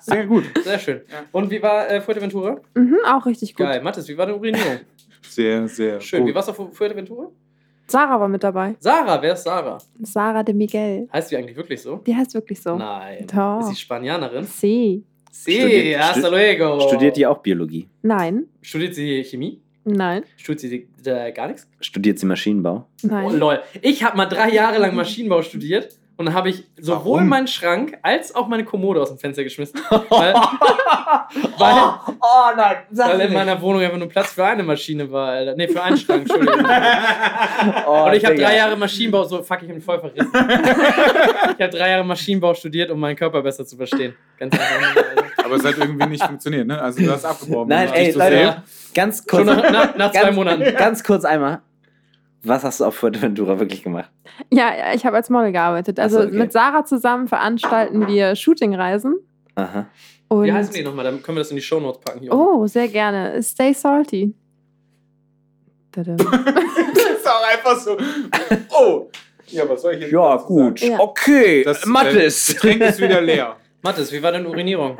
Sehr gut. Sehr schön. Ja. Und wie war äh, Fuerteventura? Mhm, auch richtig gut. Geil. Mathis, wie war die Urinierung? Sehr, sehr Schön. Wie gut. war's auf Fu- Fuerteventura? Sarah war mit dabei. Sarah, wer ist Sarah? Sarah de Miguel. Heißt die eigentlich wirklich so? Die heißt wirklich so. Nein. Doch. Ist sie Spanierin? Sie. Sí, Studiert- hasta stu- luego. Studiert die auch Biologie? Nein. Studiert sie Chemie? Nein. Studiert sie äh, gar nichts? Studiert sie Maschinenbau? Oh, Nein. lol. Ich habe mal drei Jahre lang Maschinenbau studiert und dann habe ich sowohl Warum? meinen Schrank als auch meine Kommode aus dem Fenster geschmissen. Weil, Oh, weil, nein, weil in meiner Wohnung einfach nur Platz für eine Maschine war, Alter. Nee, für einen Schrank, Entschuldigung. Oh, und ich habe Digga. drei Jahre Maschinenbau, so fuck, ich bin voll verrissen. ich habe drei Jahre Maschinenbau studiert, um meinen Körper besser zu verstehen. Ganz einfach. Aber es hat irgendwie nicht funktioniert, ne? Also du hast abgeworben. Nein, Das ey, ist so Leute. sehr- Ganz kurz, Schon nach, nach, nach zwei ganz, Monaten. ganz kurz einmal. Was hast du auf Fuerteventura wirklich gemacht? Ja, ja, ich habe als Model gearbeitet. Ach so, Also okay. mit Sarah zusammen veranstalten wir Shootingreisen. Aha. Und Wie heißen die nochmal? Dann können wir das in die Shownotes packen. Hier oben. Oh, sehr gerne. Stay salty. Tadam. Das ist auch einfach so. Oh! Ja, was soll ich jetzt Ja, dazu gut. sagen? Ja. Okay, Das äh, Mattes. Getränk ist wieder leer. Mathis, wie war deine Urinierung?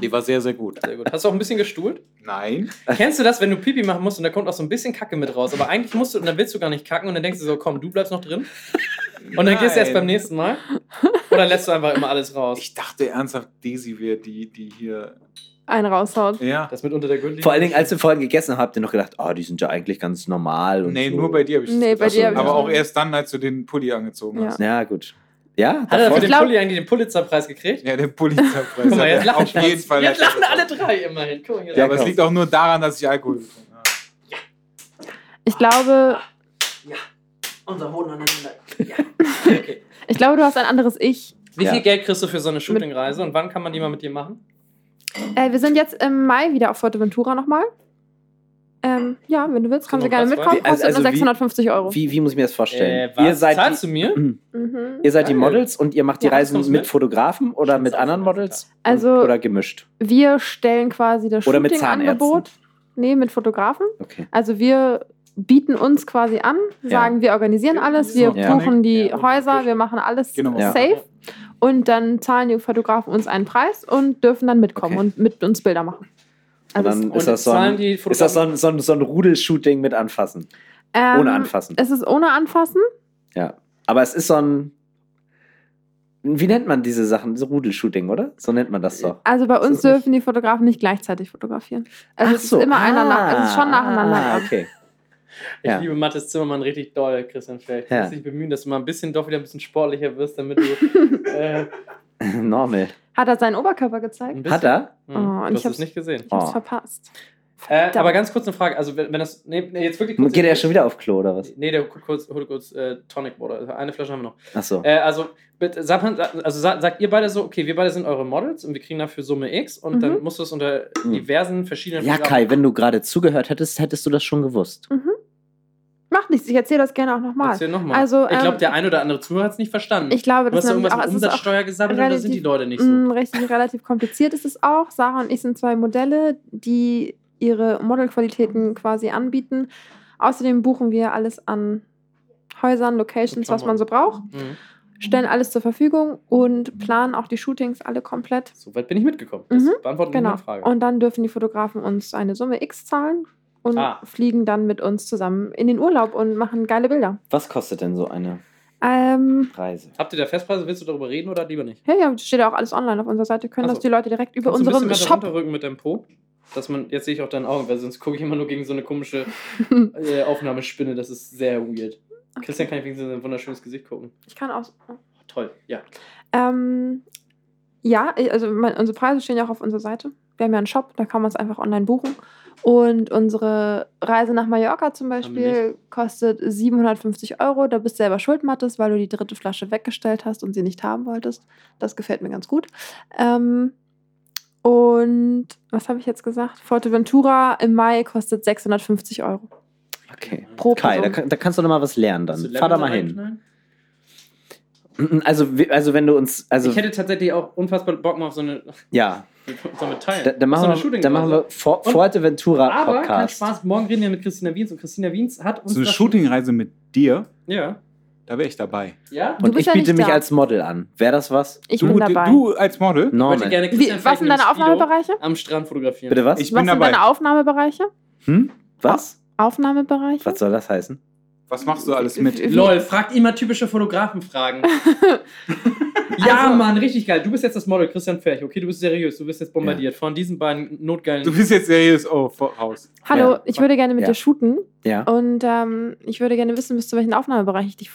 Die war sehr, sehr gut. Sehr gut. Hast du auch ein bisschen gestuhlt? Nein. Kennst du das, wenn du Pipi machen musst und da kommt auch so ein bisschen Kacke mit raus, aber eigentlich musst du und dann willst du gar nicht kacken und dann denkst du so, komm, du bleibst noch drin und dann gehst du erst beim nächsten Mal oder lässt du einfach immer alles raus? Ich dachte ernsthaft, Daisy wäre die, die hier. Einen raushaut. Ja. Das mit unter der Gürtellinie. Vor allen Dingen, als wir vorhin gegessen haben, habt ihr noch gedacht, oh, die sind ja eigentlich ganz normal. Und Nee, so. nur bei dir habe ich das Nee, bei gedacht. Achso, dir habe ich ja. Aber schon- auch erst dann, als du den Pulli angezogen Ja. hast. Ja, gut. Ja, Hat er davor- für Ich den glaub- Pulli eigentlich den Pulitzerpreis gekriegt? Ja, der Pulitzer-Preis. Guck hat mal, er jetzt lachen auf jeden Fall. Jetzt lachen alle drei immerhin. Guck mal, hier. Ja, Ja, aber es komm. liegt auch nur daran, dass ich Alkohol getrunken habe. Ich glaube, Unser Hoden aneinander. Ja. Okay. ich glaube, du hast ein anderes Ich. Wie Ja. viel Geld kriegst du für so eine Shootingreise und wann kann man die mal mit dir machen? Äh, wir sind jetzt im Mai wieder auf Fuerteventura nochmal. Ähm, ja, wenn du willst, kannst du Sind gerne noch Platz mitkommen. frei? Kostet Also- also nur wie- 650 Euro. wie, wie muss ich mir das vorstellen? Äh, was? ihr seid, Zahlst die, du mir? Mhm. ihr seid die Geil. Models und ihr macht die Ja, Reisen kommst mit, du mit? Fotografen oder Scheiß mit auf, anderen Alter. Models? Also- oder gemischt? Wir stellen quasi das Oder mit Shooting-Angebot. Nee, mit Fotografen. Okay. Also wir bieten uns quasi an, Ja. sagen, wir organisieren alles, wir So, Ja. buchen die Ja. Häuser, wir machen alles Genau. Ja. safe. Und dann zahlen die Fotografen uns einen Preis und dürfen dann mitkommen Okay. und mit uns Bilder machen. Also und dann Und ist das so zahlen ein, die ist das so ein, so ein, so ein Rudelshooting mit Anfassen. ähm, Ohne Anfassen. Es ist ohne Anfassen. Aber es ist so ein. Wie nennt man diese Sachen? So Rudelshooting, oder? So nennt man das doch. Also bei uns ist nicht- dürfen die Fotografen nicht gleichzeitig fotografieren. Also es ist ah. immer einer nach, also es ist schon nacheinander. Ah, dran. okay. Ich Ja. liebe Mathis Zimmermann richtig doll, Christian Feld. Du Ja. musst dich bemühen, dass du mal ein bisschen doch wieder ein bisschen sportlicher wirst, damit du. äh, Normal. Hat er seinen Oberkörper gezeigt? ein bisschen, Hat er? Hm, Oh, und du ich hast es hab's- nicht gesehen. Ich hab's Oh. verpasst. Äh, aber Verdammt. ganz kurz eine Frage. Also, wenn, wenn das. Nee, nee, jetzt wirklich kurz. Geht er schon wieder auf Klo oder was? Nee, der holt kurz, holt kurz äh, Tonic Water. Also Eine Flasche haben wir noch. Achso. Äh, also, bitte, sagt, man- also sa- sagt ihr beide so, okay, wir beide sind eure Models und wir kriegen dafür Summe X und Mhm. dann musst du es unter Mhm. diversen verschiedenen. Ja, Programmen- Kai, wenn du gerade zugehört hättest, hättest du das schon gewusst. Macht nichts, ich erzähle das gerne auch nochmal. Erzähl nochmal. Also, ich glaube, ähm, der ein oder andere Zuhörer hat es nicht verstanden. Ich glaube, du das hast ist da nämlich irgendwas auch, also mit es ist auch Umsatzsteuer gesammelt oder sind die relativ- Leute nicht so? Mm, richtig, relativ kompliziert ist es auch. Sarah und ich sind zwei Modelle, die ihre Mhm. Modelqualitäten quasi anbieten. Außerdem buchen wir alles an Häusern, Locations, was man so braucht, Mhm. stellen alles zur Verfügung und planen auch die Shootings alle komplett. So weit bin ich mitgekommen. Das Mhm, beantwortet nicht Genau. meine Frage. Und dann dürfen die Fotografen uns eine Summe X zahlen. und Ah. fliegen dann mit uns zusammen in den Urlaub und machen geile Bilder. Was kostet denn so eine Ähm, Reise? Habt ihr da Festpreise? Willst du darüber reden oder lieber nicht? ja, ja, steht ja auch alles online auf unserer Seite. Können Ach das so. die Leute direkt über Kannst du ein unserem bisschen weiter Shop. runterrücken mit deinem Po? Dass man, jetzt sehe ich auch deine Augen, weil sonst gucke ich immer nur gegen so eine komische äh, Aufnahmespinne. Das ist sehr weird. Christian kann ich wegen seinem wunderschönes Gesicht gucken. Ich kann auch. Toll, ja. Ähm, ja, also mein, unsere Preise stehen ja auch auf unserer Seite. Wir haben ja einen Shop, da kann man es einfach online buchen. Und unsere Reise nach Mallorca zum Beispiel kostet 750 Euro. Da bist du selber schuld, Mattes, weil du die dritte Flasche weggestellt hast und sie nicht haben wolltest. Das gefällt mir ganz gut. Ähm, und was habe ich jetzt gesagt? Forteventura im Mai kostet 650 Euro. Okay. Pro Kai, da, Person. kann- da kannst du noch mal was lernen dann. Hast du Fahr da Lemon mal hin. reinknallen? Also, wir- also wenn du uns, also Ich hätte tatsächlich auch unfassbar Bock mal auf so eine, ja, so eine Teil. da, dann so eine machen wir, dann machen Shooting-Reise. wir For, Und- Forteventura Aber kein Podcast. Spaß, morgen reden wir mit Christina Wiens und Christina Wiens hat uns. So eine das- Shootingreise mit dir, Ja. da wäre ich dabei. Ja? Du Und bist ich ja biete nicht mich da. als Model an. Wäre das was? Ich du, bin dabei. du als Model? Ich Norman. möchte gerne Wie, Christian was sind deine Aufnahmebereiche? Aufnahmebereiche? Am Strand fotografieren. Bitte was? Ich was sind bin dabei. deine Aufnahmebereiche? Hm? Was? Aufnahmebereiche? Was soll das heißen? Was machst du alles mit? LOL, fragt immer typische Fotografenfragen. ja, Also- Mann, richtig geil. Du bist jetzt das Model, Christian Ferch. Okay, du bist seriös. Du bist jetzt bombardiert von diesen beiden notgeilen. Du bist jetzt seriös. Oh, voraus. Hallo, Ja. ich würde gerne mit Ja. dir shooten Oh. Ja. und ähm, ich würde gerne wissen, bis zu welchem Aufnahmebereich ich dich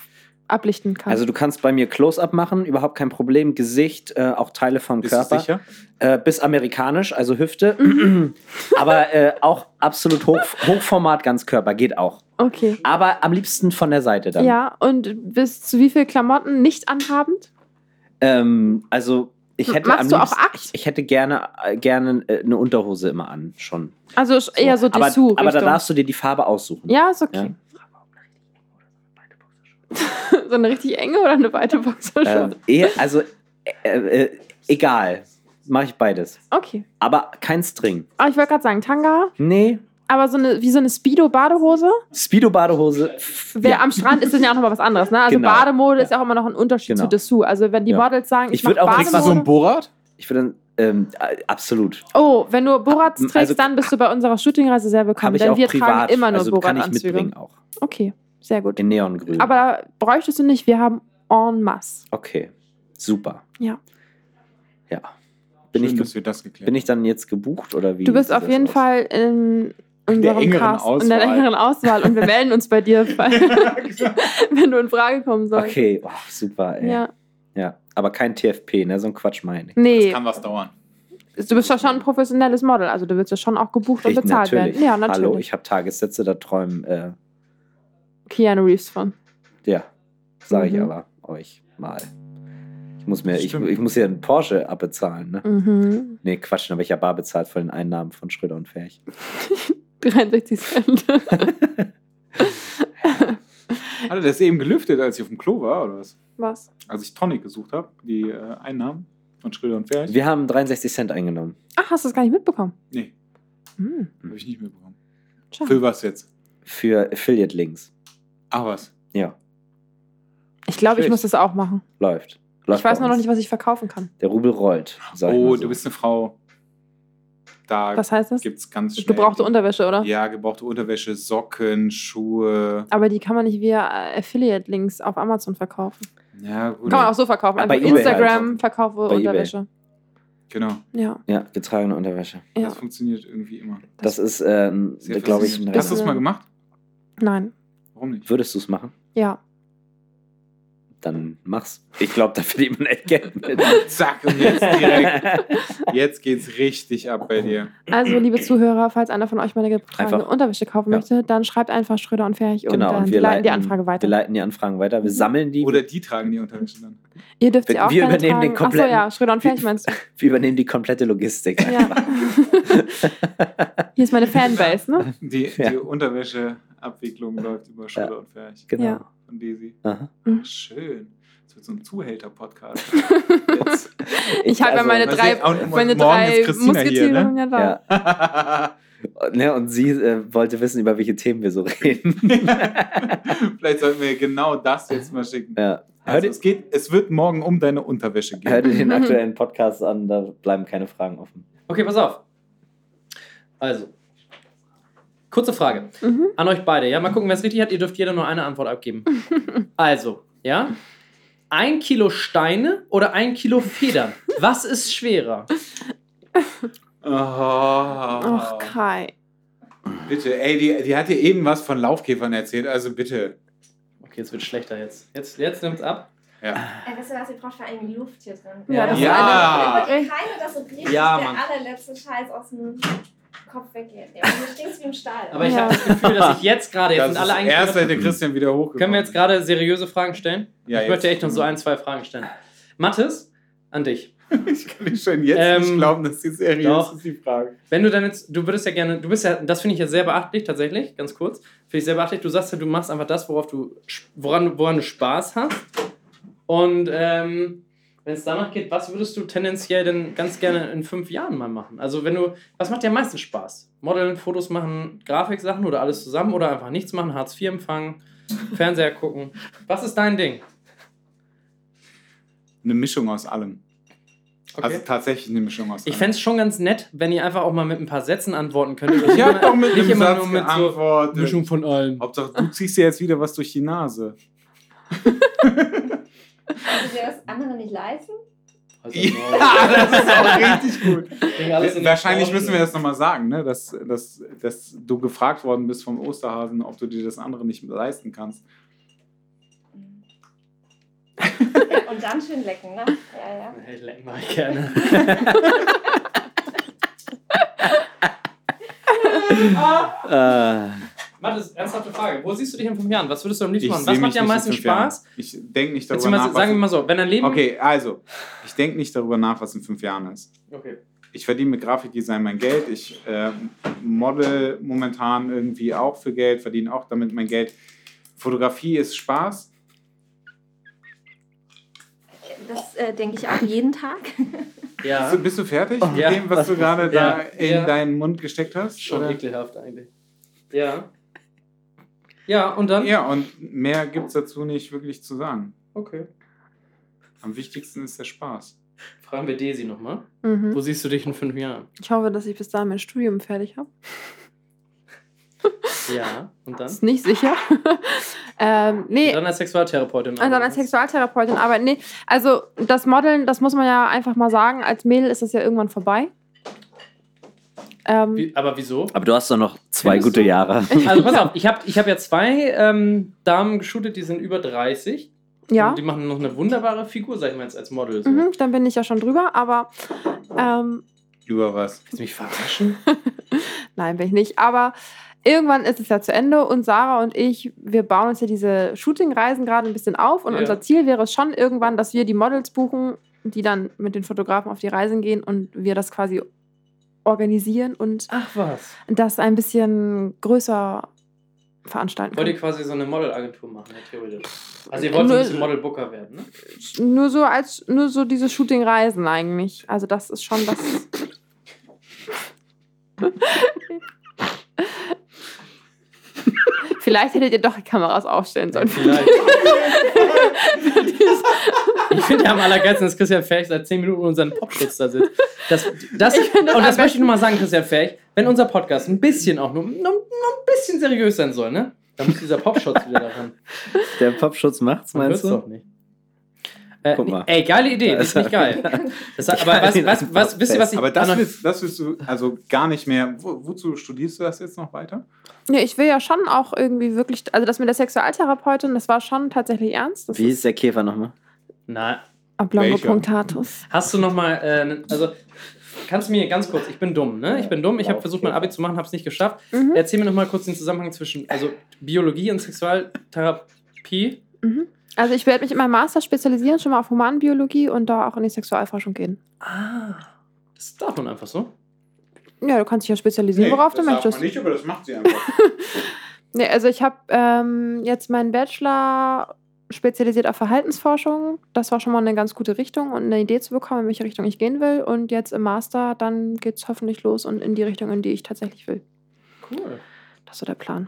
ablichten kann. Also du kannst bei mir Close-up machen, überhaupt kein Problem. Gesicht, äh, auch Teile vom Bist du Körper. sicher? Äh, bis amerikanisch, also Hüfte. Mhm. Aber äh, auch absolut hoch, Hochformat, ganz Körper, geht auch. okay. Aber am liebsten von der Seite dann. Ja, und bis zu wie viel Klamotten nicht anhabend? Ähm, also ich hätte am Machst du auch liebsten, Akt? ich hätte gerne, äh, gerne äh, eine Unterhose immer an, schon. Also sch- eher so aber, Dessous. aber da darfst du dir die Farbe aussuchen. Ja, ist okay. so eine richtig enge oder eine weite Ähm, Boxershorts? eher- also äh, äh, egal, mache ich beides. Okay. Aber kein String. Aber ich wollte gerade sagen, Tanga, Nee, aber so eine, wie so eine Speedo-Badehose. Speedo-Badehose. Wer am Strand ist, ist ja auch noch mal was anderes. Ne? Also Genau. Bademode ist ja auch immer noch ein Unterschied Genau. zu Dessous. Also wenn die Ja. Models sagen, ich, Ich würd mach auch nichts Kriegst du machen. so ein Bademode. Borat? Ich würde dann, ähm, äh, absolut. Oh, wenn du Borats Ah, trägst, also- dann bist du bei unserer Shootingreise sehr willkommen. Habe ich Denn auch wir privat. tragen immer nur also kann ich mitbringen Borat-Anzüge. auch. Okay, sehr gut. In Neongrün. Aber da bräuchtest du nicht, wir haben en masse. okay, super. Ja. Ja. Bin, Schön, ich, dass ge- wir das geklärt bin ich dann jetzt gebucht oder wie? Du bist sieht auf das jeden aus? Fall in unserem engeren Cast, in der Auswahl. engeren Auswahl und wir melden uns bei dir, weil- wenn du in Frage kommen sollst. Okay, oh, super, ey. Ja. Ja. aber kein TFP, ne? So ein Quatsch meine ich. Nee, Kann was dauern. du bist ja schon ein professionelles Model, also du wirst ja schon auch gebucht und Ich bezahlt werden. Ja, natürlich. Hallo, ich habe Tagessätze, da träumen, äh, Keanu Reeves von. ja, sage ich Mhm. aber euch mal. Ich muss mir, ich, Stimmt. ich muss hier einen Porsche abbezahlen, ne? Mhm. Nee, Quatsch, aber ich habe bar bezahlt von den Einnahmen von Schröder und Ferch. 63 Cent. Hat er das eben gelüftet, als ich auf dem Klo war, oder was? Was? Als ich Tonic gesucht habe, die äh, Einnahmen von Schröder und Ferch. Wir haben 63 Cent eingenommen. Ach, hast du das gar nicht mitbekommen? Nee, Hm, habe ich nicht mitbekommen. schade. Für was jetzt? für Affiliate Links. Ach was. Ja, Ich glaube, ich Schlecht. muss das auch machen. läuft. läuft Ich weiß bei nur noch uns. nicht, was ich verkaufen kann. Der Rubel rollt. Sag ich oh, mal so. du bist eine Frau. Da Was heißt das? gibt's ganz schnell. Gebrauchte Unterwäsche, oder? Ja, gebrauchte Unterwäsche, Socken, Schuhe. Aber die kann man nicht via äh, Affiliate-Links auf Amazon verkaufen. Ja, gut. Kann man auch so verkaufen. Ah, Einfach bei eBay Instagram halt. verkaufe Bei eBay. Unterwäsche. Genau. Ja, Ja, getragene Unterwäsche. ja. Das funktioniert irgendwie immer. Das, ist, ähm, Sehr glaube ich, ein faszinierend. Hast du es Rest. mal gemacht? Nein. Warum nicht? Würdest du es machen? Ja. Dann mach's. Ich glaube, da verdient man echt Geld mit. Zack, und jetzt direkt. Jetzt geht's richtig ab bei dir. Also, liebe Zuhörer, falls einer von euch mal eine getragene Einfach. Unterwäsche kaufen Ja. möchte, dann schreibt einfach Schröder und Ferch und genau, dann und wir leiten die Anfrage weiter. Wir leiten die Anfragen weiter. Wir sammeln die. Oder die tragen die Unterwäsche dann. Ihr dürft sie Wir- auch wir gerne übernehmen den tragen. Achso, kompletten- ja, Schröder und Ferch meinst du. wir übernehmen die komplette Logistik. Ja. Hier ist meine Fanbase, ne? Die, Ja. die Unterwäscheabwicklung läuft über Schröder und Ferch Genau. Ja. und Daisy. Aha. Schön. Das wird so ein Zuhälter-Podcast. Ich habe ja also- meine mal drei, sehen, auch morgen meine ist drei ne? Christina hier, Muskelzählungen ja da. Ja. Ne, und sie äh, wollte wissen, über welche Themen wir so reden. Vielleicht sollten wir genau das jetzt mal schicken. Ja. Hör, Also dir, es, geht, es wird morgen um deine Unterwäsche hör gehen. dir den aktuellen Podcast an, da bleiben keine Fragen offen. Okay, pass auf. Also, Kurze Frage Mhm. an euch beide. Ja, mal gucken, wer es richtig hat. Ihr dürft jeder nur eine Antwort abgeben. Also, ja. Ein Kilo Steine oder ein Kilo Federn? Was ist schwerer? Och, Oh, Kai. bitte, ey, die, die hat dir eben was von Laufkäfern erzählt, also bitte. Okay, es wird schlechter jetzt. Jetzt, jetzt nimmt's ab. Ey, wisst ihr was, ihr braucht vor allem Luft hier drin. Ja, das Ja. ist eine- Ich meine, dass so richtig Ja, der Mann. allerletzte Scheiß aus dem Kopf weggeht. Ja, mir stinkt's wie im Stall. Aber ich Ja. habe das Gefühl, dass ich jetzt gerade, jetzt Das sind ist alle erst eingeschlossen. seit der Christian wieder hochgekommen Können wir jetzt gerade seriöse Fragen stellen? ist. ja, ich möchte echt noch so ein, zwei Fragen stellen. Mathis, an dich. Ich kann dir schon jetzt Ähm, nicht glauben, dass die seriös doch. ist, die Frage. Wenn du dann jetzt, du würdest ja gerne, du bist ja, das finde ich ja sehr beachtlich tatsächlich, ganz kurz, finde ich sehr beachtlich, du sagst ja, du machst einfach das, worauf du, sch- woran, woran du Spaß hast. Und ähm, wenn es danach geht, was würdest du tendenziell denn ganz gerne in fünf Jahren mal machen? Also wenn du, was macht dir am meisten Spaß? Modeln, Fotos machen, Grafiksachen oder alles zusammen oder einfach nichts machen, Hartz IV empfangen, Fernseher gucken. Was ist dein Ding? Eine Mischung aus allem. Okay. Also tatsächlich eine Mischung aus ich allem. fände es schon ganz nett, wenn ihr einfach auch mal mit ein paar Sätzen antworten könntet. Ich habe doch mit nicht einem immer Satz nur mit so geantwortet. Mischung von allem. Hauptsache, du ziehst dir jetzt wieder was durch die Nase. Können wir das andere nicht leisten? Also das ist auch richtig gut. Alles in den Wahrscheinlich Ohren. müssen wir das nochmal sagen, ne? dass, dass, dass du gefragt worden bist vom Osterhasen, ob du dir das andere nicht leisten kannst. Ja, und dann schön lecken, ne? Ja, ja. Hey, lecken mag ich gerne. Äh, Mathis, ernsthafte Frage. Wo siehst du dich in fünf Jahren? Was würdest du am liebsten machen? seh Was mich macht dir am nicht in meisten fünf Jahren. Spaß? Ich denke nicht darüber Beziehungsweise nach. sagen wir Was mal so, wenn dein Leben. okay, also, ich denke nicht darüber nach, was in fünf Jahren ist. okay. ich verdiene mit Grafikdesign mein Geld. Ich äh, model momentan irgendwie auch für Geld, verdiene auch damit mein Geld. Fotografie ist Spaß. Das äh, denke ich auch jeden Tag. Ja, Oh, Bist, du, bist du fertig mit Ja. dem, was du gerade da Ja. in Ja. deinen Mund gesteckt hast? schon Oder? ekelhaft eigentlich. Ja. Ja, und dann? Ja, und mehr gibt es dazu nicht wirklich zu sagen. Okay. Am wichtigsten ist der Spaß. Fragen wir Desi nochmal. Wo Mhm. siehst du dich in fünf Jahren? Ich hoffe, dass ich bis dahin mein Studium fertig habe. Ja, und dann? Ist nicht sicher. ähm, nee, Und dann als Sexualtherapeutin. Und dann als Sexualtherapeutin arbeiten. Nee, also das Modeln, das muss man ja einfach mal sagen. Als Mädel ist das ja irgendwann vorbei. Ähm, Wie, aber wieso? aber du hast doch noch zwei Findest gute du? Jahre. Also pass auf, ich habe ich hab ja zwei ähm, Damen geshootet, die sind über 30. ja, Und die machen noch eine wunderbare Figur, sag ich mal jetzt als Model. So. mhm, dann bin ich ja schon drüber, aber ähm, Über was? Willst du mich verarschen? nein, bin ich nicht. Aber irgendwann ist es ja zu Ende und Sarah und ich, wir bauen uns ja diese Shootingreisen gerade ein bisschen auf und Ja. unser Ziel wäre es schon irgendwann, dass wir die Models buchen, die dann mit den Fotografen auf die Reisen gehen und wir das quasi organisieren und Ach was. das ein bisschen größer veranstalten Wollt können. ihr quasi so eine Modelagentur machen, ja, theoretisch. Also ihr wollt so Nö. ein bisschen Model-Booker werden, ne? Nur so als nur so diese Shooting-Reisen eigentlich. Also das ist schon das. Vielleicht hättet ihr doch die Kameras aufstellen sollen. Vielleicht. ich finde ja am allergeilsten, dass Christian Ferch seit 10 Minuten unseren Popschutz da sitzt. Das, das, Ich find das und das am besten. möchte ich nur mal sagen, Christian Ferch, wenn unser Podcast ein bisschen auch nur, nur, nur ein bisschen seriös sein soll, ne? Dann muss dieser Popschutz wieder daran. Der Popschutz macht's, Man meinst hört's du? doch nicht. Äh, Guck mal. Ey, geile Idee, Da das ist ist nicht geil. Das, hat- aber was, was, was, wisst ihr, was ich Aber das an- willst, das willst du also gar nicht mehr. Wo, wozu studierst du das jetzt noch weiter? Nee, ich will ja schon auch irgendwie wirklich, also das mit der Sexualtherapeutin, das war schon tatsächlich ernst. Das Wie ist ist der Käfer nochmal? Na, Oblongo Welcher? Punctatus. Hast du noch mal, äh, ne- also kannst du mir ganz kurz, ich bin dumm, ne? Ich bin dumm, ich habe versucht, mein Abi zu machen, habe es nicht geschafft. Mhm. Erzähl mir noch mal kurz den Zusammenhang zwischen, also Biologie und Sexualtherapie. Mhm. Also ich werde mich in meinem Master spezialisieren, schon mal auf Humanbiologie und da auch in die Sexualforschung gehen. Ah, das darf man einfach so. Ja, du kannst dich ja spezialisieren, worauf du möchtest. nicht, aber das macht sie einfach. Nee, also ich habe ähm, jetzt meinen Bachelor spezialisiert auf Verhaltensforschung. Das war schon mal eine ganz gute Richtung und eine Idee zu bekommen, in welche Richtung ich gehen will. Und jetzt im Master, dann geht es hoffentlich los und in die Richtung, in die ich tatsächlich will. Cool. Das ist so der Plan.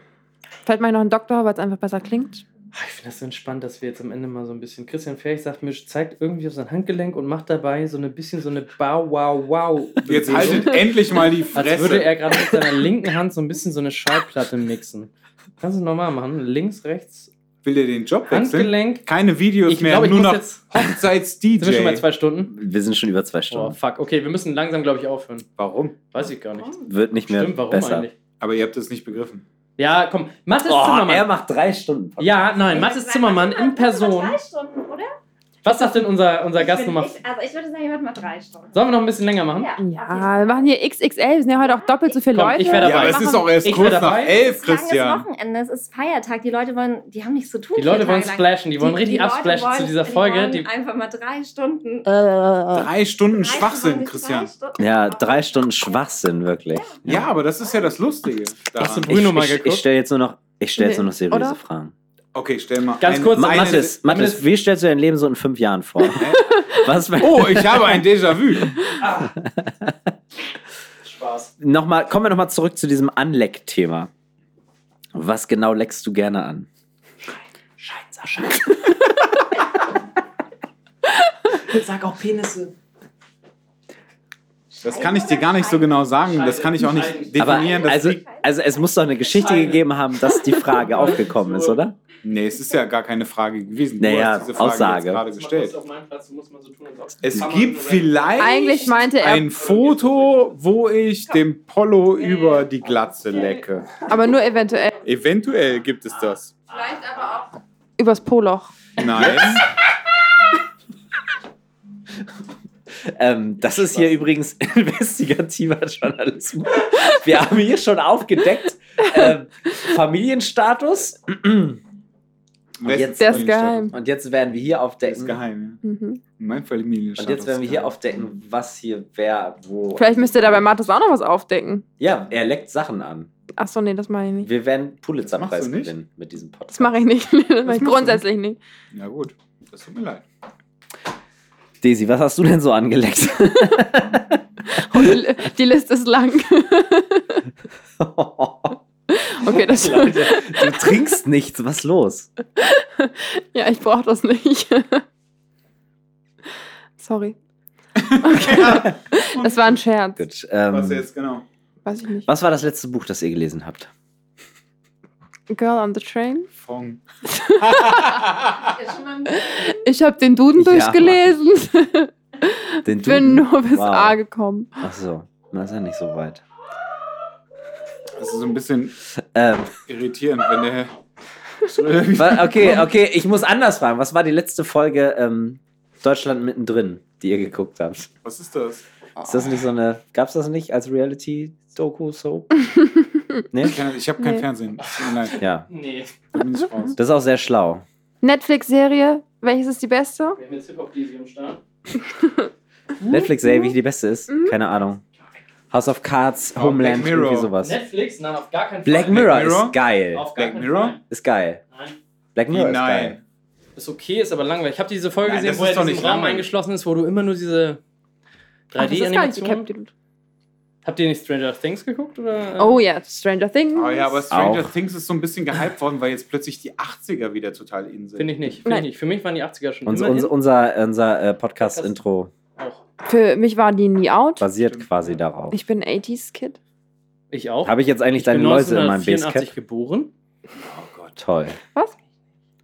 Vielleicht mache ich noch einen Doktor, weil es einfach besser klingt. Ah, Ich finde das so entspannt, dass wir jetzt am Ende mal so ein bisschen. Christian Ferch sagt mir, zeigt irgendwie auf sein Handgelenk und macht dabei so ein bisschen so eine Bow-Wow-Wow. Jetzt Bewegung. haltet endlich mal die Als würde Fresse. er gerade mit seiner linken Hand so ein bisschen so eine Schallplatte mixen. Kannst du normal machen? Links, rechts, Will der den Job wechseln? Handgelenk. Keine Videos Ich mehr, glaube, ich nur muss noch jetzt. Sind wir schon bei Hochzeits-DJ. zwei Stunden? Wir sind schon über zwei Oh, Stunden. fuck. Okay, wir müssen langsam, glaube ich, aufhören. Warum? Weiß ich gar nicht. Wird nicht mehr Stimmt, warum besser. eigentlich? Aber ihr habt es nicht begriffen. Ja, komm. Mathis Oh, er Zimmermann. macht drei Stunden. Ja, nein, Mathis Zimmermann in Person. Drei Stunden, oder? Was sagt denn unser, unser Gast Ich nochmal? bin- ich- Also ich würde sagen, ihr hört mal drei Stunden. Sollen wir noch ein bisschen länger machen? okay. Ja, wir machen hier XXL. Wir sind ja heute auch doppelt so viele Komm, Leute. ich wär Ja, dabei. aber es Machen- ist auch erst Ich kurz wär nach dabei. elf, Es ist Christian. Wochenende, es ist Feiertag. Die Leute wollen, die haben nichts zu tun. Die vier Leute wollen Tage lang. splashen, die wollen richtig Leute absplashen zu wollen- dieser die Folge. wollen Die einfach mal drei Stunden. Äh, Drei Stunden Drei Schwachsinn, Stunden, Christian. drei Stunden. Ja, drei Stunden Schwachsinn, wirklich. Ja, aber das ist ja das Lustige. Hast du daran. Ich, Bruno mal ich, geguckt? ich stelle jetzt nur noch, ich stell jetzt nur noch seriöse Oder? Fragen. Okay, stell mal. Ganz ein- kurz, Ma Meine- Mathis, Mathis, meine- wie stellst du dein Leben so in fünf Jahren vor? Was, Oh, ich habe ein Déjà-vu. Spaß. noch mal, kommen wir nochmal zurück zu diesem Anleck-Thema. Was genau leckst du gerne an? Schein, Schein, Sascha. Sag auch Penisse. Das kann ich dir gar nicht so genau sagen. Das kann ich auch nicht Aber definieren. Das also, liegt- also es muss doch eine Geschichte Scheine. gegeben haben, dass die Frage aufgekommen ist, oder? nee, es ist ja gar keine Frage gewesen. Du Naja, hast diese Frage Aussage. jetzt gerade gestellt. Es Kann man gibt so vielleicht Eigentlich meinte er- ein Foto, wo ich dem Polo über die Glatze lecke. Aber nur eventuell. Eventuell gibt es das. Vielleicht aber auch. Übers Poloch. Nein. Ähm, das ist hier übrigens investigativer Journalismus. Wir haben hier schon aufgedeckt, ähm, Familienstatus. jetzt- Der ist geheim. Und jetzt werden wir hier Der ist aufdecken. geheim. ja. Mhm. Mein Familienstatus. Und jetzt werden wir ist hier geheim. aufdecken, was hier wer, wo. Vielleicht müsste er da bei Mathis auch noch was aufdecken. Ja, er leckt Sachen an. Achso, nee, das mache ich nicht. Wir werden Pulitzer-Preis Machst du nicht? gewinnen mit diesem Podcast. Das mache ich nicht. Das mache machst ich du grundsätzlich nicht. Ja gut, das tut mir leid. Daisy, was hast du denn so angeleckt? Und die Liste ist lang. Okay, das. Leute, du trinkst nichts, was los? Ja, ich brauche das nicht. Sorry. Das war ein Scherz. Gut, Was ähm, jetzt genau? Weiß ich nicht. was war das letzte Buch, das ihr gelesen habt? Girl on the Train. Fong. Ist schon mal ein bisschen- Ich habe den Duden Ja, durchgelesen. Den Bin nur bis Wow. A gekommen. Ach so, na ist ja nicht so weit. Das ist so ein bisschen Ähm, irritierend, wenn der Schröder wieder- wa- okay, okay, ich muss anders fragen. Was war die letzte Folge ähm, Deutschland mittendrin, die ihr geguckt habt? Was ist das? Ist das nicht so eine. Gab's das nicht als Reality-Doku so? nee? Ich, kann- ich habe kein Nee. Fernsehen. Es Tut mir leid. Ja. Nee, Da bin ich raus. Das ist auch sehr schlau. Netflix-Serie. Welches ist die beste? wir haben jetzt Hip-Hop-Dizzy am Start. Netflix-Serie, wie die beste ist? Mhm. Keine Ahnung. House of Cards, Oh, Homeland, Black Mirror. irgendwie sowas. Netflix? Nein, auf gar keinen Fall. Black Mirror, Black Mirror? ist geil. Auf gar Black keinen Mirror? Fall. Ist geil. Nein. Black Mirror ist geil. Nein. Ist okay, ist aber langweilig. Ich habe diese Folge Nein, gesehen, das wo ist er doch in nicht diesem Raum langweilig. eingeschlossen ist, wo du immer nur diese Ach, das ist gar nicht die 3D-Animationen... Captain. Habt ihr nicht Stranger Things geguckt? Oder? Oh ja, Stranger Things. Oh ja, aber Stranger Auch. Things ist so ein bisschen gehypt worden, weil jetzt plötzlich die 80er wieder total in sind. Finde ich nicht. Finde ich Nein. nicht. Für mich waren die 80er schon Unser, immerhin unser, unser, unser äh, Podcast-Intro auch. Für mich war die nie out. basiert Stimmt. quasi darauf. Ich bin ein 80s-Kid. Ich auch. Habe ich jetzt eigentlich deine bin Läuse in meinem 1984 Basecap? geboren. Oh Gott. Toll. Was?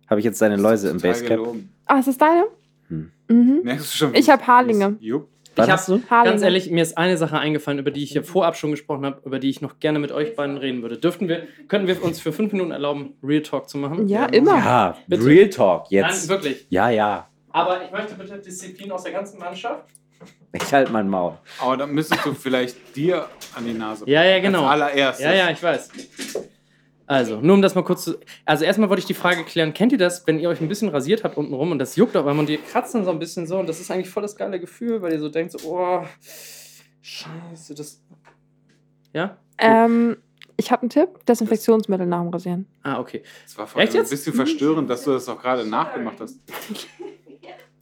Habe ich jetzt deine das ist Läuse im total Basecap? gelogen. Ah, ist das deine? Hm. Mhm. Merkst du schon? Ich hab Haarlinge. Jupp. War Ich das so? Haarlinge. Ganz ehrlich, mir ist eine Sache eingefallen, über die ich hier vorab schon gesprochen habe, über die ich noch gerne mit euch beiden reden würde. Dürften wir, könnten wir uns für fünf Minuten erlauben, Real Talk zu machen? Ja, immer. Ja, Bitte. Real Talk Nein, jetzt. wirklich. Ja, ja. Aber ich möchte bitte Disziplin aus der ganzen Mannschaft. Ich halte mein Maul. Aber dann müsstest du vielleicht dir an die Nase. Ja, ja, genau. Als allererstes. Ja, ja, ich weiß. Also, nur um das mal kurz zu. Also, erstmal wollte ich die Frage klären: Kennt ihr das, wenn ihr euch ein bisschen rasiert habt unten rum und das juckt auf einmal und ihr kratzt dann so ein bisschen so und das ist eigentlich voll das geile Gefühl, weil ihr so denkt: so, Oh, Scheiße, das. Ja? Ähm, ich habe einen Tipp: Desinfektionsmittel nach dem Rasieren. Ah, okay. Es war vor Echt allem ein jetzt? bisschen verstörend, dass du das auch gerade nachgemacht hast.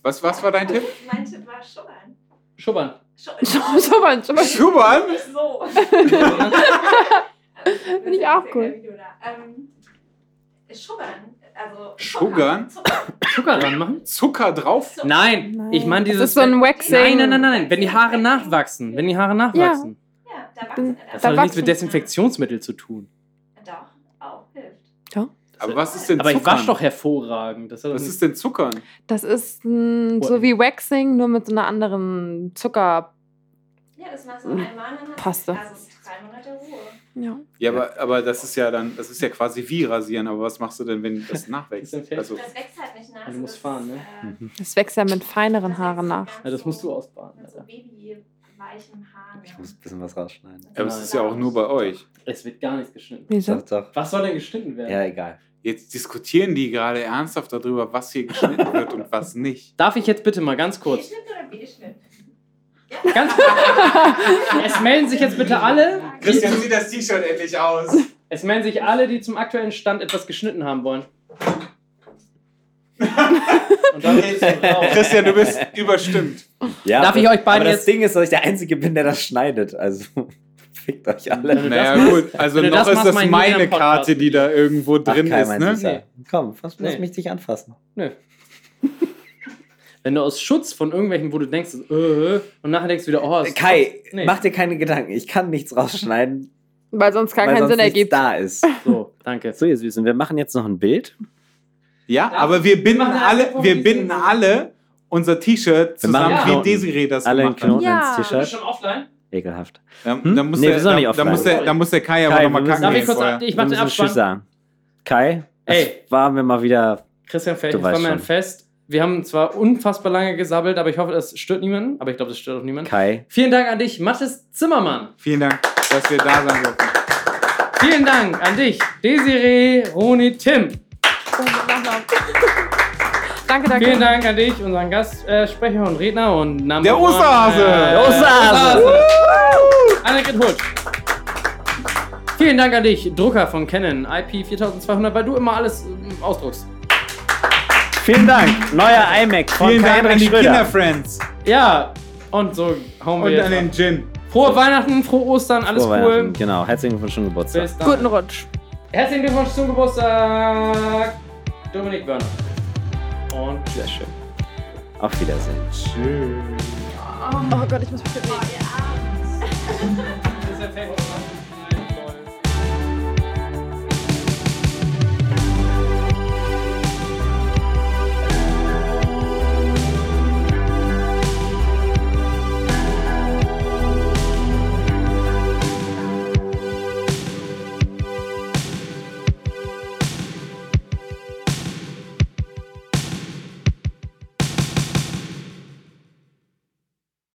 Was, was war dein Tipp? Mein Tipp war schubbern. Schubbern. Schubbern. Schau mal, schau mal. Schubert? So. Also, Finde ich auch gut. Ähm, schubbern. Also Sugar? Zucker dran machen? Zucker drauf? Nein, Nein. ich meine Das dieses. ist so ein Nein, Waxing. nein, nein, nein. Wenn die Haare nachwachsen. Wenn die Haare nachwachsen. Ja, da wachsen. äh, Das Da hat doch nichts mit wachsen. Desinfektionsmittel zu tun. Doch, auch hilft. Aber was ist denn Aber Zucker? ich wasche doch hervorragend. Das hat doch Was nichts- ist denn Zucker? Das ist mh, so wie Waxing, nur mit so einer anderen Zuckerpaste. Ja, das machst du einmal und dann hast Hm. Passt doch. du also drei Monate Ruhe. Ja. Ja, aber, aber das ist ja dann, das ist ja quasi wie rasieren, aber was machst du denn, wenn das nachwächst? Das ist ein Also, Das wächst halt nicht nach. äh, Du musst fahren, ne? Mhm. Das wächst ja mit feineren Haaren nach. Ja, das musst du ausbaden. Mit so Alter. babyweichem Haar. Ich muss ein bisschen was rausschneiden. aber es ist ja Genau. auch nur bei euch. Es wird gar nichts geschnitten. Wieso? Doch, doch. Was soll denn geschnitten werden? Ja, egal. Jetzt diskutieren die gerade ernsthaft darüber, was hier geschnitten wird und was nicht. Darf ich jetzt bitte mal ganz kurz? B-Schnitt oder B-Schnitt? Ganz es melden sich jetzt bitte alle. Christian, sieht das T-Shirt endlich aus. Es melden sich alle, die zum aktuellen Stand etwas geschnitten haben wollen. Und dann gehst du raus. Christian, du bist überstimmt. Ja, Darf aber- ich euch beiden aber jetzt- Das Ding ist, dass ich der Einzige bin, der das schneidet. Also fickt euch alle. Wenn du Naja, das machst- gut, also wenn du noch das ist machst, das mach ich nie wieder meine einen Podcast. Karte, die da irgendwo drin Ach, ist, mein ne? Süßer. Komm, fass, lass Nee. mich dich anfassen. Wenn du aus Schutz von irgendwelchen, wo du denkst, äh, und nachher denkst du wieder, oh, ist Kai, Nee. mach dir keine Gedanken. Ich kann nichts rausschneiden, Weil sonst gar weil keinen sonst Sinn nichts ergibt. da ist. so, danke. So, ihr Süßen, wir machen jetzt noch ein Bild. Ja, Darf aber wir binden machen eine alle, um Abstimmung, wir wie binden sie- alle unser T-Shirt Wir machen zusammen, wie Knoten. Desiree das Alle einen gemacht hat. Knoten Ja. ins Bist T-Shirt. du schon offline? Ekelhaft. Da, Hm? da, muss Nee, der, wir sind noch da, nicht da, muss offline. der, da muss der Kai Kai, aber wir nochmal müssen- kacken. Darf ich gehen kurz, vorher. ich mach Wir den müssen Tschüss Abspann. sagen. Kai, Ey. es war mir mal wieder. Christian, vielleicht Du es weißt war mir ein schon. Fest. Wir haben zwar unfassbar lange gesabbelt, aber ich hoffe, das stört niemanden. Aber ich glaube, das stört auch niemanden. Kai, Vielen Dank an dich, Mathis Zimmermann. Vielen Dank, dass wir da sein durften. Vielen Dank an dich, Desiree, Roni, Tim. Danke, danke. Vielen Dank an dich, unseren Gastsprecher und Redner und Number Der one, Osterhase. äh, Der Osterhase. Osterhase. Annegret Hutsch. Vielen Dank an dich, Drucker von Canon, IP4200, weil du immer alles ähm, ausdruckst. vielen Dank. Neuer iMac von Vielen Kai Dank an Henrik die Schröder. Kinderfriends Ja, und so hauen wir und an jetzt den ab. Gin. Frohe Weihnachten, frohe Ostern, alles Frohe cool. Weihnachten. Genau, herzlichen Glückwunsch zum Geburtstag. Bis dann. Guten Rutsch. Herzlichen Glückwunsch zum Geburtstag, Dominik Börner. Und Sehr schön. Auf Wiedersehen. Tschüss. Oh Gott, ich muss mich bewegen. bis der Fan-